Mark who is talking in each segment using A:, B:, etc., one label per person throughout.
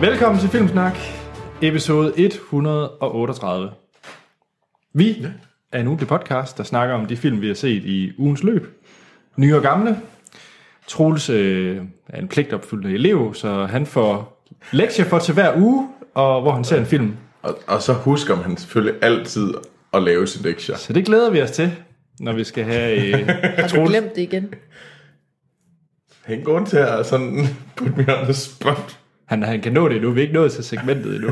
A: Velkommen til Filmsnak, episode 138. Vi er en ugentlig podcast, der snakker om de film, vi har set i ugens løb. Nye og gamle. Troels øh, er en pligtopfyldende elev, så han får lektier for til hver uge, og hvor han ser en film.
B: Og, og så husker man selvfølgelig altid at lave sin lektier.
A: Så det glæder vi os til, når vi skal have... Øh,
C: Har du glemt det igen?
B: Ingen grund til at sådan put me on the spot.
A: han, han kan nå det endnu, vi er ikke nået til segmentet endnu.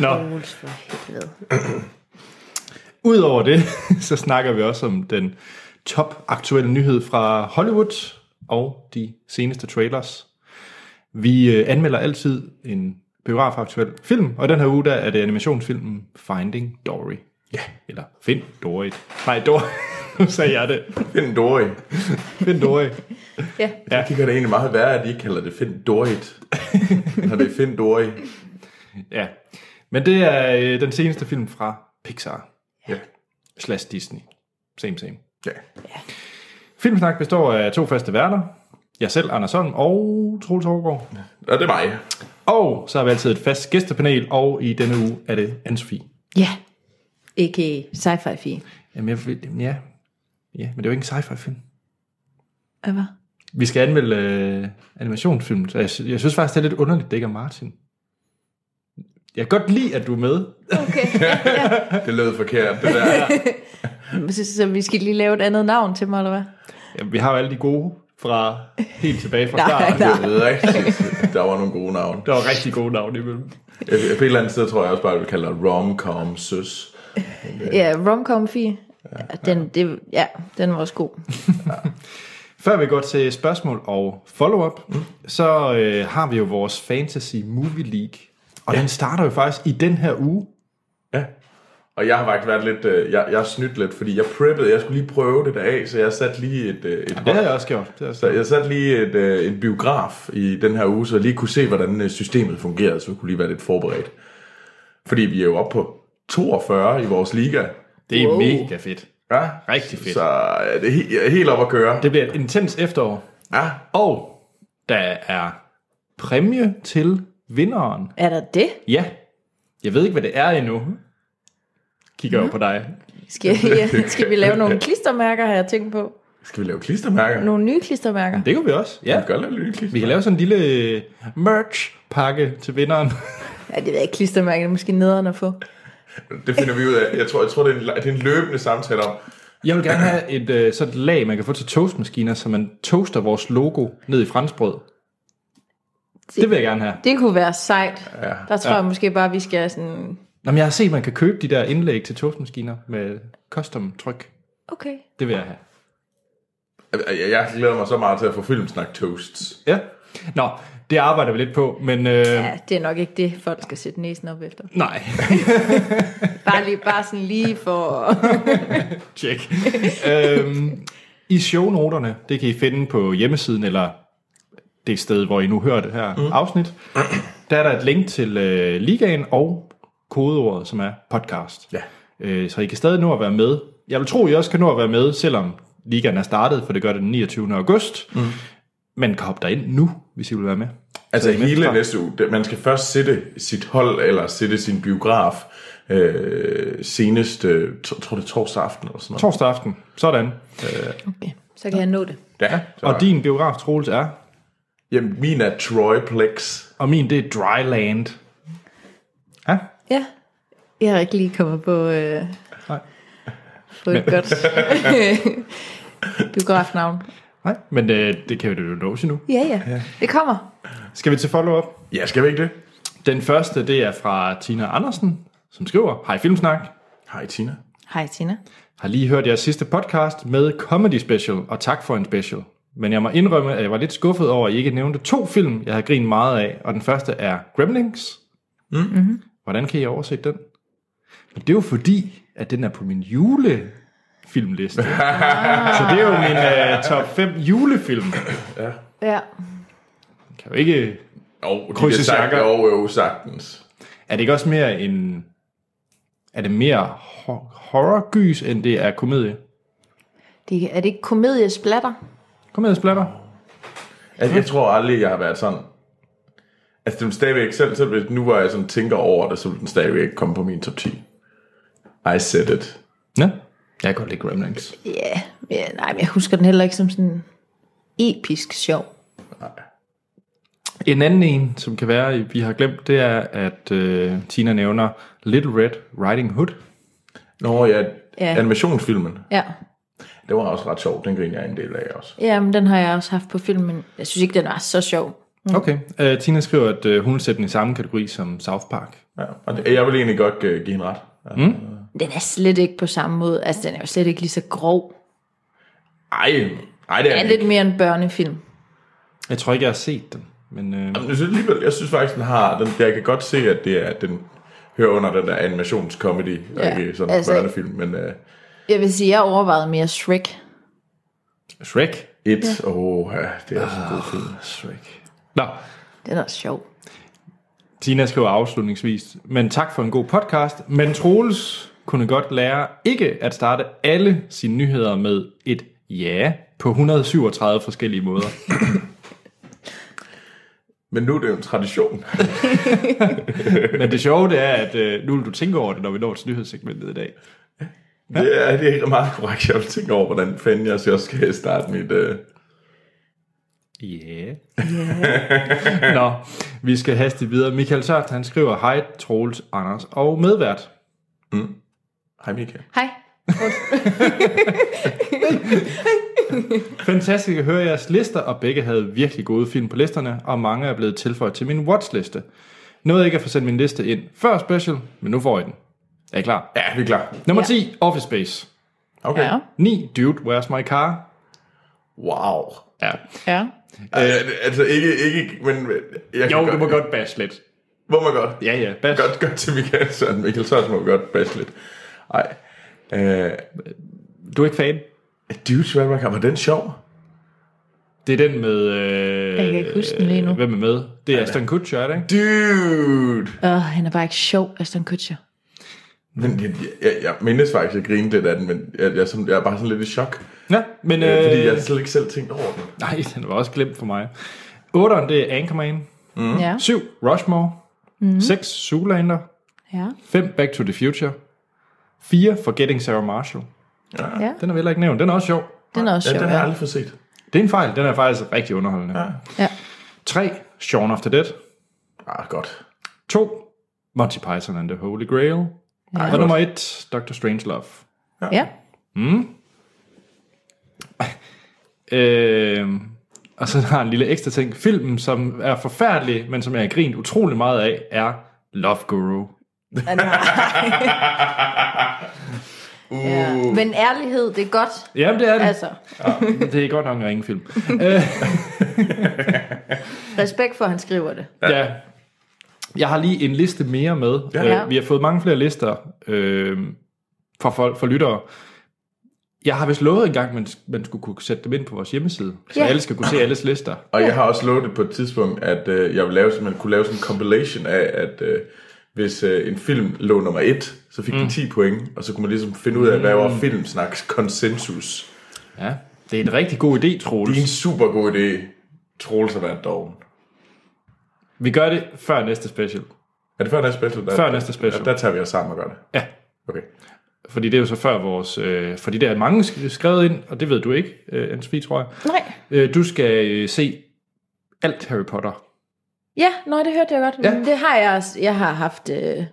A: Nå,
C: Troels for helvede.
A: Udover det, så snakker vi også om den top aktuelle nyhed fra Hollywood og de seneste trailers. Vi øh, anmelder altid en biografaktuel film, og den her uge der er det animationsfilmen Finding Dory. Ja. Eller Find Dory. Nej, Dory. Nu sagde jeg det.
B: Find Dory.
A: Find Dory.
C: Ja.
B: Ja. Det kan da egentlig meget være, at de ikke kalder det Find Dorit. Når det er Find Dory.
A: Ja. Men det er øh, den seneste film fra Pixar
B: Ja.
A: slash Disney. Same, same.
B: ja.
A: Filmsnak består af to faste værter. Jeg selv, Anders Holm og Troels Hårgaard.
B: Og det er mig.
A: Og så har vi altid et fast gæstepanel, og i denne uge er det Anne-Sophie.
C: Ja. Ikke sci-fi fie.
A: Jamen, jeg vil, ja. ja, men det er jo ikke en sci-fi film.
C: Hvad?
A: Vi skal anmelde øh, animationsfilm. så Jeg, sy- jeg synes faktisk, det er lidt underligt, det ikke er Martin. Jeg kan godt lide, at du er med.
C: Okay.
B: Det lød forkert, det der.
C: så, så vi skal lige lave et andet navn til mig, eller hvad?
A: Ja, vi har jo alle de gode fra helt tilbage fra
C: Nej,
A: starten.
C: nej.
B: Det er rigtigt. Der var nogle gode navne.
A: Der var rigtig gode navne imellem.
B: Jeg- På et eller andet sted tror jeg også bare, at vi kalder det rom-com søs.
C: Ja, romcom fie. Ja, den, det, ja, den var også god.
A: Før vi går til spørgsmål og follow-up, mm. så øh, har vi jo vores Fantasy Movie League. Og ja. den starter jo faktisk i den her uge.
B: Ja. Og jeg har faktisk været lidt, øh, jeg, jeg har snydt lidt, fordi jeg preppede, jeg skulle lige prøve det der af, så jeg satte lige et, øh, et
A: Det har jeg også gjort. Det har jeg også
B: Så jeg satte lige et, øh, en biograf i den her uge, så jeg lige kunne se, hvordan øh, systemet fungerede, så vi kunne lige være lidt forberedt. Fordi vi er jo oppe på 42 i vores liga.
A: Det er wow.
C: Wow.
A: mega fedt.
B: Ja,
A: Rigtig fedt.
B: Så øh, det er he- jeg er helt op at køre.
A: Det bliver et intens efterår.
B: Ja,
A: Og der er præmie til vinderen.
C: Er der det?
A: Ja, jeg ved ikke, hvad det er endnu. Kigger jo på dig.
C: Skal, ja, skal vi lave nogle klistermærker, har jeg tænkt på?
B: skal vi lave klistermærker?
C: Nogle nye klistermærker?
A: Det kan vi også.
B: Vi
A: Ja.
B: kan godt lave nye klister.
A: Vi kan lave sådan en lille merch-pakke til vinderen.
C: Ja, det ved jeg ikke, klistermærker det er måske nederen at få.
B: Det finder vi ud af. Jeg tror, jeg tror det, er en, det er en løbende samtale om.
A: Jeg vil gerne have et øh, sådan et lag, man kan få til toastmaskiner, så man toaster vores logo ned i franskbrød. Det vil jeg gerne have.
C: Det kunne være sejt.
B: Ja.
C: Der tror ja. jeg måske bare, vi skal sådan...
A: Nå, men jeg har set, at man kan købe de der indlæg til toastmaskiner med custom-tryk.
C: Okay.
A: Det vil jeg have.
B: Jeg, jeg glæder mig så meget til at få filmsnak toasts.
A: Ja. Nå, det arbejder vi lidt på, men øh, ja.
C: Ja, det er nok ikke det, folk skal sætte næsen op efter.
A: nej.
C: Bare, lige, bare sådan lige for...
A: Tjek. øhm, I shownoterne, det kan I finde på hjemmesiden, eller det sted, hvor I nu hører det her mm. afsnit, der er der et link til øh, ligaen og kodeordet, som er podcast.
B: Ja.
A: Øh, så I kan stadig nå at være med. Jeg vil tro, I også kan nå at være med, selvom ligaen er startet, for det gør det den 29. august. Mm. Men kan hoppe derind nu, hvis I vil være med.
B: Altså
A: Så I er med
B: hele
A: fra-
B: næste uge. Det- Man skal først sætte sit hold, eller sætte sin biograf, øh, senest, øh, t- tror det er torsdag aften eller sådan noget.
A: Torsdag aften. Sådan.
C: Okay, så kan jeg nå det.
B: Ja.
A: Og din biograf, Troels, er?
B: Jamen, min er Troyplex.
A: Og min, det er Dryland. Ja?
C: Ja. Jeg har ikke lige kommet på, øh,
A: Nej.
C: på et godt biografnavn.
A: Nej, men øh, det kan vi jo nå nu.
C: Ja, ja. Det kommer.
A: Skal vi til follow-up?
B: Ja, skal vi ikke det?
A: Den første, det er fra Tina Andersen, som skriver, Hej Filmsnak,
B: Hej, Tina.
C: Hej, Tina.
A: har lige hørt jeres sidste podcast med Comedy Special, og tak for en special. Men jeg må indrømme, at jeg var lidt skuffet over, at I ikke nævnte to film, jeg havde grinet meget af, og den første er Gremlings. Mm-hmm. Hvordan kan I overse den? Men det er jo fordi, at den er på min julefilmliste. Så det er jo min uh, top 5 julefilm.
C: Ja.
A: Kan jo ikke
B: Og
A: Krydse
B: sagt,
A: jakker.
B: og jo, sagtens.
A: Er det ikke også mere en... Er det mere hor- horrorgys, end det er komedie?
C: Det, er det ikke komediesplatter?
A: Komediesplatter?
B: Altså, jeg tror aldrig, jeg har været sådan... Altså, den vil stadigvæk, selv, selv hvis nu var jeg sådan tænker over det, så ville den stadigvæk komme på min top 10. I said it.
A: Ja. Jeg kan godt lide Gremlings.
C: Ja, ja, nej, men jeg husker den heller ikke som sådan episk sjov.
A: En anden en, som kan være, vi har glemt, det er, at øh, Tina nævner Little Red Riding Hood.
B: Nå ja,
C: Ja.
B: animationsfilmen.
C: Ja.
B: Det var også ret sjovt, den griner jeg en del af også.
C: ja, men den har jeg også haft på film, men jeg synes ikke, den var så sjov.
A: Okay. Øh, Tina skriver, at øh, hun vil sætte den i samme kategori som South Park.
B: Ja, og det, jeg vil egentlig godt øh, give hende ret. Altså, mm.
C: Den er slet ikke på samme måde. Altså, den er jo slet ikke lige så grov.
B: Ej, ej, det er
C: Den er
B: den
C: lidt mere en børnefilm.
A: Jeg tror ikke, jeg har set den. Men, øh,
B: Jamen, Jeg synes, alligevel, jeg synes faktisk, den har... Den, jeg kan godt se, at det er, den hører under den der animationscomedy, og
C: Ja,
B: ikke sådan altså,
C: altså-
B: børnefilm, men uh,
C: Jeg vil sige, jeg overvejede mere Shrek.
A: Shrek.
B: It, ja. oh, ja, det er også en god film.
A: Ah. Shrek. Nå,
C: Den er sjov.
A: Tina skriver afslutningsvis, men tak for en god podcast. Men Troels kunne godt lære ikke at starte alle sine nyheder med et ja på 137 forskellige måder.
B: Men nu er det jo en tradition.
A: Men det sjove det er, at øh, nu vil du tænke over det, når vi når til nyhedssegmentet i dag.
B: Det er, det er meget korrekt. Jeg vil tænke over, hvordan fanden jeg så skal starte mit... Uh...
A: Ja. Yeah. Nå, vi skal haste videre. Michael Sørt, han skriver, hej Troels, Anders og medvært.
B: Hej Michael.
C: Hej.
A: Fantastisk at høre jeres lister, og begge havde virkelig gode film på listerne, og mange er blevet tilføjet til min watchliste. Nåede ikke at få sendt min liste ind før special, men nu får I den. Er I klar?
B: Ja, vi er klar.
A: Nummer
C: Ja.
A: 10, Office Space.
B: Okay.
C: Ja.
A: 9, Dude, Where's My Car?
B: Wow.
A: Ja.
C: Ja.
B: Øh, altså ikke, ikke, men jeg kan
A: Jo, du må godt bash lidt.
B: Må man godt?
A: Ja, ja, bash.
B: Godt, godt til Michael Søren. Michael Søren må vi godt basse lidt. Ej. Øh,
A: Du er ikke fan?
B: Dude, Shrek, var den sjov?
A: Det er den med... Øh,
C: Jeg kan ikke huske den lige nu.
A: Hvem er med? Det er Aston Kutcher, er det ikke?
B: Dude!
C: Åh, han er bare ikke sjov, Aston Kutcher.
B: Men jeg, jeg, jeg mindes faktisk, at jeg grinede lidt af den, men jeg, jeg, er sådan, jeg er bare sådan lidt i chok.
A: Ja, men...
B: Øh. Fordi jeg
A: Øh,
B: har slet ikke selv tænkt over den.
A: nej, den var også glemt for mig. 8'eren, det er Anchorman.
C: Mm. Ja.
A: 7, Rushmore.
C: Mhm.
A: 6, Zoolander.
C: Ja.
A: 5, Back to the Future. 4, Forgetting Sarah Marshall.
C: ja.
A: Den er vel ikke nævnt. Den er også sjov.
C: Den er også
B: Ja,
C: sjov.
B: den har jeg
C: Ja,
B: aldrig fået set.
A: Det er en fejl. Den er faktisk rigtig underholdende.
B: Ja.
C: ja.
A: 3, Shaun of the Dead.
B: Ah, godt.
A: 2, Monty Python and the Holy Grail. Ja. Og nummer 1, Dr. Strangelove.
C: ja.
A: Øh, og så har jeg en lille ekstra ting. Filmen, som er forfærdelig, men som jeg har grint utrolig meget af, er Love Guru.
C: ja. Men ærlighed, det er godt.
A: Jamen, det er det. Altså.
C: Altså,
A: Det er godt nok en ringe film.
C: respekt for, at han skriver det.
A: Ja. Jeg har lige en liste mere med.
B: Ja.
A: Øh, vi har fået mange flere lister øh, fra folk, fra lyttere. Jeg har vist lovet engang, at man, man skulle kunne sætte dem ind på vores hjemmeside, så
C: Ja.
A: alle skal kunne se alles lister.
B: Og jeg har også lovet det på et tidspunkt, at øh, jeg ville lave, sådan- man kunne lave sådan en compilation af, at øh, hvis øh, en film lå nummer et, så fik mm. den 10 point, og så kunne man ligesom finde ud af, hvad
A: Mm.
B: var filmsnaks konsensus.
A: Ja. Det er en rigtig god idé,
B: Det er en
A: Troels.
B: super god idé. Troels har været doven.
A: Vi gør det før næste special.
B: Er det før næste special? Der,
A: Før næste special.
B: Der, der tager vi os sammen og gør det.
A: Ja.
B: Okay.
A: Fordi det er jo så før vores... Øh, fordi der er mange sk- skrevet ind, og det ved du ikke, øh, anne tror jeg.
C: Nej.
A: Øh, du skal øh, se alt Harry Potter.
C: Ja, nej, det hørte jeg godt.
A: Ja.
C: Ja. Men det har jeg også. Jeg har haft... Øh, det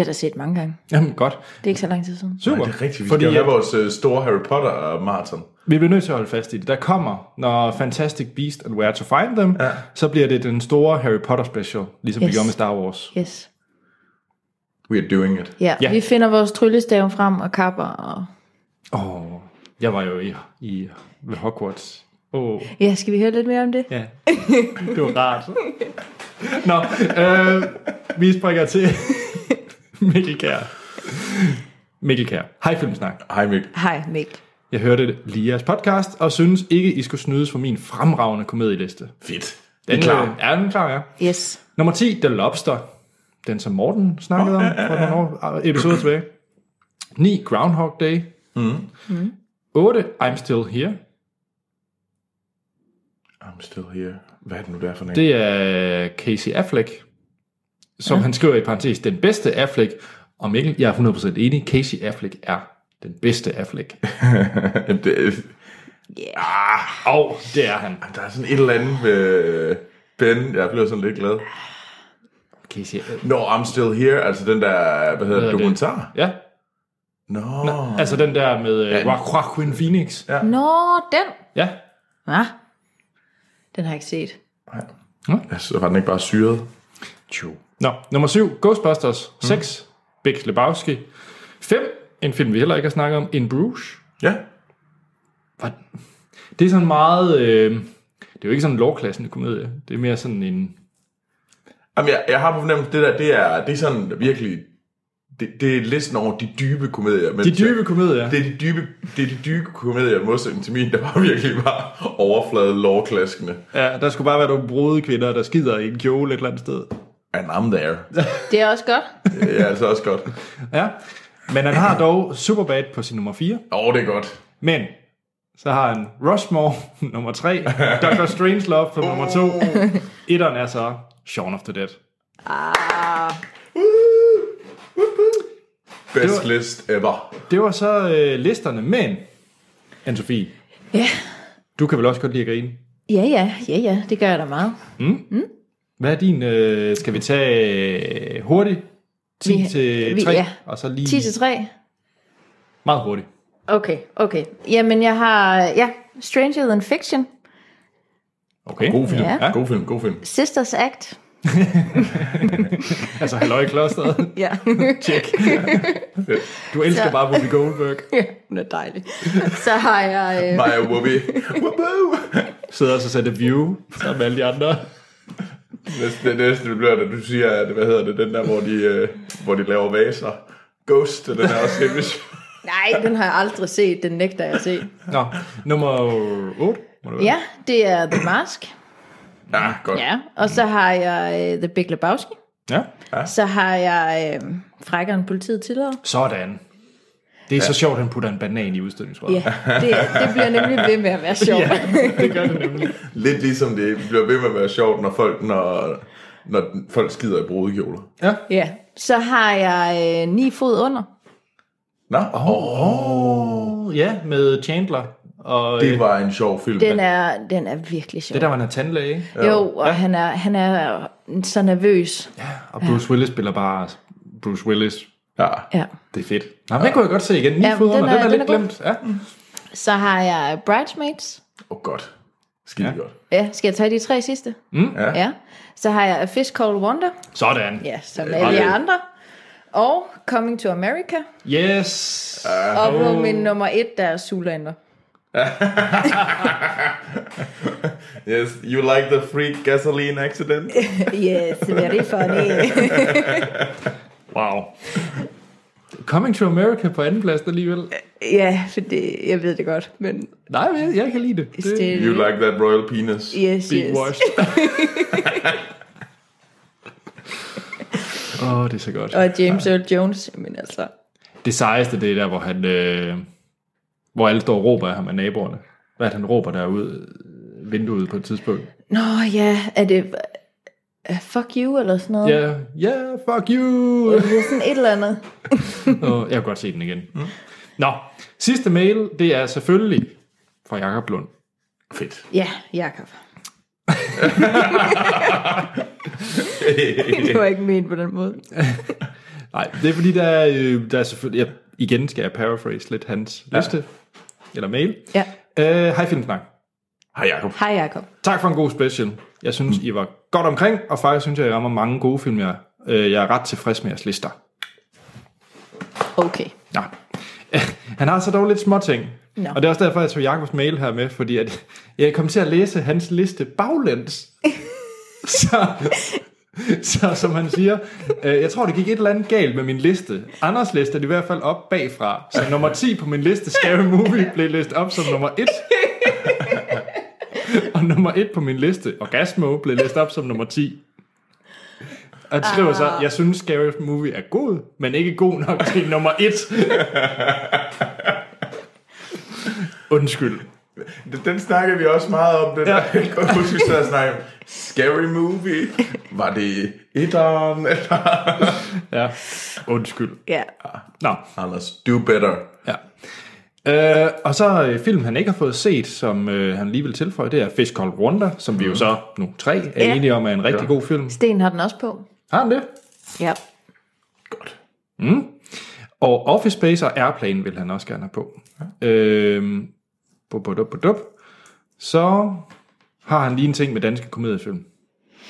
C: har jeg da set mange gange.
A: Jamen, godt.
C: Det er ikke så lang tid siden.
A: Super.
B: Nej, det er rigtigt. Vi
A: Fordi
B: Fordi skal jo
A: at-
B: have vores øh, store Harry Potter-marathon.
A: Vi bliver nødt til at holde fast i det. Der kommer, når Fantastic Beast and Where to Find Them, ja. så bliver det den store Harry Potter special, ligesom yes. vi
C: Yes.
A: gjorde med Star Wars.
C: Yes.
B: We are doing it.
C: Ja,
A: Ja.
C: ja. vi finder vores tryllestav frem og kapper. Og...
A: Åh, oh, jeg var jo i, i ved Hogwarts. Åh, oh,
C: Ja, skal vi høre lidt mere om det?
A: ja. Det var rart. Nå, øh, vi springer til Mikkel Kær. Mikkel Kær. Hej Filmsnak.
B: Hej Mik.
C: Hej, Mikkel.
A: Jeg hørte lige jeres podcast, og synes ikke, I skulle snydes for min fremragende komedieliste.
B: Fedt.
A: Den
B: Den er klar.
A: øh, Er den klar, ja?
C: Yes.
A: Nummer 10, The Lobster. Den, som Morten snakkede om for nogle år, episoder tilbage. 9, Groundhog Day. Mm. Mm. 8, I'm Still Here.
B: I'm still here. Hvad er det nu, der er for en?
A: Det er Casey Affleck, som ja. han skriver i parentes, den bedste Affleck. Og Mikkel, jeg er 100% enig, Casey Affleck er den bedste Affleck.
B: Jamen, det, er-
C: Yeah.
A: Og det er han.
B: der er sådan et eller andet med øh, Ben. Jeg bliver sådan lidt glad.
A: Casey Affleck.
B: No, I'm still here. Altså den der, hvad hedder
A: Hvad
B: det,
A: hedder det?
B: dokumentar?
A: Ja,
B: Nå.
A: altså den der med ja.
B: Ja.
A: Joaquin Phoenix. Ja.
C: Nå, den.
A: ja.
C: Ja. Den har jeg ikke set.
B: Altså, var den ikke bare syret?
A: True. Nå, nummer 7, Ghostbusters. 6, Big Lebowski. 5, en film vi heller ikke har snakket om, In Bruges.
B: Ja.
A: Hvor- Det er sådan meget... Øh, det er jo ikke sådan en lovklassende komedie. Det er mere sådan en...
B: Jamen, jeg, jeg har på fornemmelse, det der, det er, det er sådan virkelig, det, det er listen over de dybe komedier. Men
A: De dybe komedier.
B: Det er de dybe, det er de dybe komedier, i modsætning til min, der var virkelig bare overflade lovklaskende.
A: Ja, der skulle bare være nogle brode kvinder, der skider i en kjole et eller andet sted.
B: And I'm there.
C: Det er også godt.
B: Det er altså også godt.
A: Ja. Men han har dog Superbad på sin nummer 4.
B: Åh, oh, det er godt.
A: Men så har han Rushmore nummer 3, Dr. Strangelove på nummer 2. Etteren er så Shaun of the Dead.
C: Ah.
B: Best
A: var-
B: var... list ever.
A: Det var så øh, listerne, men Anne-Sophie,
C: Ja.
A: du kan vel også godt lide at grine.
C: Ja, ja, ja, ja. Det gør jeg da meget.
A: Hvad er din, øh, skal vi tage øh, hurtigt? 10
C: Vi-
A: til
C: vi-
A: 3,
C: ja.
A: og så lige
C: 10 til 3.
A: meget hurtigt.
C: Okay, okay. Jamen, jeg har, ja, Stranger Than Fiction,
A: Okay,
B: God film.
C: Ja.
B: Ja. God film, god film.
C: Sisters Act.
A: altså halløj i klosteret.
C: Ja,
A: Check.
B: Øh,
A: Du elsker
C: Så-
A: bare Whoopi Goldberg.
C: hun er dejlig. Så har jeg... Øh,
B: Maja Whoopi. Whoopoo.
A: Sidder også og sætter view sammen med alle de andre.
B: Næste, det næste det bliver, da du siger, at, hvad hedder det, den der, hvor de, øh, hvor de laver vaser. Ghost, den er også helt vildt.
C: nej, den har jeg aldrig set. Den nægter jeg at se.
A: Nå, nummer 8. Må det være.
C: Ja, det er The Mask.
B: Ja, godt.
C: Ja, og så har jeg øh, The Big Lebowski.
A: ja.
C: Så har jeg øh, Frækker end politiet tillader.
A: Sådan. Det er så sjovt, at han putter en banan i udstødningsrøret.
C: Ja, det, det bliver nemlig ved med at være sjovt. Ja.
A: det gør det nemlig.
B: Lidt ligesom det bliver ved med at være sjovt, når folk, når, når folk skider i brudekjoler.
A: Ja.
C: ja. Så har jeg øh, Ni fod under.
B: Nå, oh,
A: Oh, ja, med Chandler. Og det,
B: det var en sjov film.
C: Den er, den er virkelig sjov.
A: det der var en tandlæge. ikke?
C: jo, og han er, han er så nervøs.
A: Og Bruce Willis spiller bare Bruce Willis.
B: Ja.
C: Ja.
A: Det er fedt. Nå, men den kunne jeg godt se igen. Ni ja,
C: Ja,
A: fod
C: den
A: under.
C: er-
A: Den er,
C: den
A: lidt
C: er god. Mm.
A: glemt. Ja.
C: Så har jeg Bridesmaids.
B: Åh, oh, godt. Skide
A: Ja.
B: ja. godt.
C: Ja, skal jeg tage de tre sidste? Mm.
B: Ja.
C: ja. Så har jeg A Fish Called Wonder.
A: Sådan.
C: Ja, som alle
A: okay.
C: jer andre. Og Coming to America.
A: Yes.
C: Og på min nummer et, der er Zoolander.
B: Yes, you like the freak gasoline accident?
C: Yes, very funny.
A: Wow. Coming to America på anden plads alligevel.
C: Ja, for det, jeg ved det godt, men
A: Nej, men jeg, jeg kan lide det. Det
C: stille.
B: You like that royal penis?
C: yes,
A: big
C: yes.
A: wash. Åh, oh, det er så godt.
C: Og James Earl Jones, men altså,
A: Det sejeste, det er der, hvor han... Øh, hvor alle står og råber af ham af naboerne. Hvad er det, han råber derude øh, vinduet på et tidspunkt?
C: nå ja, er det uh, fuck you eller sådan noget?
A: Ja, yeah, yeah, fuck you!
C: Det er sådan et eller andet.
A: og jeg kan godt se den igen. Mm. Nå, sidste mail, det er selvfølgelig fra Jakob Lund.
B: Fedt.
C: Ja, Jakob. Det var ikke ment på den måde.
A: Nej, det er fordi, der er, øh, der er selvfølgelig... Jeg, igen skal jeg paraphrase lidt hans ja. liste, eller mail.
C: Ja.
A: Øh, Hej Filmsnak.
B: Hej Jacob.
C: Hej Jakob.
A: Tak for en god special. Jeg synes, mm. I var godt omkring, og faktisk synes jeg, I rammer mange gode film. Jeg, øh, jeg er ret tilfreds med jeres lister.
C: Okay.
A: Nå. Han har så dog lidt småting.
C: Nå.
A: Og det er også derfor, jeg tog Jakobs mail her med, fordi at jeg kom til at læse hans liste baglæns. så, så som han siger, øh, jeg tror, det gik et eller andet galt med min liste. Anders liste er i hvert fald op bagfra. Så nummer 10 på min liste, Scary Movie, blev læst op som nummer 1. og nummer 1 på min liste, Orgasmo, blev læst op som nummer 10. Og han skriver så, jeg synes Scary Movie er god, men ikke god nok til nummer 1. Undskyld.
B: Den, den snakkede vi også meget om, den
A: Ja.
B: ja. der. Jeg kan godt huske, vi sad og snakkede om Scary Movie. Var det etteren? Eller?
A: Ja, undskyld.
C: Ja.
A: Nå,
B: Anders, do better.
A: ja. Øh, og så øh, film, han ikke har fået set, som øh, han lige vil tilføje, det er Fish Called Wonder, som vi jo så nu tre er
C: Ja.
A: enige om er en rigtig god film.
C: Sten har den også på.
A: Har han det?
C: Ja.
B: Godt.
A: Og Office Space og Airplane vil han også gerne have på. Ja. Øhm, bu- bu- dup- bu- dup. så har han lige en ting med danske komediefilm.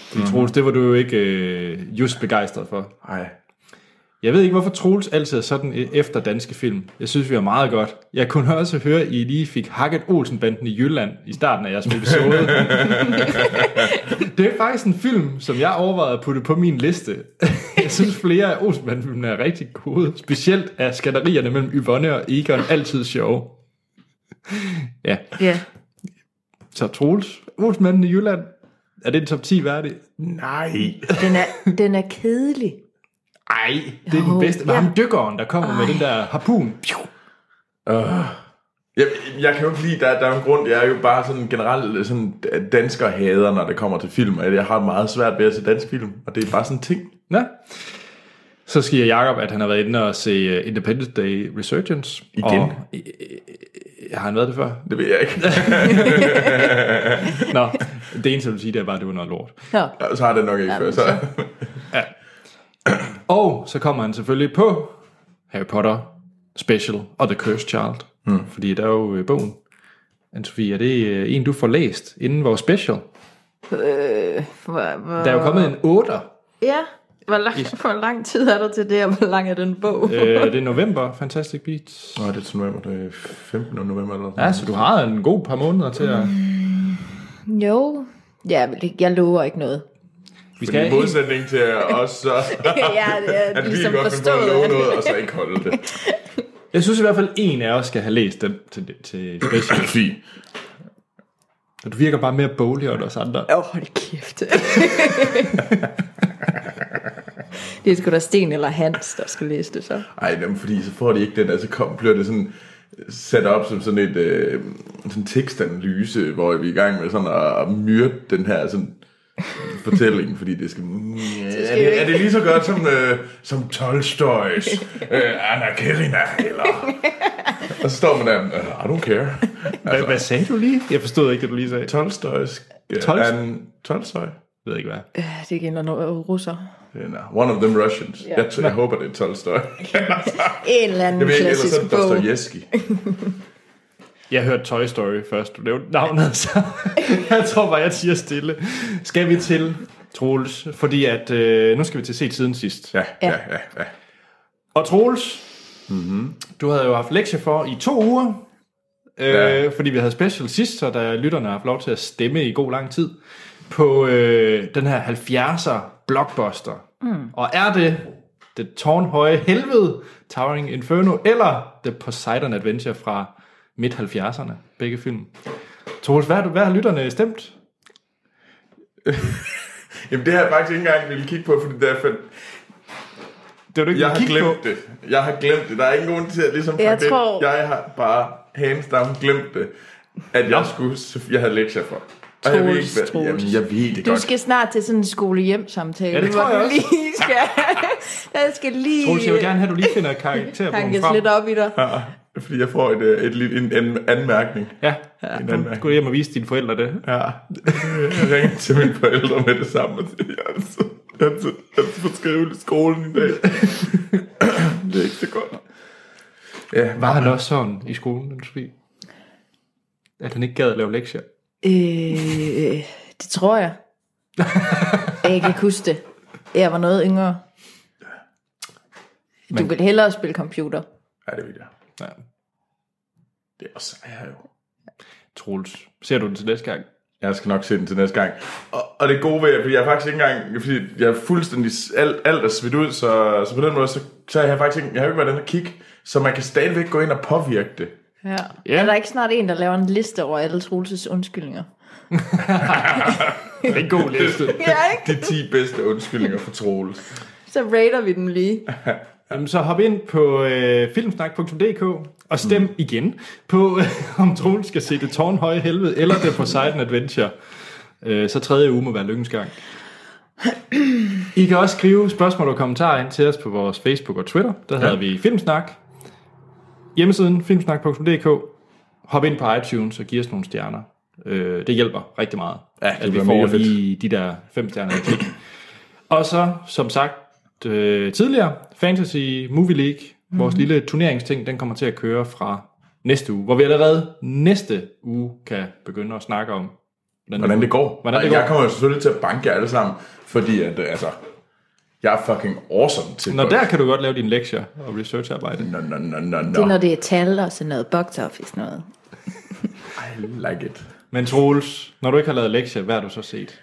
A: Fordi Troels, det var du jo ikke øh, just begejstret for.
B: Ej.
A: Jeg ved ikke, hvorfor Troels altid er sådan e- efter danske film. Jeg synes, vi er meget godt. Jeg kunne også høre, at I lige fik hakket Olsenbanden i Jylland i starten af jeres episode. det er faktisk en film, som jeg overvejede at putte på min liste. jeg synes, flere af Olsenbanden er rigtig gode. Specielt er skatterierne mellem Yvonne og Egon altid sjove. Ja,
C: Ja.
A: så Troels, Olsenbanden i Jylland, er det en top 10 værdig?
B: Nej.
C: Den er, den er kedelig.
A: Ej, det er den
C: Jo,
A: bedste. Var
C: ja.
A: ham dykkeren, der kommer med den der harpun? Piu.
B: Jeg, jeg kan jo ikke lide, der, der er jo en grund, jeg er jo bare sådan generelt sådan dansker hader, når det kommer til film, at jeg har meget svært ved at se dansk film, og det er bare sådan en ting.
A: Nå. Så siger Jakob, at han har været inde og se øh, Independence Day Resurgence.
B: Igen?
A: Og, øh, øh, har han været det før?
B: Det ved jeg ikke.
A: Nå, det eneste, jeg vil sige, det er bare, at det var noget lort.
C: Nå.
B: Så har det nok ikke før. Så.
A: Og så kommer han selvfølgelig på Harry Potter Special og The Cursed Child.
B: Hmm.
A: Mm. Fordi der er jo øh, bogen. Anne-Sophie, er det øh, en, du får læst inden vores special?
C: Øh, hvor, hvor,
A: Der er jo kommet en 8'er.
C: Ja. Hvor lang, hvor lang tid er der til det, og hvor lang er den bog?
A: Øh, det er november, Fantastic Beats.
B: Nå, det er til november, det er 15. november eller sådan
A: Ja, så du har en god par måneder til at...
B: Mm.
C: Jo. Jeg, vil ikke, jeg lover ikke noget.
A: Vi
B: Fordi i
A: have en-
B: modsætning til os, så
C: jeg er
B: at vi ligesom godt finde på at love noget, og så ikke holde det.
A: Jeg synes i hvert fald, en af os skal have læst dem til, til special.
B: Fint.
A: Og du virker bare mere bolig end os andre.
C: Åh, oh, hold kæft. det er sgu da Sten eller Hans, der skal læse det så.
B: Ej, jamen, fordi så får de ikke den, altså kom, bliver det sådan sat op som sådan et øh, sådan tekstanalyse, hvor vi er i gang med sådan at, at myrde den her sådan fortælling, fordi det skal... Mm, er,
C: jo
B: det, er
C: ikke.
B: det lige så godt som, øh, som Tolstoy's øh, Anna Karenina, eller... Og så står man der, øh, I don't care. Altså-
A: Hvad, hvad sagde du lige? Jeg forstod ikke, det du lige sagde. Jeg
B: Tolstoy's... Øh,
A: Tolst-
B: Anna- Tolstoy?
A: ved ikke hvad.
C: Øh, Det er ikke en eller anden russer.
B: Det er en, uh, One of them Russians.
C: Ja.
B: Jeg, tror- jeg håber, det er Tolstoy.
C: En eller anden
B: Jeg ved ikke, ellers
C: klassisk
B: er det
C: bog.
B: Dostojevski.
A: Jeg hørte Toy Story først. Du nævnte navnet, så jeg tror bare, jeg siger stille. Skal vi til Troels? Fordi at, øh, nu skal vi til set siden sidst.
B: Ja,
C: Ja.
B: ja, ja, ja.
A: Og Troels, mm-hmm. du havde jo haft lektie for i to uger. Øh,
B: Ja.
A: Fordi vi havde special sidst, så der lytterne har haft lov til at stemme i god lang tid. På øh, den her 70'er blockbuster. Mm. Og er det det tårnhøje helvede, Towering Inferno, eller The Poseidon Adventure fra midt-70'erne, begge film. Troels, hvad, har du- hvad har lytterne stemt?
B: Jamen, det har jeg faktisk ikke engang ville kigge på, fordi det er for...
A: Det var du ikke
B: jeg har
A: kigge
B: glemt det. Jeg har glemt det. Der er ingen grund til at ligesom
C: Jeg
B: pakke
C: tror-
B: det. Jeg har bare hands down glemt det, at jeg skulle... Jeg havde lektier for. Og jeg ved ikke,
C: Troels,
B: hvad...
C: Troels.
B: Jamen, jeg ved det
C: Du
B: godt.
C: skal snart til sådan en skole-hjem-samtale.
A: Ja, det tror
C: hvor
A: jeg
C: du
A: også.
C: Lige skal, jeg skal lige
A: Troels, jeg vil gerne have, at du lige finder karakter på
C: tankes
A: frem.
C: lidt op i dig.
B: Ja, Ah, fordi jeg får et, øh, et, et, en, en anmærkning.
A: Ja, du
B: En anmærkning.
A: skulle hjem og vise dine forældre det.
B: Ja. Jeg ringer til mine forældre med det samme og siger, jeg er så, jeg er så, jeg er så forskrevet i skolen i dag. det er ikke så godt. Ja,
A: Var han også sådan i skolen, den Sofie? At han ikke gad at lave lektier?
C: Øh, det tror jeg. jeg kan ikke huske det. Jeg var noget yngre. Du
A: Men-
C: vil hellere spille computer.
B: ja det vil jeg.
A: Ja.
B: Det er også sejr jo.
A: Troels, ser du den til næste gang?
B: Jeg skal nok se den til næste gang. Og, og det gode ved, at jeg er faktisk ikke engang, fordi jeg er fuldstændig, s- alt, alt er smidt ud, så, så på den måde, så, så har jeg faktisk ikke, jeg har ikke været inde og kigge, så man kan stadigvæk gå ind og påvirke det.
C: Ja.
A: Ja.
C: Er der ikke snart en, der laver en liste over alle Troelses undskyldninger?
A: Det er en god liste.
C: Ja, ikke?
B: De 10 bedste undskyldninger for Troels.
C: Så rater vi dem lige.
A: Jamen, så hop ind på øh, filmsnak.dk og stem mm. igen på, øh, om Troels skal se det tårnhøje helvede eller det Poseidon Adventure. Øh, så tredje uge må være lykkens gang. I kan også skrive spørgsmål og kommentarer ind til os på vores Facebook og Twitter. Der hedder ja. vi Filmsnak. Hjemmesiden filmsnak.dk. Hop ind på iTunes og giv os nogle stjerner. Øh, det hjælper rigtig meget,
B: Ja, det
A: at vi
B: bliver mega
A: får
B: fedt.
A: lige de der fem stjerner i klik. Og så, som sagt øh, tidligere, Fantasy Movie League, vores lille turneringsting, den kommer til at køre fra næste uge, hvor vi allerede næste uge kan begynde at snakke om,
B: Hvordan det går.
A: Mm. Hvordan det
B: Ej, jeg
A: går.
B: kommer jo selvfølgelig til at banke jer alle sammen, fordi at, øh, altså, jeg er fucking awesome til
A: Nå,
B: golf.
A: der kan du godt lave dine lektier og researcharbejde.
B: Nå, nå, nå, nå,
C: Det er,
B: nå.
C: når det er tal og sådan noget box office noget.
B: I like it.
A: Men Troels, når du ikke har lavet lektier, hvad har du så set?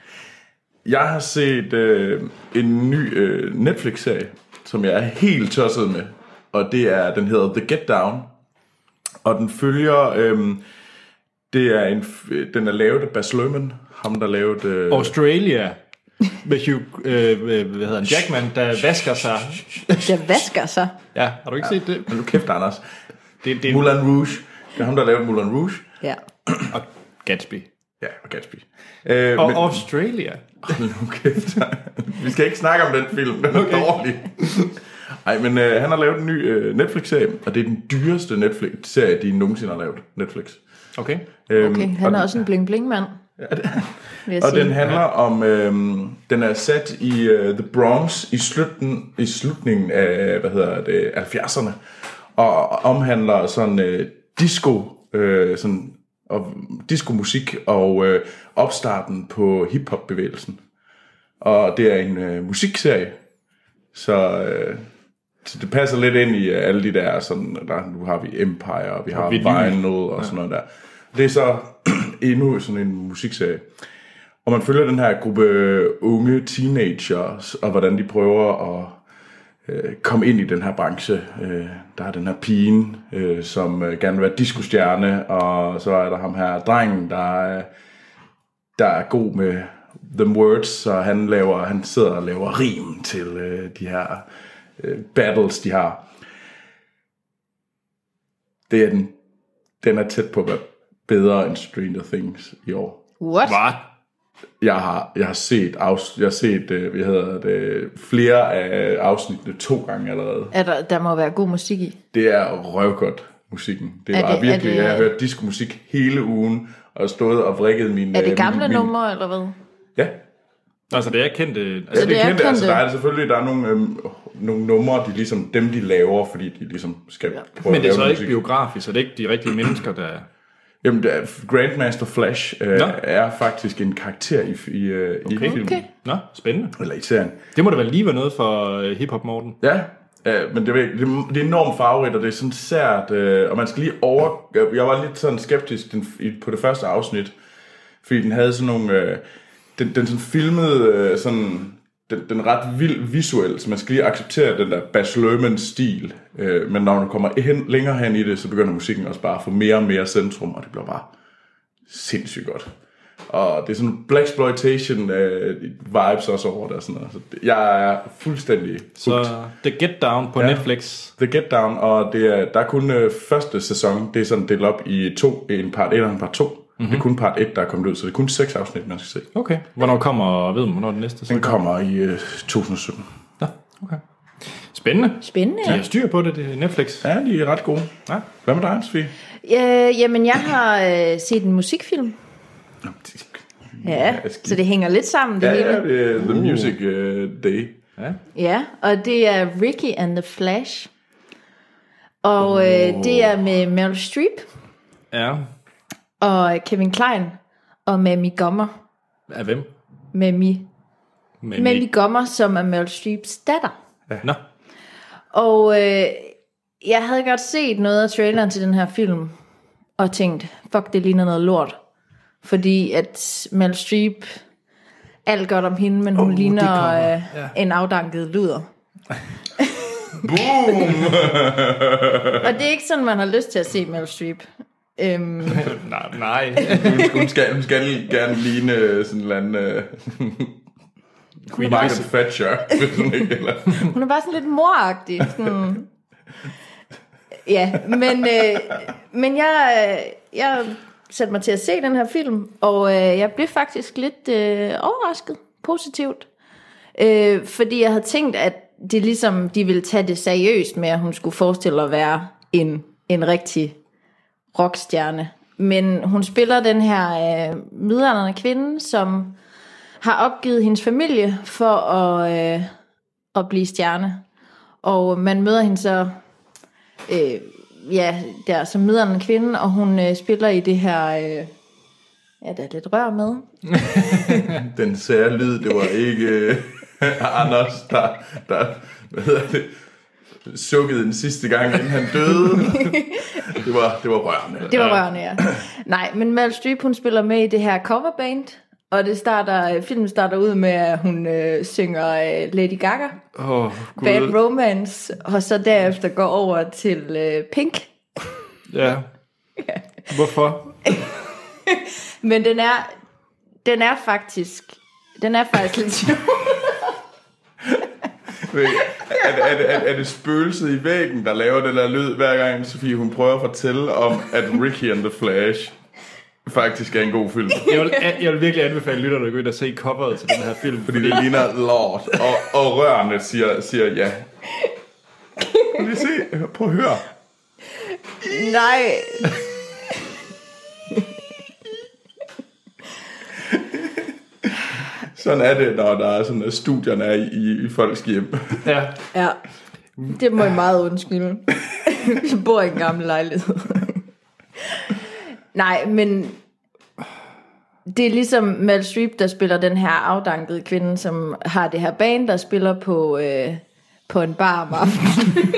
B: Jeg har set øh, en ny øh, Netflix-serie, som jeg er helt tosset med. Og det er, den hedder The Get Down. Og den følger, øh, det er en, f- øh, den er lavet af Baz Luhrmann, ham der lavede... Øh,
A: Australia med Hugh, øh, øh, hvad hedder han, Jackman, der vasker sig.
C: Der vasker sig.
A: Ja, har du ikke set det?
B: Hold nu kæft, Anders.
A: Det, det er
B: Moulin Rouge. Det er ham, der lavede Moulin Rouge.
C: Ja.
A: og Gatsby.
B: Ja, og Gatsby. Øh,
A: Og
B: men-
A: Australia.
B: Hold nu kæft. Vi skal ikke snakke om den film, den er okay. dårlig. Ej, men øh, han har lavet en ny øh, Netflix-serie, og det er den dyreste Netflix-serie, de nogensinde har lavet, Netflix.
A: Okay. Mm.
B: Øhm,
C: Okay,
B: og
C: han er også en bling-bling-mand. Ja, vil jeg
B: Og
C: sige.
B: den handler om, øhm, den er sat i øh, The Bronx i, slutten, i slutningen af, hvad hedder det, 70'erne, og omhandler sådan øh, disco, øh, sådan, og disco-musik og øh, opstarten på hip-hop-bevægelsen. Og det er en øh, musikserie, så, øh, så det passer lidt ind i øh, alle de der, sådan, der, nu har vi Empire, og vi har
A: vinyl.
B: Vinyl og sådan noget der. Det er så endnu sådan en musikserie. Og man følger den her gruppe øh, unge teenagers, og hvordan de prøver at øh, komme ind i den her branche. Øh, der er den her pigen, øh, som øh, gerne vil være diskostjerne, og så er der ham her drengen, der er, der er god med the words, så han, laver, han sidder og laver rim til øh, de her øh, battles, de har. Det er den, den er tæt på at være bedre end Stranger Things i år.
C: What?
A: Hvad?
B: Jeg har, jeg har set, afs, jeg har set øh, hvad hedder det, flere af afsnittene to gange allerede.
C: Er der, der må være god musik i.
B: Det er røvgodt, musikken. Det
C: Er
B: var
C: det- er
B: virkelig,
C: det-
B: jeg har hørt diskomusik hele ugen, og stået og vrikket min...
C: Er det gamle
B: min, min,
C: numre, eller hvad?
B: Ja,
A: Altså, det er kendte...
B: altså,
A: Altså,
C: Så
B: det,
C: det
B: det
C: er
B: er kendte. Altså,
C: kendte.
B: der er selvfølgelig der er nogle, øhm, nogle numre, de ligesom, dem de laver, fordi de ligesom skal ja. prøve
A: men det er
B: at
A: så
B: lave
A: ikke
B: musik.
A: biografisk, så det er ikke de rigtige mennesker, der...
B: Jamen, det er, Grandmaster Flash øh,
A: Nå.
B: er faktisk en karakter i, i, øh, i filmen.
C: Okay.
A: Nå, spændende.
B: Eller i serien.
A: Det må da vel lige være noget for øh, hiphop Morten.
B: Ja, øh, men det, ved jeg ikke. det, er- det er enormt farverigt, og det er sådan sært, øh, og man skal lige over... øh, Jeg var lidt sådan skeptisk den, i, på det første afsnit, fordi den havde sådan nogle... Øh, den, den sådan filmede øh, sådan... Den, den er ret vild visuel, så man skal lige acceptere den der Baz Luhrmann-stil. Øh, men når man kommer hen, længere hen i det, så begynder musikken også bare at få mere og mere centrum, og det bliver bare sindssygt godt. Og det er sådan Black Exploitation øh, vibes også over det og sådan noget. Så det- jeg er fuldstændig hooked.
A: Så The Get Down på ja. Netflix.
B: The Get Down, og det er, der er kun øh, første sæson, det er sådan delt op i to, en part 1 og en part 2. Mm-hmm. Det er kun part 1, der er kommet ud, så det er kun seks afsnit, man skal se.
A: Okay. Hvornår kommer... Ved man, hvornår den næste så?
B: Den kommer i øh, 2017.
A: Nå, okay. Spændende.
C: Spændende,
A: De
C: ja.
A: har styr på det, det er Netflix.
B: Ja, de er ret gode.
A: Ja.
B: Hvad med dig, Sofie?
C: Øh, jamen, jeg har øh, set en musikfilm. Ja, så det hænger lidt sammen, det
B: Ja,
C: hele.
B: ja, det er The Music øh, Day.
A: ja.
C: Ja, og det er Ricky and the Flash. Og øh, det er med Meryl Streep
A: Ja.
C: og Kevin Klein og Mamie Gommer.
A: Af hvem?
C: Mamie,
A: Men,
C: Mamie Gommer, som er Meryl Streeps datter.
A: Nå.
C: Og øh, jeg havde godt set noget af traileren til den her film, og tænkt, fuck, det ligner noget lort. Fordi at Meryl Streep, alt godt om hende, men hun oh, ligner øh, ja. en afdanket luder. Boom! og det er ikke sådan, man har lyst til at se Meryl Streep. Øhm,
A: Nej, nej.
B: Hun skal, hun skal gerne ligne øh, sådan en eller anden... Øh,
C: Hun er, bare,
B: Margaret Thatcher, hvis hun ikke eller.
C: hun er bare sådan lidt moragtig. Sådan. Ja, men, øh, men jeg, øh, jeg satte mig til at se den her film, og øh, jeg blev faktisk lidt øh, overrasket positivt. Øh, fordi jeg havde tænkt, at det ligesom, de ville tage det seriøst med, at hun skulle forestille at være en, en rigtig rockstjerne. Men hun spiller den her øh, midaldrende kvinde, som har opgivet hendes familie for at, øh, at blive stjerne. Og man møder hende så, øh, ja, der som midaldrende kvinde, og hun øh, spiller i det her, øh, ja, der er lidt rør med.
B: Den sære lyd, det var ikke øh, Anders, der, der hvad hedder det, sukkede den sidste gang, inden han døde. Det var, det var rørende.
C: Det var rørende, ja. Nej, men Meryl Streep, hun spiller med i det her coverband, og det starter, øh, filmen starter ud med, at hun øh, synger øh, Lady Gaga,
A: Åh, oh, gud.
C: Bad Romance, og så derefter går over til øh, Pink.
A: Ja. Hvorfor?
C: Men den er, den er faktisk, den er faktisk lidt sjov.
B: Ved ikke, Er, det- er, det- er, det- er det spøgelset i væggen, der laver den der lyd, hver gang Sofie hun prøver at fortælle om, at Ricky and the Flash faktisk er en god film?
A: Jeg vil, jeg vil virkelig anbefale lytterne at gå ind og se coveret til den her film, fordi
B: Fordi det ligner lort. Og, og rørende siger, siger ja. Lige se. Prøv at høre.
C: Nej.
B: Sådan er det, når der er sådan, at studierne er i, i folks hjem.
A: ja,
C: Ja. Det må jeg meget undskylde. Jeg bor i en gammel lejlighed. Nej, men det er ligesom Meryl Streep, der spiller den her afdankede kvinde, som har det her band, der spiller på, øh, på en bar om aftenen.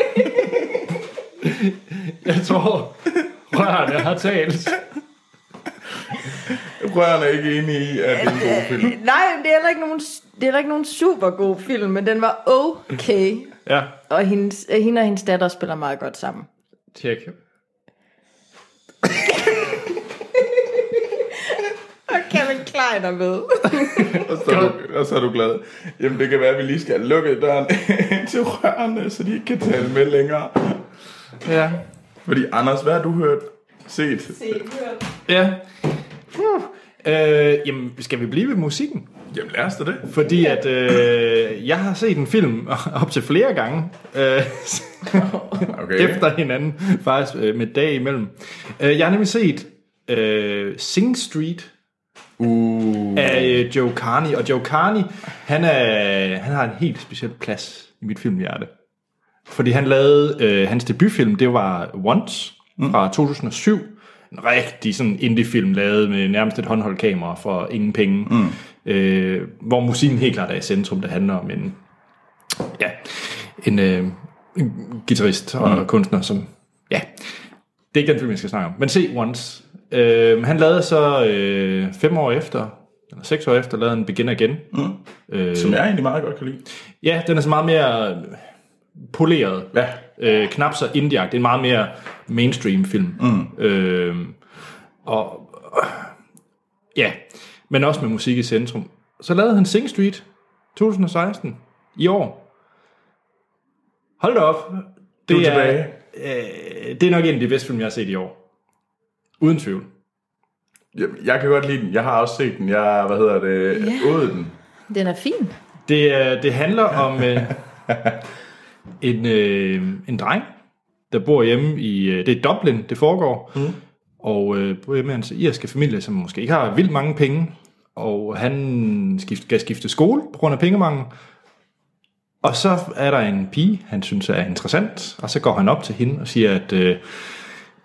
A: jeg tror, rørende har talt.
B: Rørende er ikke enige i, at det er en god film.
C: Nej, det er heller ikke nogen, det er heller ikke nogen super god film, men den var okay.
A: Ja,
C: Og hendes, øh, hende og hendes datter spiller meget godt sammen.
A: tjek.
C: Og Kevin Klein er med.
B: Og så, er du, og så er du glad. Jamen, det kan være, at vi lige skal lukke døren ind til rørende, så de ikke kan tale med længere.
A: Ja.
B: Fordi, Anders, hvad har du hørt? Set?
A: Ja. Puh. Øh, jamen, skal vi blive ved musikken?
B: Jamen, lad os da det.
A: Fordi at øh, jeg har set en film op til flere gange. Øh,
B: Okay.
A: efter hinanden, faktisk øh, med dag imellem. Øh, jeg har nemlig set øh, Sing Street
B: Uh.
A: af øh, Joe Carney, og Joe Carney, han, er, han har en helt speciel plads i mit filmhjerte. Fordi han lavede, øh, hans debutfilm, det var Once fra 2007. En rigtig sådan indie-film, lavet med nærmest et håndholdt kamera for ingen penge. Mm. Øh, hvor musikken helt klart er i centrum, det handler om en, ja, en, øh, en guitarist og mm. kunstner, som, ja, det er ikke den film, jeg skal snakke om, men se Once. Øh, han lavede så øh, fem år efter, eller seks år efter, lavede en Begin Again. Mm. Øh,
B: Som jeg egentlig meget godt kan lide.
A: ja, den er så meget mere øh, poleret
B: Ja.
A: øh, knap så indie Det er en meget mere mainstream film. Mm. Øh, og øh, ja, men også med musik i centrum. Så lavede han Sing Street 2016 i år. Hold da op.
B: Du er
A: Det
B: tilbage.
A: Øh, det er nok en af de bedste film, jeg har set i år. Uden tvivl.
B: Jamen, jeg kan godt lide den. Jeg har også set den. Jeg, hvad hedder det, yeah. åd den.
C: Den er fin.
A: Det, er- det handler om øh, en, øh, en dreng, der bor hjemme i... Øh, det er Dublin, det foregår. Mm. Og øh, bor hjemme med hans irske familie, som måske ikke har vildt mange penge. Og han skift, skal skifte skole på grund af pengemangel. Og så er der en pige, han synes er interessant. Og så går han op til hende og siger, at øh,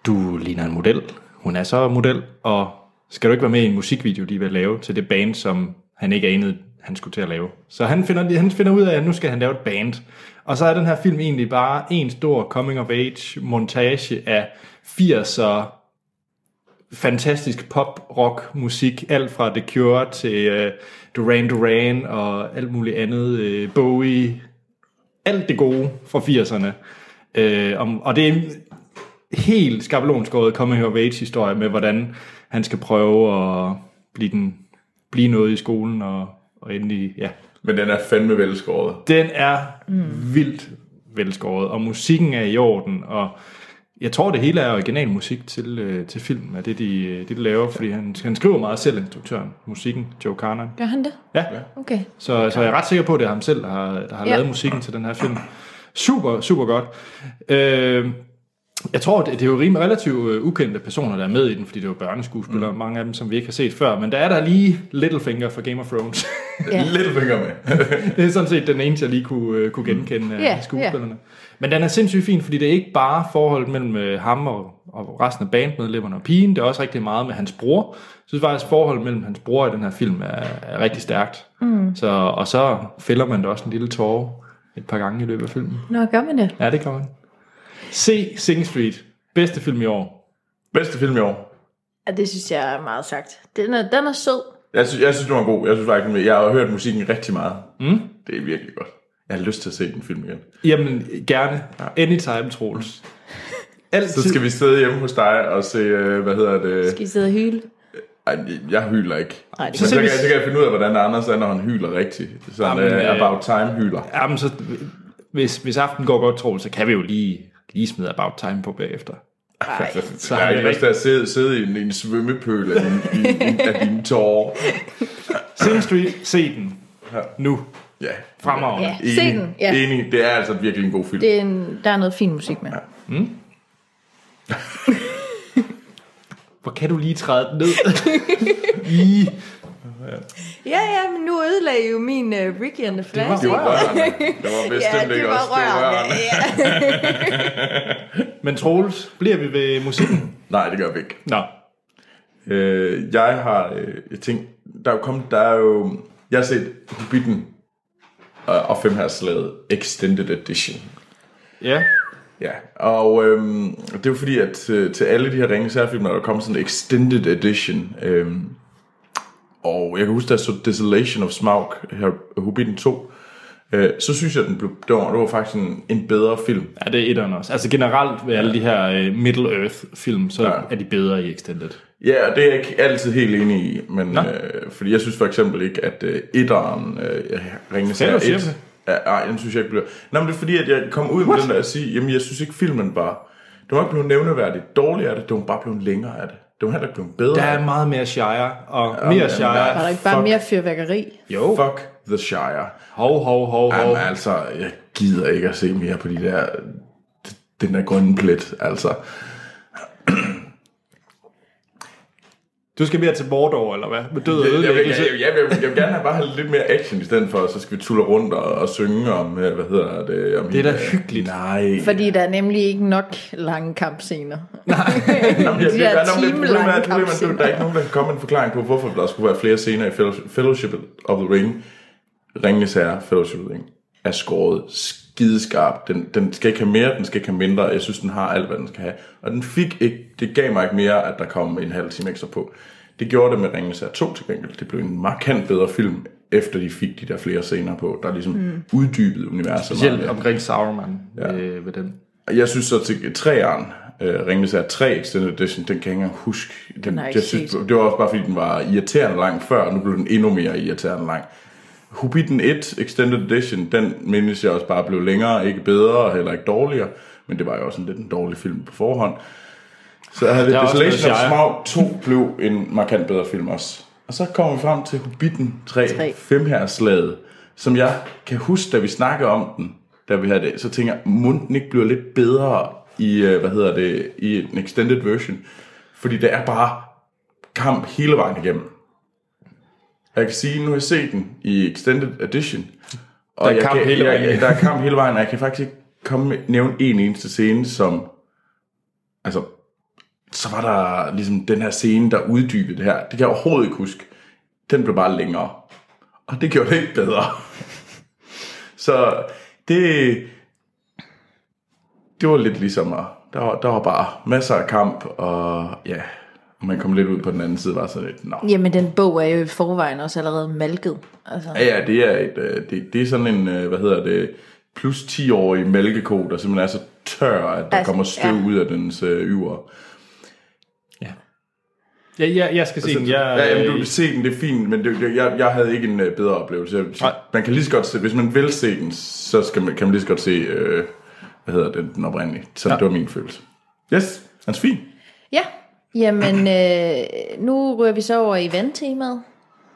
A: du ligner en model. Hun er så model, og skal du ikke være med i en musikvideo, de vil lave til det band, som han ikke anede, han skulle til at lave. Så han finder, han finder ud af, at nu skal han lave et band. Og så er den her film egentlig bare en stor coming of age montage af 80'er fantastisk pop, rock, musik, alt fra The Cure til uh, Duran Duran og alt muligt andet, uh, Bowie, alt det gode fra 80'erne. Uh, om, og det er en helt skabelonskåret coming of age historie med, hvordan han skal prøve at blive, den, blive noget i skolen og, og endelig ja,
B: Men den er fandme velskåret.
A: Den er mm. vildt velskåret, og musikken er i orden, og jeg tror, det hele er original musik til, øh, til film, er det, de, øh, det, de laver, fordi han, han skriver meget selv, instruktøren, musikken, Joe Carnan.
C: Gør han det?
A: Ja,
C: Okay.
A: så, så jeg er ret sikker på, at det er ham selv, der har, der har
C: Ja.
A: ja. lavet musikken til den her film. Super, super godt. Øh, jeg tror, det, det er jo rimelig relativt øh, ukendte personer, der er med i den, fordi det er jo børneskuespillere, mm. mange af dem, som vi ikke har set før, men der er der lige Littlefinger fra Game of Thrones.
C: Ja.
B: Lidt finger med.
A: Det er sådan set den eneste, jeg lige kunne, øh, kunne genkende af
C: Ja,
A: yeah, skuespillerne. Men den er sindssygt fin, fordi det er ikke bare forholdet mellem øh, ham og, og resten af bandmedlemmerne og pigen, det er også rigtig meget med hans bror. Jeg synes faktisk, forholdet mellem hans bror i den her film er, er rigtig stærkt. Mm. Så, og så fælder man da også en lille tårer et par gange i løbet af filmen.
C: Nå, gør man det?
A: Ja, det kan man. Se Sing Street. Bedste film i år.
B: Bedste film i år.
C: Ja, det synes jeg er meget sagt. Den er, den er sød.
B: Jeg synes, jeg synes, den var god. Jeg synes faktisk, den- jeg har hørt musikken rigtig meget. Mm. Det er virkelig godt. Jeg har lyst til at se den film igen.
A: Jamen, gerne. Anytime, Troels. Altid.
B: Så skal vi sidde hjemme hos dig og se, øh, hvad hedder det?
C: Skal I sidde og hyle?
B: Ej, jeg hyler ikke.
C: Nej,
B: Men
C: det kan
B: så
A: jeg
B: kan,
A: ikke.
B: jeg, så kan jeg finde ud af, hvordan Anders er, når han hyler rigtigt. Så han
A: Jamen,
B: øh,
A: øh,
B: about time hyler.
A: Jamen, så, hvis, hvis aftenen går godt, Troels, så kan vi jo lige, lige smide About Time på bagefter.
C: Nej.
B: Så jeg har
A: han er
B: ikke lyst til at sidde, sidde i en, i en svømmepøl af, din, i, i, af dine tårer.
A: Sin Street, se den. Nu.
B: Ja.
A: Fremover.
C: Ja,
A: Ja.
C: se den. Ja.
B: Enig. Det er altså virkelig en god film.
C: Det er en, der er noget fin musik med.
A: Hvor kan du lige træde den ned? I.
C: Ja, ja, men nu ødelagde I jo min uh, Ricky and the Flash.
B: Det var rørende. Det var bestemt ikke også. Det var rørende.
C: Ja.
A: Men Troels, bliver vi ved musikken?
B: Nej, det gør vi ikke.
A: Nå.
B: Øh, jeg har øh, jeg tænkt, der er jo kommet, der er jo, jeg har set Hobbiten og, og fem her slaget Extended Edition.
A: Ja.
B: Ja, og øhm, det er jo fordi, at øh, til alle de her ringe særfilmer, der er kommet sådan en Extended Edition. Øhm, og jeg kan huske, da jeg så Desolation of Smaug, her Hobbiten 2, øh, så synes jeg, den blev, det var, det var faktisk en, en bedre film.
A: Ja, det er etteren også. Altså generelt ved alle de her uh, Middle Earth-film, så
B: Ja.
A: ja. er de bedre i Extended.
B: Ja, og det er jeg ikke altid helt enig i, men
A: Nå.
B: øh, fordi jeg synes for eksempel ikke, at øh, etteren øh, ringende
A: Fedt, du siger
B: et,
A: det.
B: Ja, nej, den synes jeg ikke bliver... Nej, men det er fordi, at jeg kom ud med den der og sige, jamen jeg synes ikke filmen var... Den var ikke blevet nævneværdigt dårligere af det, den var bare blevet længere af det. Den var heller ikke blevet bedre
A: Der
B: af
A: er
B: det.
A: meget mere Shire, og ja, mere
B: men-
A: Shire.
C: Var der ikke bare mere fyrværkeri?
A: Jo.
B: Fuck the Shire.
A: Hov, hov, hov, hov.
B: Jamen altså, jeg gider ikke at se mere på de der... Den der grønne plet, altså.
A: Du skal mere til Mordor, eller hvad? Med død og
B: Jeg, jeg, vil, jeg,
A: ødelæggelse.
B: jeg, jeg, vil, jeg vil gerne have bare have lidt mere action i stedet for, så skal vi tulle rundt og, og synge om, øh, hvad hedder det? Om
A: Det er da
B: hende, øh,
A: hyggeligt.
B: Nej.
C: Fordi der er nemlig ikke nok lange kampscener.
B: Jamen, jeg,
C: de
B: det er
C: der
B: godt nok lidt problemet,
C: timelange
B: er- problemet er, at der er ikke
C: kampscener.
B: nogen, der kan komme med en forklaring på, hvorfor der skulle være flere scener i Fellow- Fellowship of the Ring. Ringenes Herre, Fellowship of the Ring, er skåret skideskarp. Den, den skal ikke have mere, den skal ikke have mindre. Jeg synes, den har alt, hvad den skal have. Og den fik ikke, det gav mig ikke mere, at der kom en halv time ekstra på. Det gjorde det med Ringenes Herre 2 til gengæld. Det blev en markant bedre film, efter de fik de der flere scener på, der ligesom mm. uddybede universet. meget
A: Specielt
B: mere.
A: omkring Sauron ja. øh, ved den.
B: Jeg synes så til træeren, øh, Ringnes er 3 Extended Edition, den kan jeg ikke engang huske. Den, den
C: har jeg
B: jeg
C: ikke
B: synes,
C: set.
B: det var også bare fordi, den var irriterende lang før, og nu blev den endnu mere irriterende lang. Hobbiten 1 Extended Edition, den mindes jeg også bare blev længere, ikke bedre og heller ikke dårligere. Men det var jo også en lidt en dårlig film på forhånd. Så havde vi
A: Der er også
B: Desolation of
A: noget
B: Smaug 2 blev en markant bedre film også. Og så kommer vi frem til Hobbiten 3,
C: Tre.
B: 3. femherreslaget, som jeg kan huske, da vi snakkede om den, da vi havde det, så tænker jeg, må den ikke bliver lidt bedre i, øh, hvad hedder det, i en extended version. Fordi det er bare kamp hele vejen igennem. Jeg kan sige, nu har jeg set den i extended edition. Og
A: Der er
B: jeg
A: kamp
B: kan,
A: hele
B: jeg,
A: vejen.
B: Der er kamp hele vejen, og jeg kan faktisk ikke komme med, nævne en eneste scene, som... Altså, så var der ligesom den her scene, der uddybede det her. Det kan jeg overhovedet ikke huske. Den blev bare længere. Og det gjorde det ikke bedre. så det... Det var lidt ligesom at... Der var, der var bare masser af kamp, og ja... Og man kom lidt ud på den anden side, var sådan lidt... Nå,
C: Jamen, den bog er jo i forvejen også allerede malket. Altså.
B: Ja, ja, det er, et, øh, det, det er sådan en, øh, hvad hedder det, plus 10-årig mælkeko, der simpelthen er så tør, at der
C: Altså,
B: kommer støv
C: ja.
B: ud af dens øh, yver.
A: Ja. Ja, ja, øh, jeg skal se den. Jeg,
B: ja, jamen, du vil se den, det er fint, men det, det, jeg, jeg havde ikke en øh, bedre oplevelse. Jeg,
A: Nej.
B: man kan lige så godt se, hvis man vil se den, så skal man, kan man lige så godt se, øh, hvad hedder den, den oprindelige. Så ja. det var min følelse. Yes, han er fin.
C: Ja, jamen øh, nu rører vi så over i vandtemaet.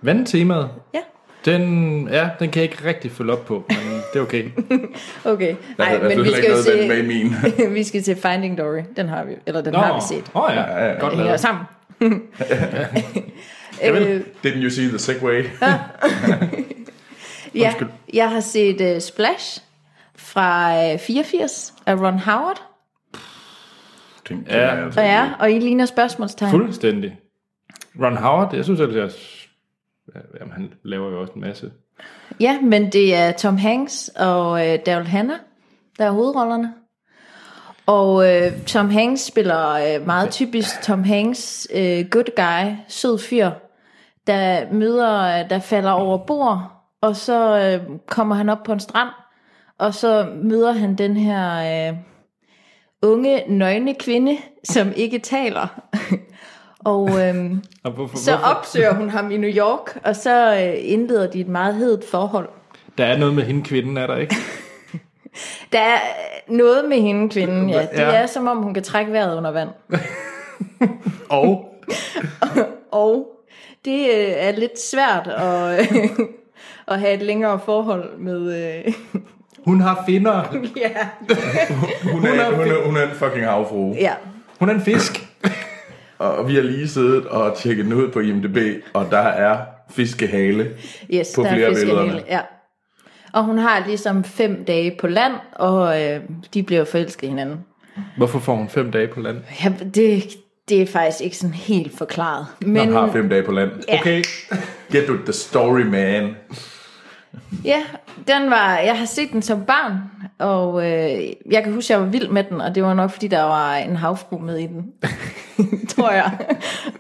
A: vandtemaet,
C: Ja,
A: den, ja, den kan jeg ikke rigtig følge op på, men det er okay.
C: okay.
B: Der
C: Nej,
B: er- der er
C: men vi
B: slet
C: skal
B: ikke
C: jo
B: noget vand med i
C: se,
B: min.
C: vi skal til Finding Dory. Den har vi, eller den har vi set.
A: Åh oh, ja.
B: ja.
A: godt
C: Det hænger
A: lavet.
C: sammen. øh,
B: Didn't you see the segway?
C: ja,
A: Undskyld.
C: jeg har set uh, Splash fra uh, 84 af Ron Howard.
B: Den- den
A: Ja.
B: er altså
C: Og
B: ikke-
C: ja, og I ligner spørgsmålstegn.
A: Fuldstændig. Ron Howard, jeg synes ellers, jeg... ja, Jamen, han laver jo også en masse.
C: Ja, men det er Tom Hanks og øh, Daryl Hannah, der er hovedrollerne. Og øh, Tom Hanks spiller øh, meget typisk Tom Hanks, øh, good guy, sød fyr, der møder, øh, der falder over bord, og så øh, kommer han op på en strand, og så møder han den her øh, unge, nøgne kvinde, som ikke taler. og... Øh,
A: Og hvorfor,
C: så opsøger hun ham i New York, og så øh, indleder de et meget hedet forhold.
A: Der er noget med hende kvinden, er der ikke?
C: Der er øh, noget med hende, kvinden, ja. Det
A: Ja.
C: er, som om hun kan trække vejret under vand.
A: Og
C: Og det øh, er lidt svært at, øh, at have et længere forhold med... Øh,
A: hun har finder.
C: ja.
B: Hun
A: Hun
B: er,
A: er-
B: hun, er, hun er en fucking havfrue.
C: ja.
A: Hun er en fisk.
B: Og og vi har lige siddet og tjekket den ud på IMDb, og der er fiskehale.
C: Yes,
B: På
C: der
B: flere
C: er
B: af
C: fiskehale.
B: billederne.
C: Ja. Og hun har ligesom fem dage på land, og øh, de bliver forelsket i hinanden.
A: Hvorfor får hun fem dage på land?
C: Ja, det, det er faktisk ikke sådan helt forklaret. Men,
B: Hun har fem dage på land.
C: Ja.
A: Okay.
B: Get to the story, man.
C: Ja, den var, jeg har set den som barn, og øh, jeg kan huske, at jeg var vild med den, og det var nok, fordi der var en havfru med i den, tror jeg.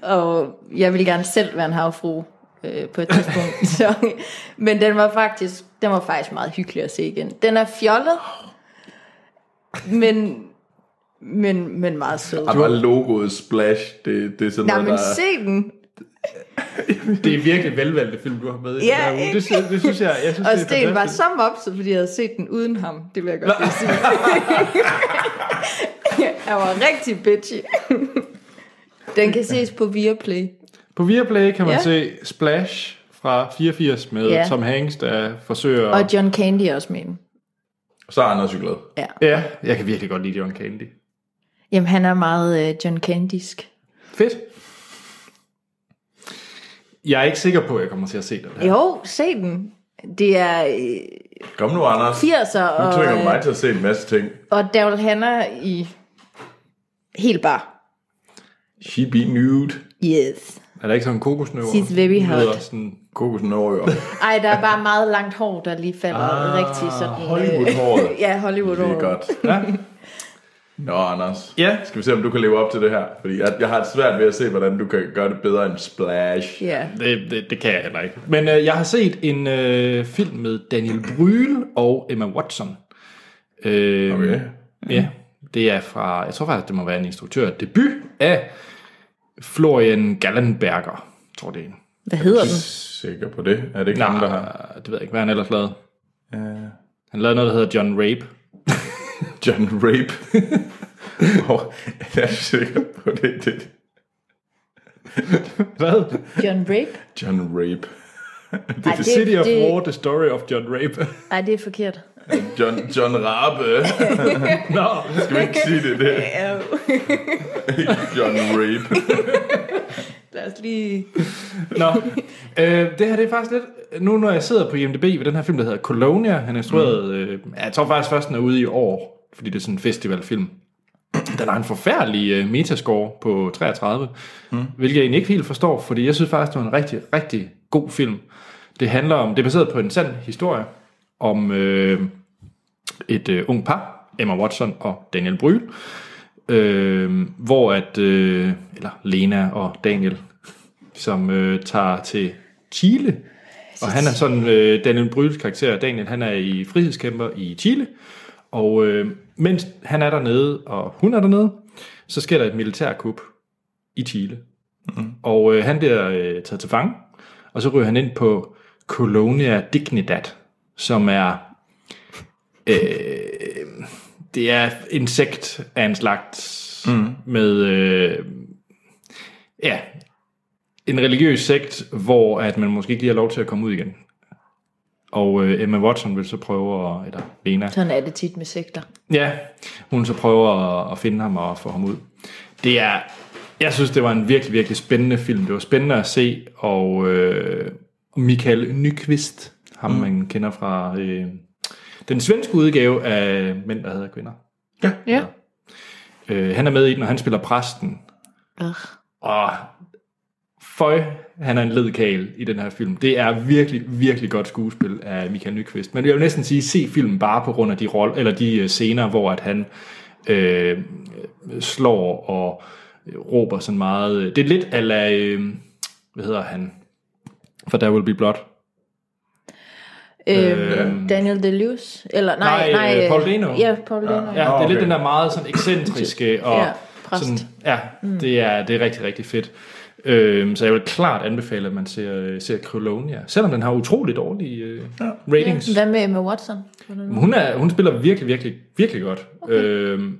C: Og jeg ville gerne selv være en havfru øh, på et tidspunkt. Så, men den var, faktisk, den var faktisk meget hyggelig at se igen. Den er fjollet, men, men, men meget sød.
B: Og bare logoet splash, det, det er sådan
C: Nej,
B: noget,
C: men
B: der...
C: se den.
A: Det er virkelig velvalgte film, du har med. i
C: Ja,
A: den her uge.
C: ikke?
A: det, synes- det, synes jeg, jeg synes,
C: Og
A: det er
C: Sten var
A: fantastisk.
C: så mopset, fordi jeg havde set den uden ham. Det vil jeg godt lige sige. jeg var rigtig bitchy. Den kan ses på Viaplay.
A: På Viaplay kan man
C: Ja.
A: se Splash fra 84 med
C: Ja.
A: Tom Hanks, der forsøger...
C: Og John Candy er også med i den.
B: Så er Anders jo glad.
C: Ja.
A: Ja, jeg kan virkelig godt lide John Candy.
C: Jamen, han er meget øh, John Candysk.
A: Fedt. Jeg er ikke sikker på, at jeg kommer til at se den her.
C: Jo, se den. Det er øh,
B: Kom nu, Anders.
C: 80'er
B: Nu
C: og,
B: tvinger du
C: øh,
B: mig til at se en masse ting.
C: og Daryl Hannah i helt bar.
B: She be nude.
C: Yes.
A: Er der ikke sådan en kokosnøver?
C: She's very
A: Den hedder
C: hot.
A: Sådan,
B: Kokos Norge.
C: Ej, der er bare meget langt hår, der lige falder ah, rigtig sådan. øh,
B: Hollywood-håret.
C: ja, hollywood
B: Det er godt.
A: ja.
B: Nå, Anders.
A: Ja.
B: Skal vi se, om du kan leve op til det her? Fordi jeg, jeg har et svært ved at se, hvordan du kan gøre det bedre end splash.
C: Ja.
A: det, det, det kan jeg heller ikke. Men øh, jeg har set en øh, film med Daniel Brühl og Emma Watson. Øh,
B: Okay.
A: Ja, det er fra, jeg tror faktisk, det må være en instruktør, debut af Florian Gallenberger, tror det er en.
C: Hvad hedder den?
B: Sikker på det? Er det ikke ham, der har? Øh.
A: Nej, Ah, det ved jeg ikke, hvad han ellers lavede. Han lavede noget, der hedder John Rape.
B: John Rape. Og jeg er sikker på det. det.
A: Hvad?
C: John Rape?
B: John Rape.
C: Ej,
A: The City of War, The Story of John Rape.
C: Ej, det er forkert.
B: John, John Rabe.
A: Nå,
B: Skal vi ikke sige det? det? er John Rape.
C: Lad os lige...
A: nå. Øh, det her det er faktisk lidt, nu når jeg sidder på IMDb ved den her film, der hedder Colonia, han instruerede, mm. øh, ja, jeg tror faktisk først, den er ude i år, fordi det er sådan en festivalfilm. Den har en forfærdelig øh, metascore på 33, mm. hvilket jeg egentlig ikke helt forstår, fordi jeg synes faktisk, det var en rigtig, rigtig god film. Det handler om, det er baseret på en sand historie, om øh, et øh, ung par, Emma Watson og Daniel Bryl, øh, hvor at, øh, eller Lena og Daniel, som øh, tager til Chile, og han er sådan, øh, Daniel Bryls karakter, Daniel, han er i frihedskæmper i Chile, og øh, mens han er dernede, og hun er dernede, så sker der et militærkup i Chile, Og øh, han bliver øh, taget til fange, og så ryger han ind på Colonia Dignidad, som er... Øh, det er insekt af en slags mm. med... Øh, ja, en religiøs sekt, hvor at man måske ikke lige har lov til at komme ud igen. Og øh, Emma Watson vil så prøve at... Eller Lena.
C: Sådan er det tit med sekter.
A: Ja, hun så prøver at, at finde ham og få ham ud. Det er, jeg synes, det var en virkelig, virkelig spændende film. Det var spændende at se, og øh, Michael Nyqvist, ham mm. man kender fra øh, den svenske udgave af Mænd, der hader kvinder.
C: Ja.
A: Øh, han er med i den, og han spiller præsten.
C: Ugh.
A: Og føj, han er en ledkagel i den her film. Det er virkelig, virkelig godt skuespil af Michael Nyqvist. Men jeg vil næsten sige, se filmen bare på grund af de, roll, eller de øh, scener, hvor at han øh, slår og råber sådan meget. Det er lidt ala, øh, hvad hedder han? For There Will Be Blood.
C: Øhm, Daniel Deleuze? Eller, nej,
A: nej,
C: nej,
A: øh,
C: øh,
A: Paul Dano.
C: Ja, Paul Dano.
A: Ja,
B: Nå,
A: det er lidt
B: okay.
A: den der meget sådan ekscentriske og
C: Ja, præst. Mm.
A: sådan, ja, det er det er rigtig rigtig fedt. Øhm, så jeg vil klart anbefale at man ser øh, ser Colonia, selvom den har utrolig dårlige øh, ratings.
C: Hvad med Emma Watson?
A: Men Hun er hun spiller virkelig virkelig virkelig godt. Okay. Øhm,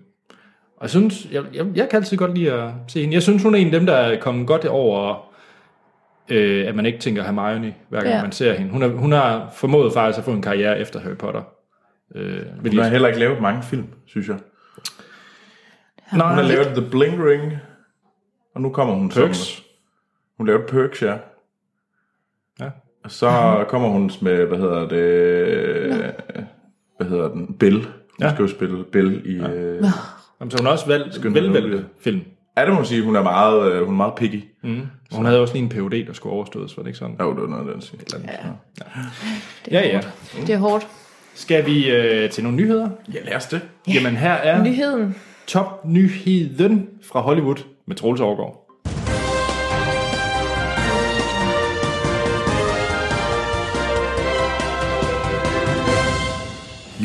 A: og jeg synes jeg, jeg, jeg kan altid godt lide at se hende. Jeg synes hun er en af dem der er kommet godt over øh, at man ikke tænker Hermione hver gang
C: Ja.
A: ja. man ser hende. Hun har hun har formået faktisk at få en karriere efter Harry Potter. Øh,
B: Hun har heller ikke lavet mange film, synes jeg. Hun har lavet The Bling Ring, og nu kommer hun som...
A: Perks.
B: Hun lavede Perks, ja.
A: Ja.
B: Og så kommer hun med, hvad hedder det... Hvad hedder den? Bill. Hun
A: Ja.
B: skal jo spille Bill i... øh,
A: Jamen, så hun har også valgt
B: hun have
A: velvalgte
B: noget?
A: film.
B: Ja, det må man sige, hun er meget, øh, hun er meget picky.
A: Og hun havde også lige en PhD, der skulle overstås, var det ikke sådan?
B: Jo, det var noget, den siger. Ja.
A: Ja, ja.
C: Det er hårdt.
A: Skal vi øh, til nogle nyheder?
B: ja, lad os det.
A: Jamen her er
C: Nyheden.
A: topnyheden fra Hollywood med Troels Overgaard.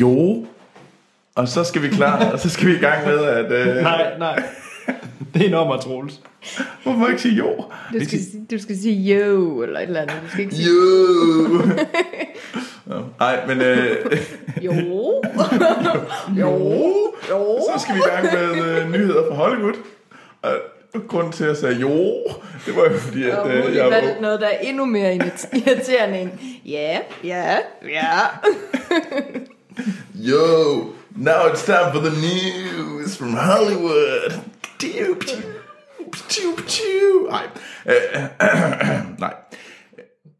B: Jo. Og så skal vi klar, og så skal vi i gang med, at... Øh,
A: Nej, nej. Det er nummer, Troels.
B: Hvorfor må jeg ikke sige jo?
C: Du skal, sige- du skal sige yo, eller et eller andet. Du skal ikke sige
B: Jo! Nå, Nej, men... Øh,
C: jo. jo. Jo.
B: Så skal vi i gang med øh, nyheder fra Hollywood. Og grunden til, at jeg sagde jo, det var jo fordi, at
C: Og
B: øh,
C: muligt
B: jeg
C: valgt
B: var...
C: noget, der er endnu mere irrit- irriterende end ja, ja, ja.
B: Yo, now it's time for the news from Hollywood. Pew, pew, pew, pew. Nej. Øh, nej.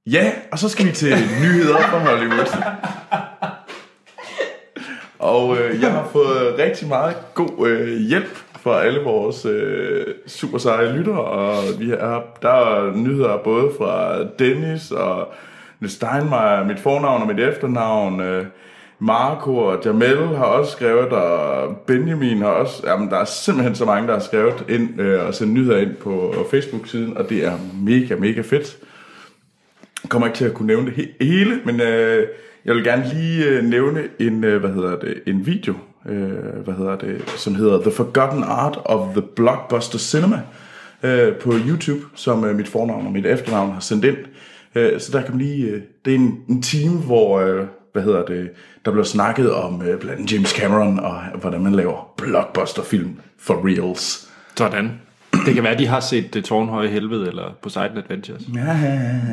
B: Ja, og så skal vi til nyheder fra Hollywood. Og øh, jeg har fået rigtig meget god øh, hjælp fra alle vores øh, super seje lyttere, og vi har, der er nyheder både fra Dennis og Niels Steinmeier, mit fornavn og mit efternavn, øh, Marco og Jamel har også skrevet, og Benjamin har også, jamen der er simpelthen så mange, der har skrevet ind øh, og sendt nyheder ind på Facebook-siden, og det er mega, mega fedt. Jeg kommer ikke til at kunne nævne det he- hele, men øh, jeg vil gerne lige øh, nævne en, øh, hvad hedder det, en video, øh, hvad hedder det, som hedder The Forgotten Art of the Blockbuster Cinema øh, på YouTube, som øh, mit fornavn og mit efternavn har sendt ind. Øh, så der kan man lige, øh, det er en, en time, hvor, øh, hvad hedder det, der bliver snakket om øh, blandt andet James Cameron og hvordan man laver blockbusterfilm for reals.
A: Sådan. Det kan være, de har set uh, Tårnhøje Helvede eller Poseidon Adventures.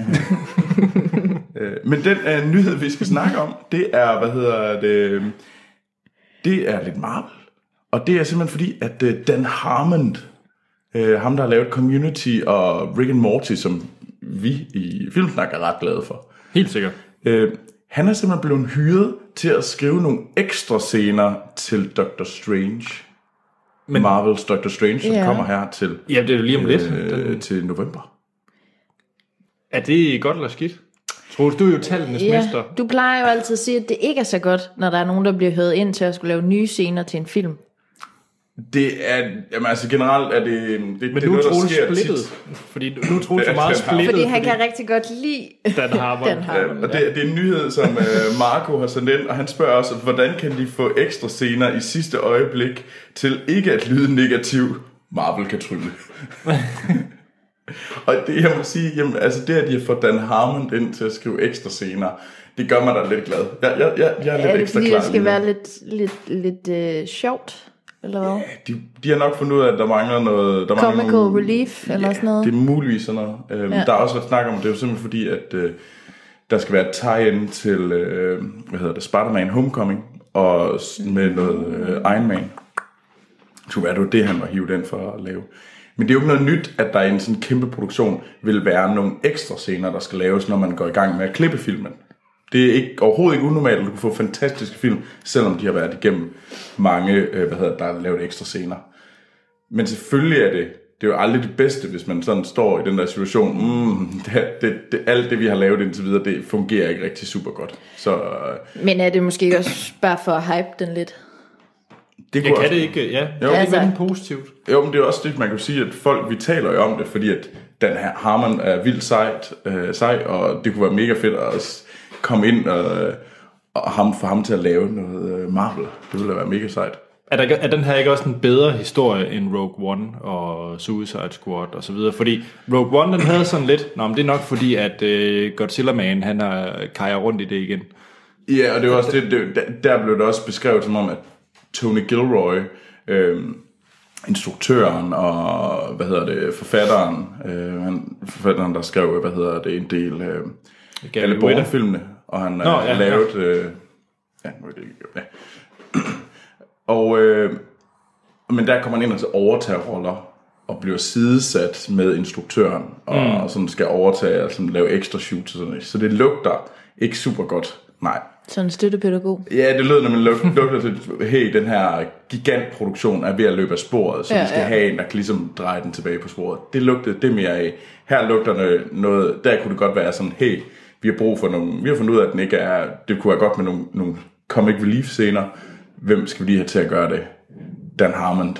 B: Øh, Men den øh, nyhed, vi skal snakke om, det er, hvad hedder det, det er lidt Marvel. Og det er simpelthen fordi, at øh, Dan Harmon, øh, ham der har lavet Community og Rick and Morty, som vi i Filmsnak er ret glade for,
A: Helt sikkert.
B: øh, han er simpelthen blevet hyret til at skrive nogle ekstra scener til Doctor Strange. Men, Marvels Doctor Strange, som
C: Ja.
B: kommer her til,
A: Ja, det er jo lige om lidt.
B: øh, til november.
A: Er det godt eller skidt? Troels, du er jo tallenes ja. mester.
C: Du plejer jo altid at sige, at det ikke er så godt, når der er nogen, der bliver høvet ind til at skulle lave nye scener til en film.
B: Det er, jamen altså generelt er det, det, Men det
A: Men
B: er
A: nu er
B: noget, der
A: Troels
B: sker
A: splittet.
B: tit.
A: Fordi nu er Troels
B: Ja,
A: så meget
B: den har-
A: splittet,
C: Fordi han kan rigtig godt lide
A: Dan Harmon.
C: Dan Harmon.
B: Øhm, Og det, det er en nyhed, som øh, Marco har sendt ind, og han spørger os, hvordan kan de få ekstra scener i sidste øjeblik til ikke at lyde negativ? Marvel kan trylle. Og det, jeg må sige, jamen, altså det, at de har fået Dan Harmon ind til at skrive ekstra scener, det gør mig da lidt glad. Jeg, jeg, jeg, jeg er
C: Er
B: lidt
C: det
B: ekstra
C: fordi,
B: klar
C: det
B: lige
C: skal
B: nu.
C: være lidt, lidt, lidt øh, sjovt? Eller hvad? Yeah,
B: De, de har nok fundet ud af, at der mangler noget... Der mangler
C: Comical
B: nogle,
C: relief eller sådan noget?
B: Det er muligvis sådan noget. Øhm, ja. Der er også været snak om, det er jo simpelthen fordi, at øh, der skal være et tie-in til, øh, hvad hedder det, Spider-Man Homecoming, og s- med noget øh, Iron Man. Det kunne være, det var det, han var hivet ind for at lave. Men det er jo ikke noget nyt, at der i en sådan kæmpe produktion vil være nogle ekstra scener, der skal laves, når man går i gang med at klippe filmen. Det er ikke, overhovedet ikke unormalt, at du kan få fantastiske film, selvom de har været igennem mange, øh, hvad hedder, det, der er lavet ekstra scener. Men selvfølgelig er det, det er jo aldrig det bedste, hvis man sådan står i den der situation, mm, det, det, det, alt det, vi har lavet indtil videre, det fungerer ikke rigtig super godt. Så øh,
C: Men er det måske ikke også bare for at hype den lidt?
A: Jeg
B: det kunne
A: kan
B: også,
A: det ikke, ja.
B: Jo.
A: Jo. Det er
C: Altså-
A: altså. positivt.
B: Jo, men det er også det, man kan jo sige, at folk, vi taler jo om det, fordi at Dan Harmon er vildt sejt, øh, sej, og det kunne være mega fedt at s- komme ind og, og ham, få ham til at lave noget øh, Marvel. Det ville da være mega sejt.
A: Er, der, ikke- er den her ikke også en bedre historie end Rogue One og Suicide Squad og så videre? Fordi Rogue One, den havde sådan lidt, nå, men det er nok fordi, at øh, Godzilla-man, han har kajer rundt i det igen.
B: Ja, og det var også det, det der- der blev det også beskrevet som om, at Tony Gilroy, øh, instruktøren og, hvad hedder det, forfatteren, øh, han, forfatteren, der skrev, hvad hedder det, en del øh, alle
A: Whittaker.
B: Bourne-filmene, og han Nå,
A: Nå,
B: har
A: ja,
B: ja, lavet... Ja. Øh, ja, nu er det ikke... Ja. og, øh, men der kommer han ind og så overtager roller, og bliver sidesat med instruktøren, og mm. sådan skal overtage og sådan lave ekstra shoots og sådan noget. Så det lugter ikke super godt. Nej,
C: Sådan en støttepædagog.
B: Ja, det lød, når man luk- lugter til, hey, den her gigantproduktion er ved at løbe af sporet, så ja,
C: Ja,
B: vi skal
C: ja.
B: ja. have en, der kan ligesom dreje den tilbage på sporet. Det lugtede det mere af. Her lugter det noget, der kunne det godt være sådan, hey, vi har brug for nogle, vi har fundet ud af, at den ikke er, det kunne være godt med nogle, nogle comic relief scener. Hvem skal vi lige have til at gøre det? Dan Harmon